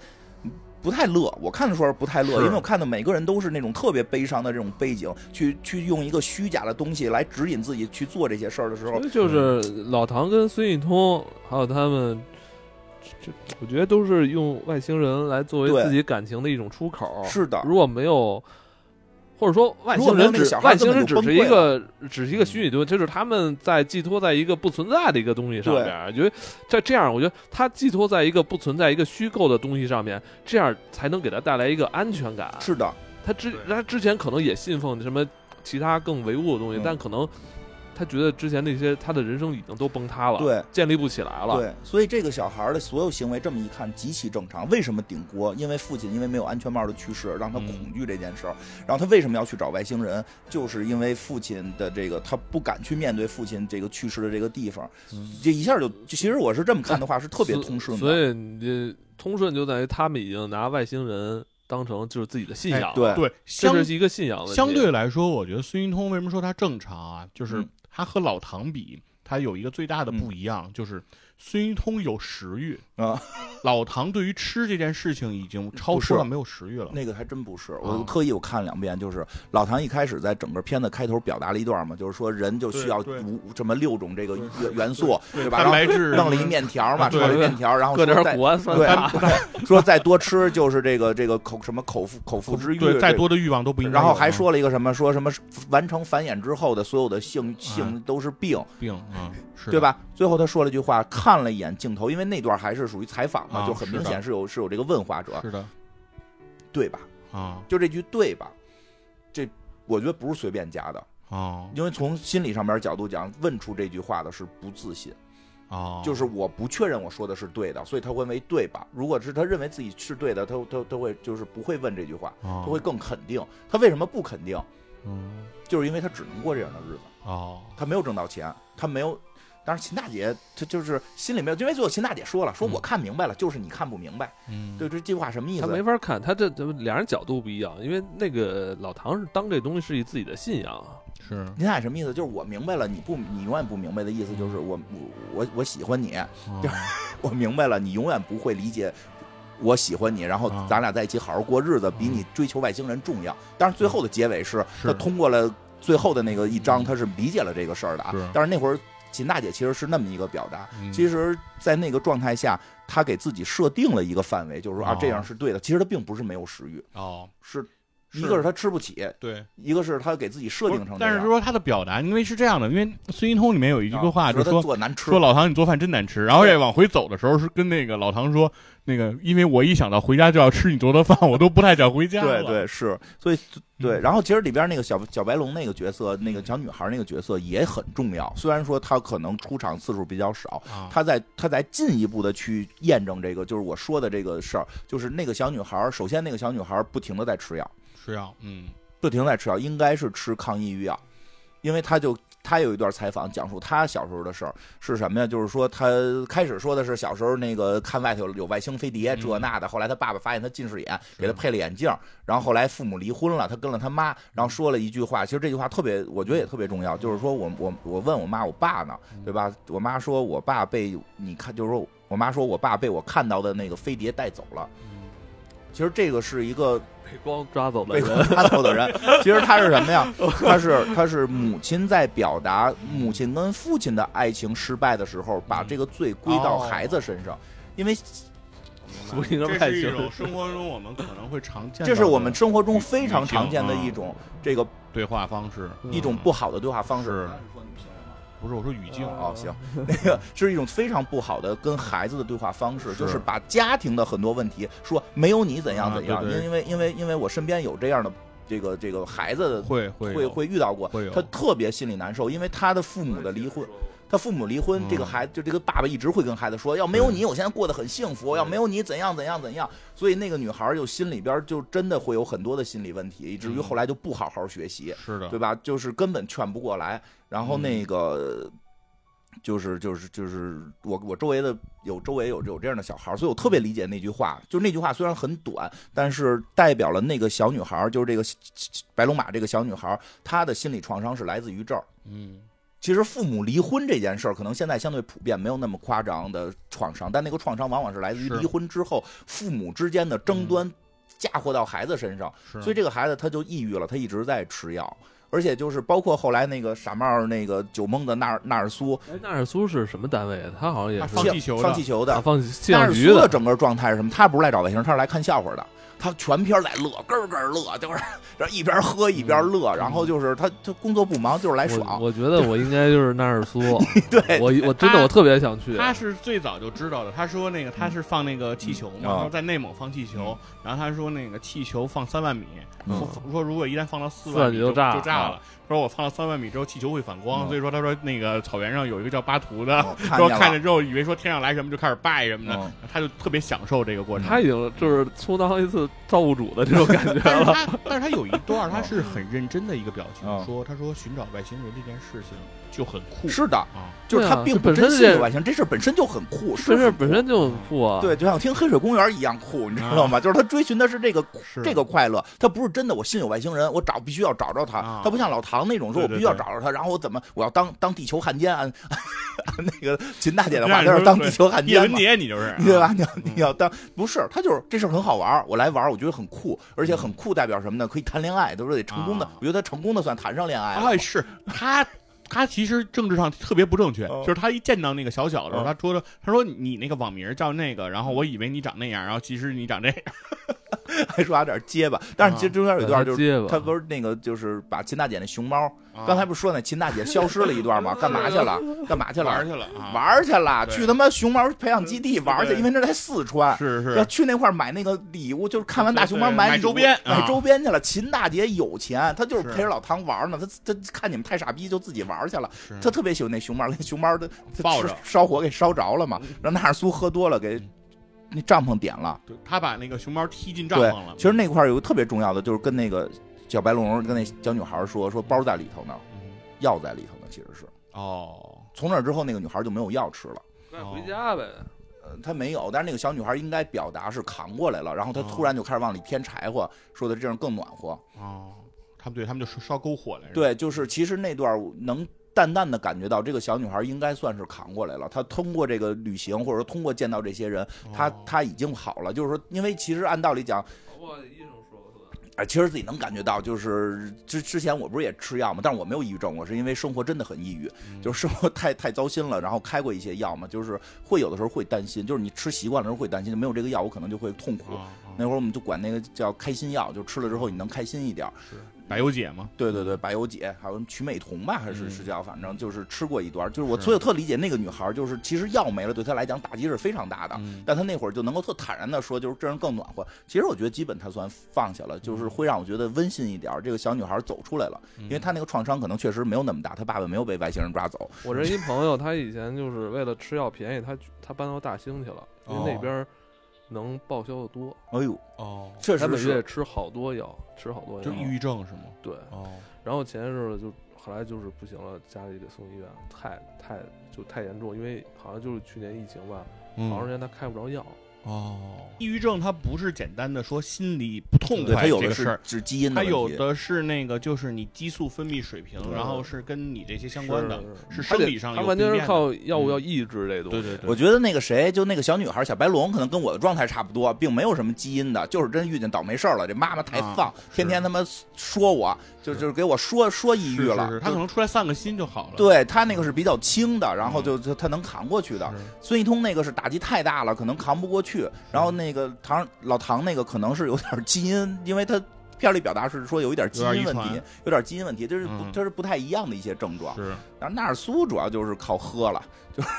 不太乐，我看的时候不太乐，是因为我看的每个人都是那种特别悲伤的这种背景，去去用一个虚假的东西来指引自己去做这些事儿的时候，就是嗯老唐跟孙一通，还有他们，这这我觉得都是用外星人来作对为自己感情的一种出口。是的，如果没有，或者说外如果星没有人那个只小孩外儿根星本人就只是崩一溃个只是一个虚拟东西，就是他们在寄托在一个不存在的一个东西上对面啊儿。觉得在这样，我觉得他寄托在一个不存在一个虚构的东西上面，这样才能给他带来一个安全感。是的，他之对他之前可能也信奉什么其他更唯物的东西，嗯但可能他觉得之前那些他的人生已经都崩塌了，对，建立不起来了。对，所以这个小孩儿的所有行为这么一看极其正常。为什么顶锅？因为父亲因为没有安全帽的去世，让他嗯恐惧这件事儿。然后他为什么要去找外星人？就是因为父亲的这个，他不敢去面对父亲这个去世的这个地方。这一下就，其实我是这么看的话，是特别通顺的。所以你通顺就在于他们已经拿外星人当成就是自己的信仰了，哎对，对，相这是一个信仰问题。相对来说，我觉得孙云通为什么说他正常啊？就是嗯他和老唐比，他有一个最大的不一样，就是孙云通有食欲，啊，老唐对于吃这件事情已经超出不是了没有食欲了。那个还真不是。我啊特意我看了两遍，就是老唐一开始在整个片子开头表达了一段嘛，就是说人就需要对对五什么六种这个对元元素，对吧？然蛋后白质弄了一面条嘛，对炒了一对面条，然后搁说点再儿果氨酸对钠，说再多吃就是这个这个口什么口腹口腹之欲，对，再这个。多的欲望都不应该有啊。然后还说了一个什么，说什么完成繁衍之后的所有的性性都是病，病啊，是的对？吧？最后他说了一句话，看了一眼镜头，因为那段还是属于采访嘛，啊就很明显是有是有这个问话者，是的对吧？啊就这句对吧？这我觉得不是随便加的，啊，因为从心理上面角度讲，问出这句话的是不自信，哦，就是我不确认我说的是对的，所以他会认为对吧？如果是他认为自己是对的，他他他会就是不会问这句话，哦他会更肯定。他为什么不肯定？嗯就是因为他只能过这样的日子，哦，他没有挣到钱，他没有。当然，秦大姐她就是心里没有，因为最后秦大姐说了，说嗯我看明白了，就是你看不明白。嗯对，这句话什么意他思？没法看，他这这俩人角度不一样，因为那个老唐是当这东西是以自己的信仰啊， 是您俩什么意思？就是我明白了，你不，你永远不明白的意思，就是我我我我喜欢你，哦我明白了，你永远不会理解我喜欢你，然后啊嗯咱俩在一起好好过日子，比你追求外星人重要。但是最后的结尾是，是他通过了最后的那个一章，他是理解了这个事儿的啊是。但是那会儿秦大姐其实是那么一个表达，嗯其实，在那个状态下，她给自己设定了一个范围，就是说啊哦这样是对的。其实她并不是没有食欲，哦，是一个是她吃不起，对，一个是她给自己设定成这但样。啊是说他的表达，因为是这样的，因为《孙一通》里面有一句话就说她说。做难吃说老唐，你做饭真难吃。然后这往回走的时候，是跟那个老唐说，那个，因为我一想到回家就要吃你做的饭，我都不太想回家了。对嗯对是，所以对，然后其实里边那个小小白龙那个角色，那个小女孩那个角色也很重要。虽然说她可能出场次数比较少，啊，她在她在进一步的去验证这个，就是我说的这个事儿，就是那个小女孩，首先那个小女孩不停的在吃药，吃药，嗯，不停地在吃药，应该是吃抗抑郁药，因为她就。她有一段采访，讲述她小时候的事儿是什么呀？就是说，她开始说的是小时候那个看外头有外星飞碟这嗯那的，后来她爸爸发现她近视眼，给她配了眼镜儿，然后后来父母离婚了，她跟了她妈，然后说了一句话，其实这句话特别，我觉得也特别重要，就是说我我我问我妈我爸呢，对吧？我妈说我爸被你看，就是说我妈说我爸被我看到的那个飞碟带走了。其实这个是一个被光抓走了被人，抓走的人， 其实他是什么呀？他是他是母亲在表达母亲跟父亲的爱情失败的时候，把这个罪归到哦孩子身上，因为所以呢这是一外种形生活中我们可能会常见到的，这是我们生活中非常常见嗯的一种这个对话方式，一种不好的对话方式。嗯是不是我说语境哦，行，那个是一种非常不好的跟孩子的对话方式，是就是把家庭的很多问题说没有你怎样啊怎样，对对因为因为因为我身边有这样的这个这个孩子的会会会有会遇到过会有，他特别心里难受，因为他的父母的离婚，他父母离婚，嗯这个孩子就这个爸爸一直会跟孩子说，要没有对你，我现在过得很幸福，要没有你怎样怎样怎样，所以那个女孩儿就心里边儿就真的会有很多的心理问题，以至于嗯后来就不好好学习，是的，对吧？就是根本劝不过来，然嗯后那个。就是就是就是我我周围的有周围有有这样的小孩儿，所以我特别理解那句话。就那句话虽然很短，但是代表了那个小女孩儿，就是这个白龙马这个小女孩儿，她的心理创伤是来自于这儿。嗯，其实父母离婚这件事儿，可能现在相对普遍，没有那么夸张的创伤，但那个创伤往往是来自于是离婚之后父母之间的争端嫁祸到孩子身上，是，所以这个孩子他就抑郁了，他一直在吃药，而且就是包括后来那个傻帽儿那个酒蒙的纳尔纳尔苏哎，纳尔苏是什么单位啊？他好像也他是放气球的放气球啊的。放气纳象尔局苏的整个状态是什么？他不是来找外星人，他是来看笑话的。他全篇在乐，咯咯乐，就是然后一边喝一边乐，然后就是他他工作不忙，就是来我爽。 我觉得我应该就是纳尔苏，对我我真的他我特别想去，他是最早就知道的。他说那个他是嗯放那个气球嘛，啊他说在内蒙放气球，然后他说那个气球放三万米，嗯说说如果一旦放到四四万万米米就就炸就炸了了。说我放到三万米之后气球会反光，嗯所以说他说那个草原上有一个叫巴图的，嗯看说见了看着之后以为说天上来什么就开始拜什么的，嗯他就特别享受这个过程。他已经就是充当一次造物主的这种 感觉 但是了。他，但是他有一 段儿他是很认真的一个表情，嗯说他说寻找外星人这件事情就很酷是的，啊，就是他对啊并这不本珍身惜这外星，这事儿本身就很酷，是这事儿很本酷身就很酷啊，对，就像听《黑水公园》一样酷，你知道吗？就是他追寻的是这个啊是这个快乐，他不是真的我心有外星人，我找必须要找着他，啊他不像老唐那种说我必须要对对找着他，然后我怎么我要当当地球汉奸，按按那个秦大姐的话，让他人是当地球汉叶奸文嘛。洁你就是对吧？你要嗯你要当不是他就是这事儿很好玩儿，我来玩儿，我觉得很酷，而且很酷代表什么呢？可以谈恋爱，都是得成功的啊。我觉得他成功的算谈上恋爱了哎，是他，他其实政治上特别不正确，哦就是他一见到那个小小的时候，哦他说的，他说你那个网名叫那个，然后我以为你长那样，然后其实你长这样， 还说有点结巴，但是啊其实中间有一段就是结巴他不是那个就是把秦大姐那熊猫，啊刚才不是说那秦大姐消失了一段 吗？干嘛去了？干嘛去了？玩儿去了啊，玩儿去了，对去他妈熊猫培养基地玩儿去，对因为那是在四川。是要是去那块儿买那个礼物，就是看完大熊猫对对礼买物周边啊买周边去了。秦大姐有钱，她就是是陪着老唐玩呢。她她看你们太傻逼，就自己玩去了。是她特别喜欢那熊猫，那熊猫的嗯抱着 嗯烧火给烧着了嘛。然后纳尔苏喝多了，给那帐篷点了。对他把那个熊猫踢进帐对篷了，，其实那块儿有个特别重要的，就是跟那个小白龙跟那小女孩说，说包在里头呢，嗯药在里头呢。其实是哦，从那之后，那个女孩就没有药吃了。那回家呗。呃，她没有，但是那个小女孩应该表达是扛过来了，然后她哦突然就开始往里添柴火，说的这样更暖和。哦，他们对他们就烧烧篝火来着，对，就是其实那段儿能淡淡的感觉到，这个小女孩应该算是扛过来了。她通过这个旅行，或者说通过见到这些人，哦，她她已经好了。就是说，因为其实按道理讲，我医生说过，哎，其实自己能感觉到，就是之之前我不是也吃药嘛，但是我没有抑郁症，我是因为生活真的很抑郁，嗯就是生活太太糟心了，然后开过一些药嘛，就是会有的时候会担心，就是你吃习惯了时候会担心，没有这个药我可能就会痛苦。啊啊那会儿我们就管那个叫开心药，就吃了之后你能开心一点儿。是白油姐嘛，对对对，百忧解还有曲美酮吧，还是嗯是叫，反正就是吃过一段儿。就是我是所以我特理解那个女孩儿，就是其实药没了对她来讲打击是非常大的。嗯但她那会儿就能够特坦然的说，就是这人更暖和。其实我觉得基本她算放下了，就是会让我觉得温馨一点儿。这个小女孩儿走出来了，因为她那个创伤可能确实没有那么大，她爸爸没有被外星人抓走。 我这一朋友，他以前就是为了吃药便宜，他他搬到大兴去了，因为那边儿能报销的多，哎呦，哦，确他实每月是，吃好多药，吃好多就药抑。郁症是吗？对，哦，然后前些日子就后来就是不行了，家里给送医院，太太就太严重，因为好像就是去年疫情吧，好长时嗯间他开不着药，哦，抑郁症它不是简单的说心里不痛对她快有这的个事是儿。是基因的它问有题。的是那个，就是你激素分泌水平，对然后是跟你这些相关的，是是生理上他有完全病是变的嗯靠药物要抑制这东西。对对对我觉得那个谁，就那个小女孩儿小白龙，可能跟我的状态差不多，并没有什么基因的，就是真遇见倒霉事儿了。这妈妈太放，啊天天他妈说我，就是就是给我说说抑郁了。是是是他可能出来散个心就好了。就对他那个是比较轻的，然后嗯就就他能扛过去的。是，孙一通那个是打击太大了，可能扛不过去。然后那个唐老唐那个可能是有点儿基因，因为他片里表达是说有一点儿基有点因遗问传题，有点儿基因问题，这是不嗯这是不太一样的一些症状。是。然后纳尔苏主要就是靠喝了，就是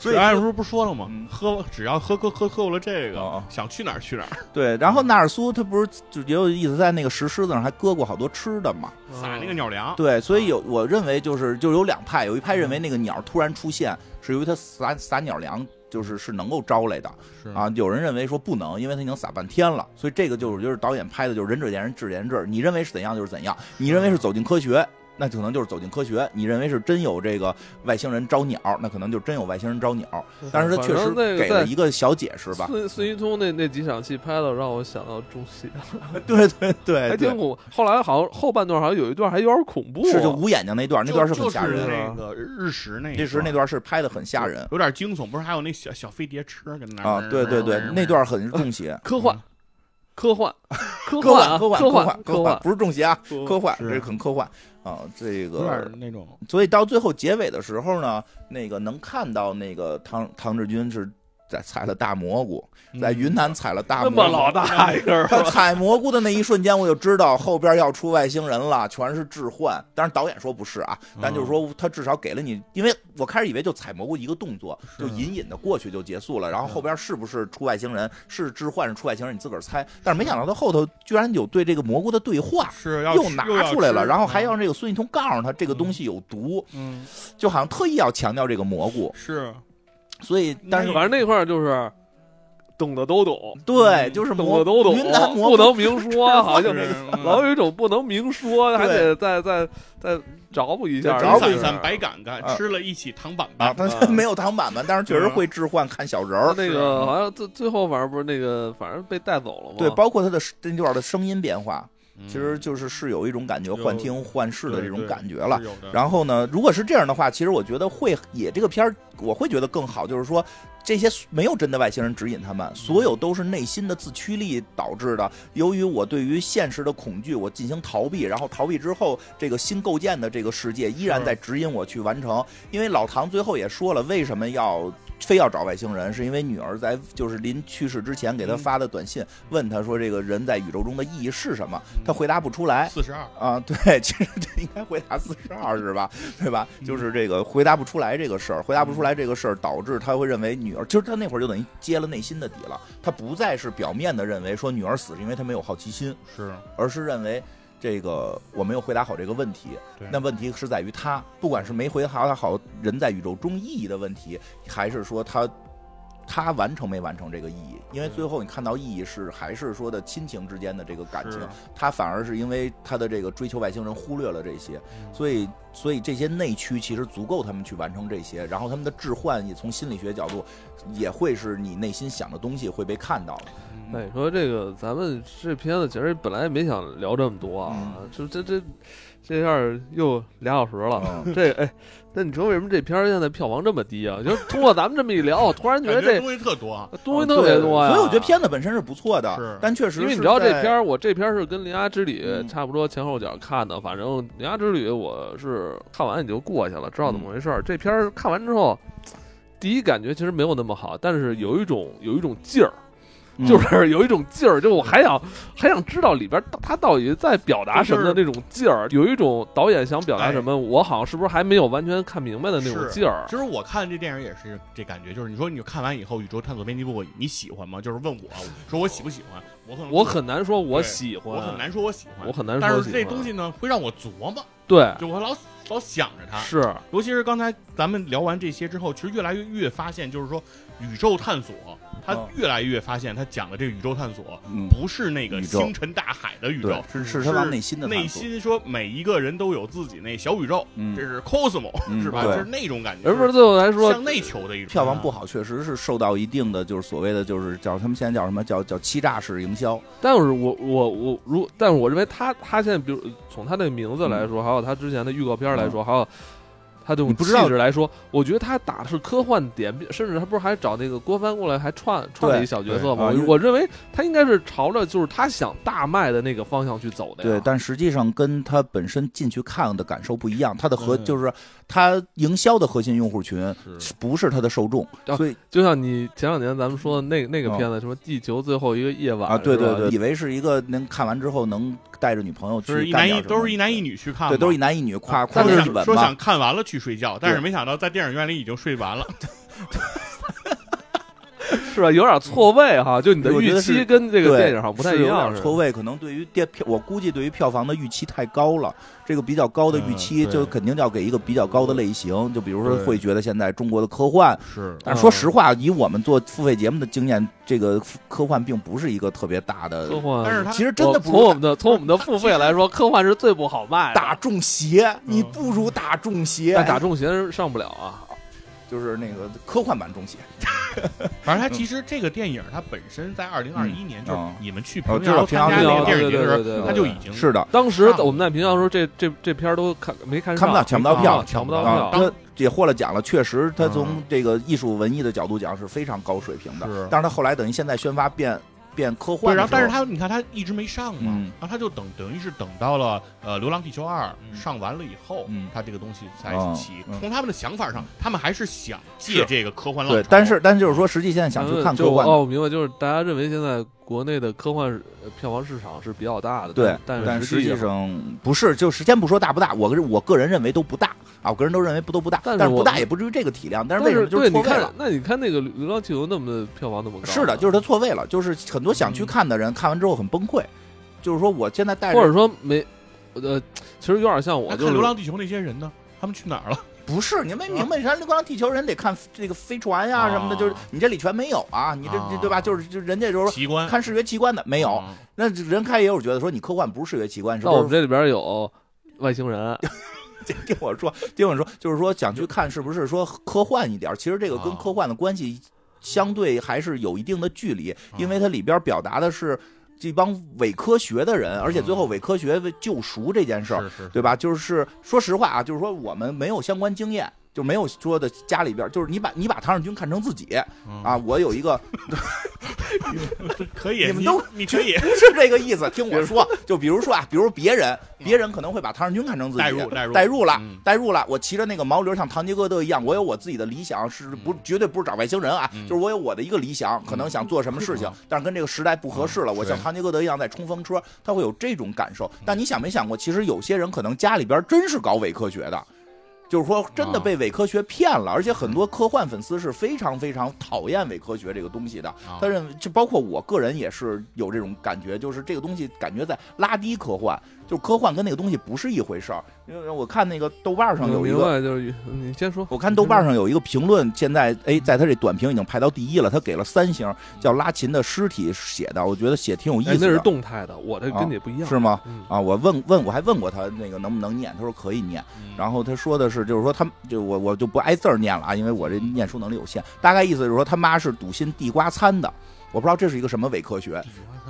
所以安叔不是说了吗嗯？喝只要喝喝喝喝够了这哦个，想去哪儿去哪儿，对，然后纳尔苏他不是就也有意思，在那个石狮子上还搁过好多吃的嘛。嗯撒那个鸟粮。对，所以有我认为就是就有两派，有一派认为那个鸟突然出现是由于它撒撒鸟粮，就是是能够招来的嗯是，啊。有人认为说不能，因为它已经撒半天了。所以这个嗯就是就是导演拍的就是仁者见仁，智者见智。你认为是怎样就是怎样，你认为嗯是走进科学。那可能就是走进科学，你认为是真有这个外星人招鸟，那可能就真有外星人招鸟，但嗯是它反确实正那个给了在一个小解释吧。孙孙一通那那几场戏拍的让我想到中戏，对对哎对，还对挺恐。后来好像后半段好像有一段还有点恐怖、啊是就捂眼睛那段，那段很吓就人是的。。那个日食那一段那时那段是拍的很吓人有点惊悚，不是还有那小小飞碟车跟那儿啊，对对对，那段很中邪科幻，科幻，科嗯 科幻啊，幻，科幻，科科幻，科幻，不是中邪啊，科幻，是这很科幻啊。这有个，点那种所以到最后结尾的时候呢，那个能看到那个唐唐志军是在采了大蘑菇，嗯在云南采了大那么蘑菇。老大一个，他采蘑菇的那一瞬间，我就知道后边要出外星人了，全是置换。当然导演说不是啊，但就是说他至少给了你，因为我开始以为就采蘑菇一个动作，是就隐隐的过去就结束了，然后后边是不是出外星人，是置换是出外星人，你自个儿猜。但是没想到他后头居然有对这个蘑菇的对话。 是要嗯又拿出来了，然后还要让这个孙一通告诉他这个东西有毒，吃嗯就好像特意要强调这个蘑菇，是所以但是反正那块儿就是懂的都懂，对，就是懂蘑的嗯都懂，云南蘑不菇能明 说，好像是老有一种不能明说，还对得再再再找补一下，对找补一散散白杆杆啊吃了一起糖板啊，板，他没有挡板板，但是确实会置换看小人儿，嗯那个好像最最后反正不是那个，反正被带走了嘛。对，包括他的那段的声音变化，嗯其实就是是有一种感觉有幻听幻视的对这种对感觉了是。有的然后呢，如果是这样的话，其实我觉得会也这个片儿，我会觉得更好，就是说这些没有真的外星人指引他们，所有都是内心的自驱力导致的。由于我对于现实的恐惧，我进行逃避，然后逃避之后，这个新构建的这个世界依然在指引我去完成。因为老唐最后也说了，为什么要非要找外星人，是因为女儿在就是临去世之前给他嗯发的短信，问他说这个人在宇宙中的意义是什么，他嗯回答不出来。四十二，啊，对， 其实这应该回答四十二是吧？对吧？就是这个回答不出来这个事儿，回答不出来这个事儿，导致他会认为女儿，其实他那会儿就等于揭了内心的底了，他不再是表面的认为说女儿死是因为他没有好奇心，是而是认为。这个我没有回答好这个问题对，那问题是在于他，不管是没回答好人在宇宙中意义的问题，还是说他他完成没完成这个意义，因为对最后你看到意义是还是说的亲情之间的这个感情是，他反而是因为他的这个追求外星人忽略了这些，嗯所以所以这些内驱其实足够他们去完成这些，然后他们的置换也从心理学角度也会是你内心想的东西会被看到的。嗯哎那你说这个，咱们这片子其实本来也没想聊这么多啊，嗯这这这这下儿又俩小时了。 嗯这哎，那你说为什么这片儿现在票房这么低啊？就是通过咱们这么一 聊，我突然觉得嗯感觉这东西特多啊，东 西特别多呀。所以我觉得，片子本身是不错是的，但确实因为你是知道这在片儿，我这片儿是跟《铃芽之旅嗯》差不多前后脚看的，反正《铃芽之旅》我是看完也就过去了，知道嗯怎么回事儿。这片儿看完之后，第一感觉其实没有那么好，但是有一种有一种劲儿。嗯就是有一种劲儿，就我还想还想知道里边到他到底在表达什么的那种劲儿，有一种导演想表达什么，我好像是不是还没有完全看明白的那种哎是劲儿其。实我看这电影也是这感觉，就是你说你看完以后，《宇宙探索编辑部》你喜欢吗？就是问我，说我喜不喜欢？我可能我很难说我对喜欢，我很难说我喜欢，我很难说但我喜欢。是这东西呢，会让我琢磨，对哎就我老老想着它。是尤其是刚才咱们聊完这些之后，其实越来越越发现，就是说宇宙探索，它嗯越来越发现，它讲的这个宇宙探索嗯，不是那个宇宙星辰大海的宇宙对，，是是他往内心的探索内，心说每一个人都有自己那小宇宙，嗯这是 cosmo 嗯是吧？对就是那种感觉，而不是最后来说向内求的一种票房不。好，确实是受到一定的就是所谓的就是叫他们现在叫什么叫叫欺诈式营销，但是我我我如，但是我认为他他现在，比如从他的名字来说，还有他之前的预告片来说，还有他这种你不气知道质来说，我觉得他打的是科幻点，甚至他不是还找那个郭帆过来还串串了一小角色吗？对啊因我为我认为他应该是朝着就是他想大卖的那个方向去走的对呀。，但实际上跟他本身进去看的感受不一样，他的核嗯就是他营销的核心用户群是不是他的受众啊，所以就像你前两年咱们说的那那个片子，什么《地球最后一个夜晚》啊，对是吧对对，，以为是一个能看完之后能带着女朋友就是去一干男点一什么都是一男一，女去啊看嘛，对，都是一男一女跨跨但过但是是一吻说嘛想，看完了去睡觉，但是对没想到在电影院里已经睡完了。是吧？有点错位哈，就你的我觉预得期是跟这个对电影好像不太是一有样，点是吧错位，可能对于电票，我估计对于票房的预期太高了。这个比较高的预期，嗯对就肯定要给一个比较高的类型，就比如说对会觉得现在中国的科幻，是 但嗯是说实话，以我们做付费节目的经验，这个科幻并不是一个特别大的，科幻，但是他其实 真的我不从如我们的从我们的付费来说，科幻是最不好卖的。打中邪，你不如打中邪，嗯但打中邪上不了啊。就是那个科幻版中邪。反正它其实这个电影它本身在二零二一年，就是嗯你们去平哦知遥道参加平遥那个电影节对对对的时对候，对它就已经是的，当时上我们在平遥的时候，这这这片儿都看没看上，看不到抢不到票抢不到啊，票。他也获了奖了，确实，他嗯从这个艺术文艺的角度讲是非常高水平的。是但是他后来等于现在宣发变变科对，幻然的后时候，但是他你看他一直没上嘛，嗯然后他就等等于是等到了呃《流浪地球二》上完了以后，嗯他这个东西才哦起。嗯从他们的想法上，他们还是想借是这个科幻浪潮，对，但是但是就是说，实际现在想咱去们看就科幻的，哦，我明白，就是大家认为现在国内的科幻呃票房市场是比较大的，对，但但实实际上不是，就时间不说大不大，我个人我个人认为都不大啊，我个人都认为不都不大，但是但是我不大也不至于这个体量，但但是为什么就对，是错你位看嗯了，？那你看那个《流浪地球》那么票房那么高，啊是的，就是他错位了，就是很多想去看的人看完之后很崩溃，就是说我现在带嗯或着者说没，呃，其实有点像我那就看是《流浪地球》那些人呢，他们去哪儿了？不是，你没啊明白，人家《流浪地球》人得看这个飞船呀、啊什么的，就是你这里全没有啊，你这这啊对吧？就是就人家就是奇观看视觉奇观的没有，嗯那人开也有觉得说你科幻不是视觉奇观，是那我不们是？这里边有外星人，听我说， 听我说，就是说想去看是不是说科幻一点儿？其实这个跟啊科幻的关系相对还是有一定的距离，啊因为它里边表达的是这帮伪科学的人，而且最后伪科学为救赎这件事儿，啊是是对吧？就是说实话啊，就是说我们没有相关经验，就没有说的家里边，就是你把你把唐日军看成自己嗯啊，我有一个， 可以，你们你都你可以 不是这个意思。听我 说，就比如说啊，比如别人，别人可能会把唐人军看成自己代嗯入代入了嗯，啊代入了。我骑着那个毛驴，像唐吉诃德一样，我有我自己的理想，是不绝对不是找外星人啊，嗯就是我有我的一个理想，可能想做什么事情，但是跟这个时代不合适嗯了。我像唐吉诃德一样在冲锋车，他会有这种感受。但你想没想过，其实有些人可能家里边真是搞伪科学的。就是说，真的啊嗯被伪科学骗了，而且很多科幻粉丝是非常非常讨厌伪科学这个东西的。啊他认为，就包括我个人也是有这种感觉，就是这个东西感觉在拉低科幻，就是科幻跟那个东西不是一回事儿。因为我看那个豆瓣上 有一嗯明个，白就是你先说，我看豆瓣上有一个评论，现在哎，在他这短评已经排到第一了，他给了三星，叫拉琴的尸体写的，我觉得写挺有意哎思那是的，动态的，我这啊跟你不一样，是吗？嗯啊，我问问我还问过他那个能不能念，他说可以念。嗯然后他说的是，就是说他就我我就不挨字儿念了啊，因为我这念书能力有限。大概意思就是说他妈是笃信地瓜餐的，我不知道这是一个什么伪科学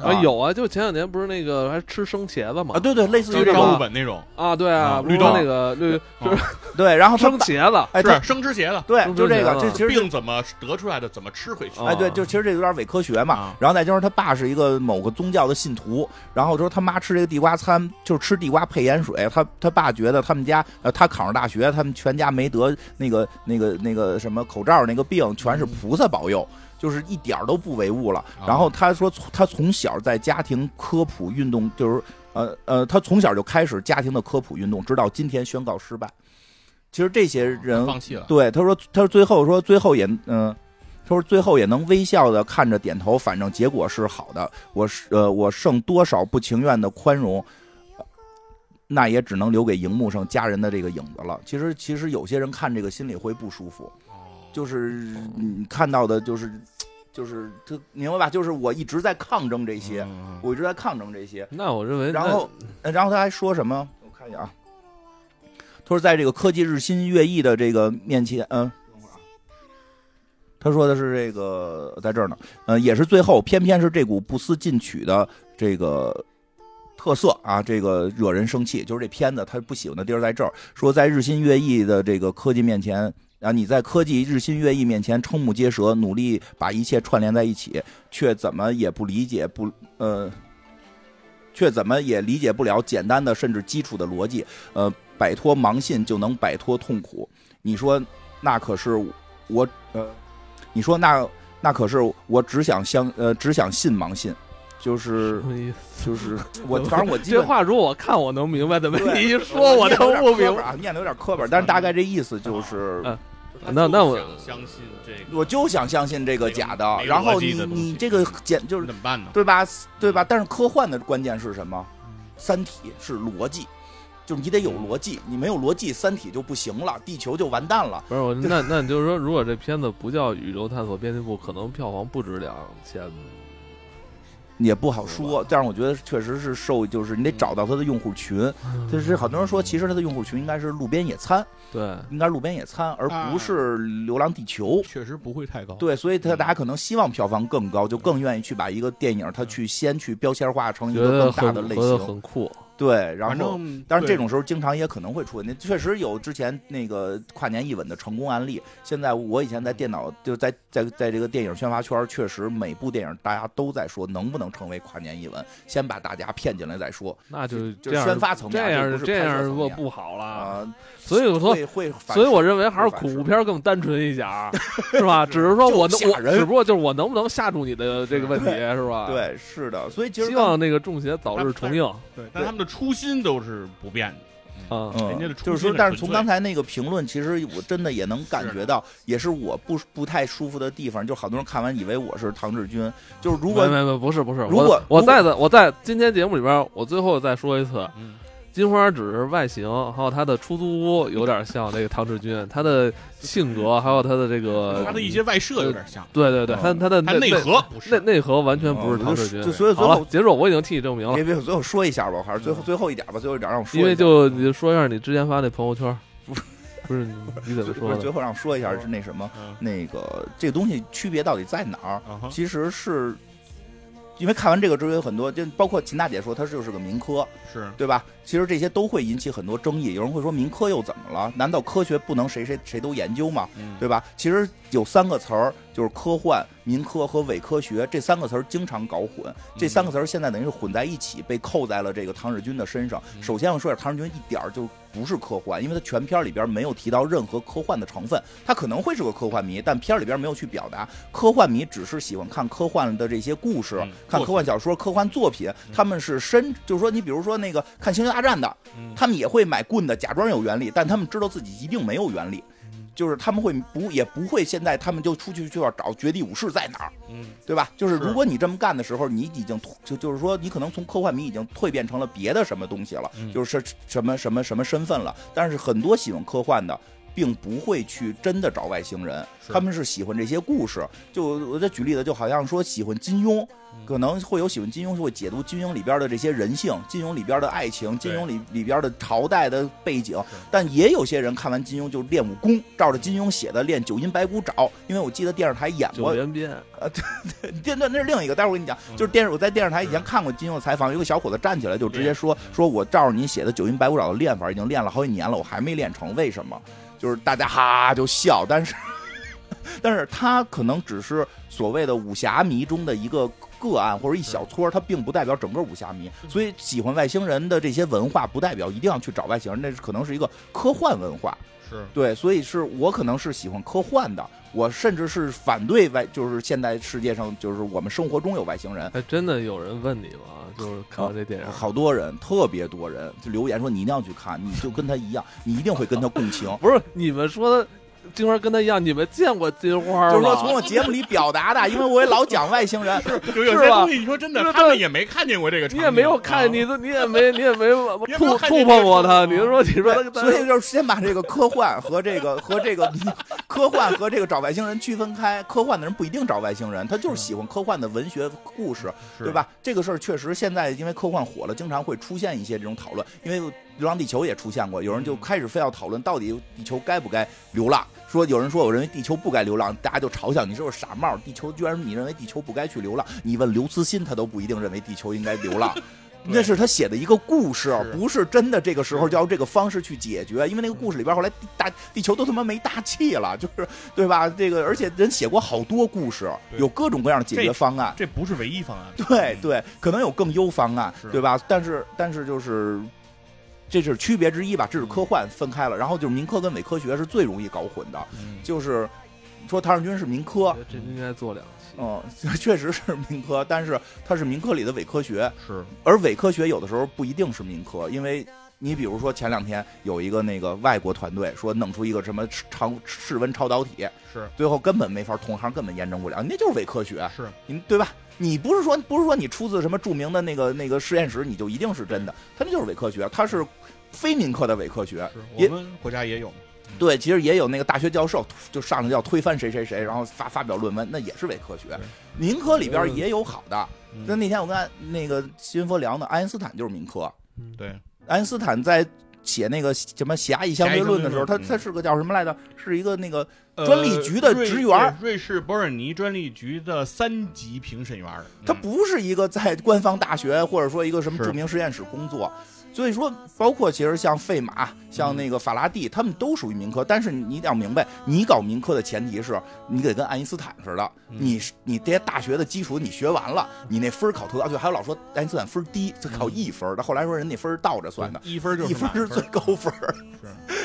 啊有啊，就前两年不是那个还吃生茄子嘛啊，对对，类似就于是这张商种武务本那种，啊对啊，啊不是绿豆那个绿就是对，然后他生茄子，哎他是生吃鞋的，对，生就这个生这茄子其实就病怎么得出来的，怎么吃回去啊哎对，就其实这有点伪科学嘛啊。然后再加上他爸是一个某个宗教的信徒，然后说他妈吃这个地瓜餐就是吃地瓜配盐水，他他爸觉得他们家呃他考上大学，他们全家没得那个那个那个什么口罩那个病，全是菩萨保佑。就是一点儿都不唯物了。嗯啊然后他说从，他从小在家庭科普运动，就是呃呃，他从小就开始家庭的科普运动，直到今天宣告失败。其实这些哎人啊放弃了，对，他说，他说最后说最后也嗯、他说最后也能微笑的看着点头，反正结果是好的。我是呃，我剩多少不情愿的宽容，那也只能留给荧幕上家人的这个影子了。其实其实有些人看这个心里会不舒服，哦就是你看到的就是就是他明白吧？就是我一直在抗争这些，嗯我一直在抗争这些。那我认为然那后呃然后他还说什么？我看一下啊，他说在这个科技日新月异的这个面前，嗯、等会儿啊他说的是这个在这儿呢，呃，也是最后，偏偏是这股不思进取的这个特色啊，这个惹人生气，就是这片子他不喜欢的地儿在这儿，说在日新月异的这个科技面前。啊，你在科技日新月异面前瞠目结舌，努力把一切串联在一起，却怎么也不理解不呃，却怎么也理解不了简单的甚至基础的逻辑。呃，摆脱盲信就能摆脱痛苦。你说那可是我呃，你说那那可是我只想相呃只想信盲信，就是什么意思就是 我反正我基这本话如果我看我能明白，怎么对你一说我都不明白。白，念的有点磕巴，但是大概这意思就是嗯。他那就那我想相信这个，我就想相信这个假的，然后你你这个简就是怎么办呢？对吧？对吧？但是科幻的关键是什么？嗯三体是逻辑，就是你得有逻辑，你没有逻辑，三体就不行了，地球就完蛋了。不是我，那那你就是说，如果这片子不叫《宇宙探索编辑部》，可能票房不止两千。也不好说，但是我觉得确实是受，就是你得找到它的用户群。嗯就是很多人说，其实它的用户群应该是路边野餐，对，应该是路边野餐，而啊不是流浪地球。确实不会太高，对，所以嗯他大家可能希望票房更高，就更愿意去把一个电影，它去先去标签化成一嗯觉个得更大很的类觉得型。很酷。对，然后反正但是这对种时候经常也可能会出问题，确实有之前那个跨年一吻的成功案例。现在我以前在电脑就在在在这个电影宣发圈，确实每部电影大家都在说能不能成为跨年一吻，先把大家骗进来再说。那就就这样宣发层这面这样不是拍摄样层不面不好了。啊，所以我说，会会反，所以我认为还是会反恐怖噬片更单纯一点 儿，是吧？只是说我能就吓我人只不过就是我能不能吓住你的这个问题，是吧？，对是的，所以其实希望那个《中邪》早日但重映对，但他们的初心都是不变的。啊。嗯人家的，就是初说心，很但是从纯粹刚才那个评论，其实我真的也能感觉到，也是我不不太舒服的地方。就好多人看完以为我是唐志军，就是如果没没没，不是不是，如果我我如果再的我在今天节目里边，我最后再说一次，嗯金花只是外形，还有她的出租屋有点像那个唐志军，她的性格，还有她的这个，呃他的一些外设有点像，对对对，嗯她她的他内内核不是内内核完全不是嗯唐志军。就所以最好了，后结束，我已经替你证明了嗯别，别，最后说一下吧，我还是最后最后一点吧，最后一点让我说一因下，为就你说一下你之前发那朋友 圈，不是你你怎么不说是最的？后让我说一下是那什么，嗯啊那个这个东西区别到底在哪儿？啊哈其实是因为看完这个之后，有很多就包括秦大姐说她就是个民科，是对吧？其实这些都会引起很多争议。有人会说民科又怎么了？难道科学不能谁谁谁都研究吗？嗯对吧？其实有三个词儿，就是科幻、民科和伪科学这三个词儿经常搞嗯混。这三个词儿现在等于是混在一起，被扣在了这个唐日军的身上。嗯首先我说一下，唐日军一点儿就不是科幻，因为他全片儿里边没有提到任何科幻的成分。他可能会是个科幻迷，但片儿里边没有去表达。科幻迷只是喜欢看科幻的这些故事，嗯看科幻小说、科幻作品。他们是深，就是说，你比如说那个看《星球大战》的，嗯他们也会买棍子，假装有原理，但他们知道自己一定没有原理，就是他们会不也不会现在他们就出去就要找绝地武士在哪儿，嗯对吧？就是是如果你这么干的时候，你已经就就是说你可能从科幻迷已经蜕变成了别的什么东西了，嗯就是什什么什么什么身份了。但是很多喜欢科幻的。并不会去真的找外星人，是他们是喜欢这些故事。就我再举例子，就好像说喜欢金庸，嗯可能会有喜欢金庸，会解读金庸里边的这些人性，金庸里边的爱情，金对庸里里边的朝代的背景。但也有些人看完金庸就练武功，照着金庸写的练九阴白骨爪。因为我记得电视台演九过，连鞭，电那那是另一个，待会儿我跟你讲，嗯就是电视我在电视台以前看过金庸的采访，有个小伙子站起来就直接说说我照着你写的九阴白骨爪的练法已经练了好几年了，我还没练成，为什么？就是大家哈哈就笑，但是 但是他可能只是所谓的武侠迷中的一个。个案或者一小撮儿，他并不代表整个武侠迷，嗯所以喜欢外星人的这些文化，不代表一定要去找外星人，那是可能是一个科幻文化。 是对，所以是我可能是喜欢科幻的，我甚至是反对外，就是现在世界上就是我们生活中有外星人，还真的有人问你吗？就是看完这电影，好多人，特别多人就留言说你一定要去看，你就跟他一样，你一定会跟他共情。 不是你们说的金花跟他一样，你们见过金花吗？就是说从我节目里表达的，因为我也老讲外星人，有有 是些吧东西，你说真的是，的他们也没看见过这个场你景，也没有看，啊你都你也没你也没也没触有看见触碰过这他，个事儿你就说你说他所以就是先把这个科幻和这个和这个 科幻和这个找外星人区分开。科幻的人不一定找外星人，他嗯就是喜欢科幻的文学故事，是对？吧？这个事儿确实现在因为科幻火了，经常会出现一些这种讨论。因为《流浪地球》也出现过，有人就嗯开始非要讨论到底地球该不该流浪。说有人说我认为地球不该流浪，大家就嘲笑你是不是傻帽？地球居然你认为地球不该去流浪？你问刘慈欣，他都不一定认为地球应该流 浪。那是他写的一个故事，啊是不是真的。这个时候就要这个方式去解决，因为那个故事里边后来地大地球都他妈没大气了，就是对吧？这个而且人写过好多故事，对有各种各样的解决这方案。这不是唯一方案。 对嗯，对，可能有更优方案是，对吧？但是但是就是。这是区别之一吧，这是科幻分开了，然后就是民科跟伪科学是最容易搞混的，嗯就是说唐人军是民科，这应该做两期。嗯， 确实是民科，但是它是民科里的伪科学，是而伪科学有的时候不一定是民科，因为你比如说前两天有一个那个外国团队说弄出一个什么超室温超导体，是最后根本没法同行根本验证不了，那就是伪科学，是，你对吧？你不是说不是说你出自什么著名的那个那个实验室，你就一定是真的？它那就是伪科学，它是非民科的伪科学。是也我们国家也有，对，其实也有那个大学教授就上来要推翻谁谁谁，然后发发表论文，那也是伪科学对。呃民科里边也有好的。那嗯那天我跟那个新佛聊呢，爱因斯坦就是民科。对爱因斯坦在写那个什么狭义相对论的时候，狭他义相对论他嗯是个叫什么来着？是一个那个呃专利局的瑞职员儿对瑞士伯尔尼专利局的三级评审员儿。他嗯不是一个在官方大学或者说一个什么是著名实验室工作，所以说包括其实像费马、像那个法拉第，他们都属于民科。但是你得要明白，你搞民科的前提是你得跟爱因斯坦似的，嗯你是你这些大学的基础你学完了，你那分儿考特高，对，还有老说爱因斯坦分儿低，他考一分儿，但后来说人那分儿倒着算的。一分儿就是一分儿是满最高分儿，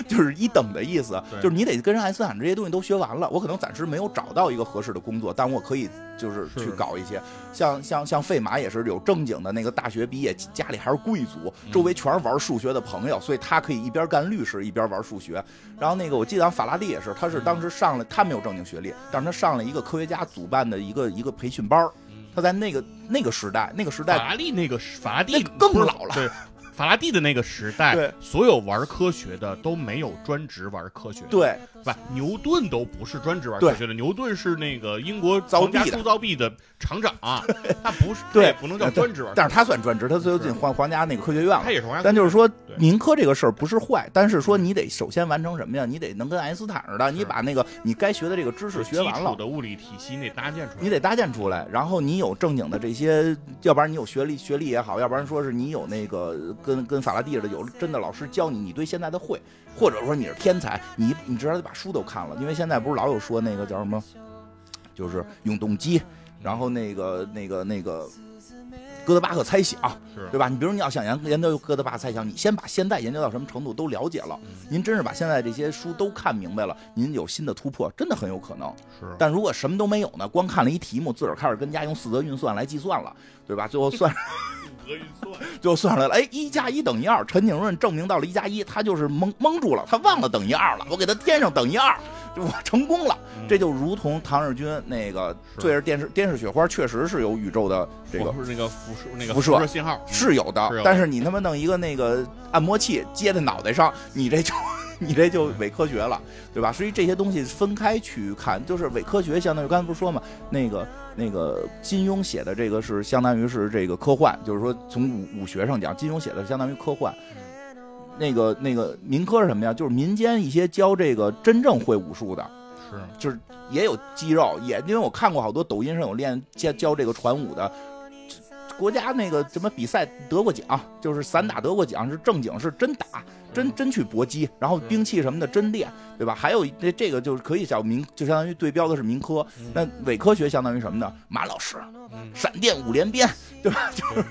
就是一等的意思，对就是你得跟上爱因斯坦这些东西都学完了。我可能暂时没有找到一个合适的工作，但我可以就是是去搞一些，像像像费马也是有正经的那个大学毕业，家里还是贵族，嗯周围全是玩数学的朋友，所以他可以一边干律师一边玩数学。然后那个我记得好像法拉第也是，他是当时上了他没有正经学历，但是他上了一个科学家组办的一个一个培训班儿嗯他在那个那个时代，那个时法代拉利那个时法拉那利个更老了对，法拉第的那个时代对，所有玩科学的都没有专职玩科学的。对不，牛顿都不是专职玩对科学的，牛顿是那个英国造皇家币的铸造币的 厂长，他不是，对他也不能叫专职玩，但是他算专职，他最后进是皇皇家那个科学院了他。也是皇家，但就是说，对嗯民科这个事儿不是坏，但是说你得首先完成什么呀？你得能跟爱因斯坦似的，你把那个你该学的这个知识是学完基了础，的物理体系那搭建出来你的。得搭建出来，然后你有正经的这些，要不然你有学历学历也好，要不然说是你有那个跟跟法拉第似的有真的老师教你，你对现在的会，或者说你是天才，你你至少得把书都看了，因为现在不是老有说那个叫什么，就是永动机，然后那个那个那个哥德巴赫猜想，是对吧？你比如你要想研研究哥德巴赫猜想，你先把现在研究到什么程度都了解了，您真是把现在这些书都看明白了，您有新的突破，真的很有可能。是但如果什么都没有呢，光看了一题目，自个儿开始跟家用四则运算来计算了，对吧？最后 算，核运算，最后算出来了，哎，一加一等于二。陈景润证明到了一加一，他就是蒙蒙住了，他忘了等于二了，我给他添上等于二，就我成功了。嗯这就如同唐日军那个，是对着电视电视雪花，确实是有宇宙的这个我是那个辐射那个辐射射信号，嗯是有的，是有的但是你他妈弄一个那个按摩器接在脑袋上，你这就 你这就伪科学了，对吧？所以这些东西分开去看，就是伪科学，相当于刚才不是说嘛，那个那个金庸写的这个是相当于是这个科幻，就是说从武武学上讲，金庸写的相当于科幻。嗯那个那个民科是什么呀？就是民间一些教这个真正会武术的，是就是也有肌肉，也因为我看过好多抖音上有练教教这个传武的，这国家那个什么比赛得过奖，就是散打得过奖，是正经是真打，真真去搏击，然后兵器什么的真练，对吧？还有一这这个就是可以叫民，就相当于对标的是民科，那伪科学相当于什么呢？马老师嗯闪电五连鞭，对吧？就是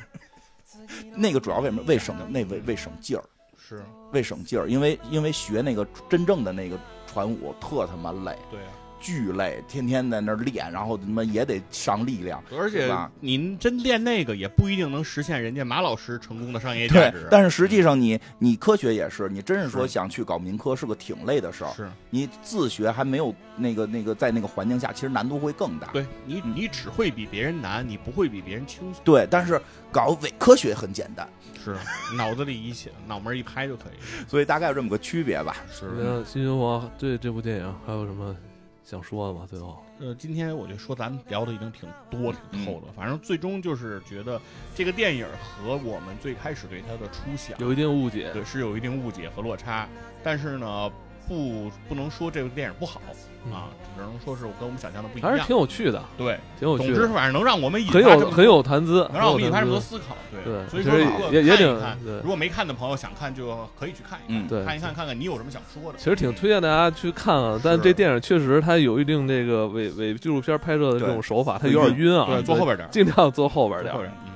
那个主要为什么为省那为为省劲儿。是，为省劲儿，因为因为学那个真正的那个传武特他妈累，对啊。巨累，天天在那儿练，然后他妈也得上力量。而对且吧您真练那个也不一定能实现人家马老师成功的商业价对值。，啊但是实际上你你科学也是，你真是说是想去搞民科是个挺累的事儿。是你自学还没有那个那个在那个环境下，其实难度会更大。对你，嗯你只会比别人难，你不会比别人轻松。对，但是搞伪科学很简单，是 脑子里一想，脑门一拍就可以了。嗯所以大概有这么个区别吧。是，那新君王对这部电影还有什么想说的吗？最后，呃，今天我就说咱们聊的已经挺多嗯挺透了，反正最终就是觉得这个电影和我们最开始对它的初想，有一定误解，对是有一定误解和落差，但是呢，不不能说这部电影不好嗯啊，只能说是跟我们想象的不一还是样挺。有趣的，对，挺有总趣之的，反正能让我们引发很这有么很有谈资，能让我很们引有发谈这么多资。思考，对，对所以其说实如果也也看一挺看对如果没看的朋友想看就可以去看一嗯，对看，，看一看看看你有什么想说的，其实挺推荐大家去看啊，但这电影确实它有一定这个伪伪纪录片拍摄的这种手法，它有点晕啊，对，坐后边点儿，尽量坐后边坐点后儿边。儿，嗯。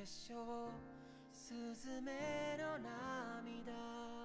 「すずめの涙」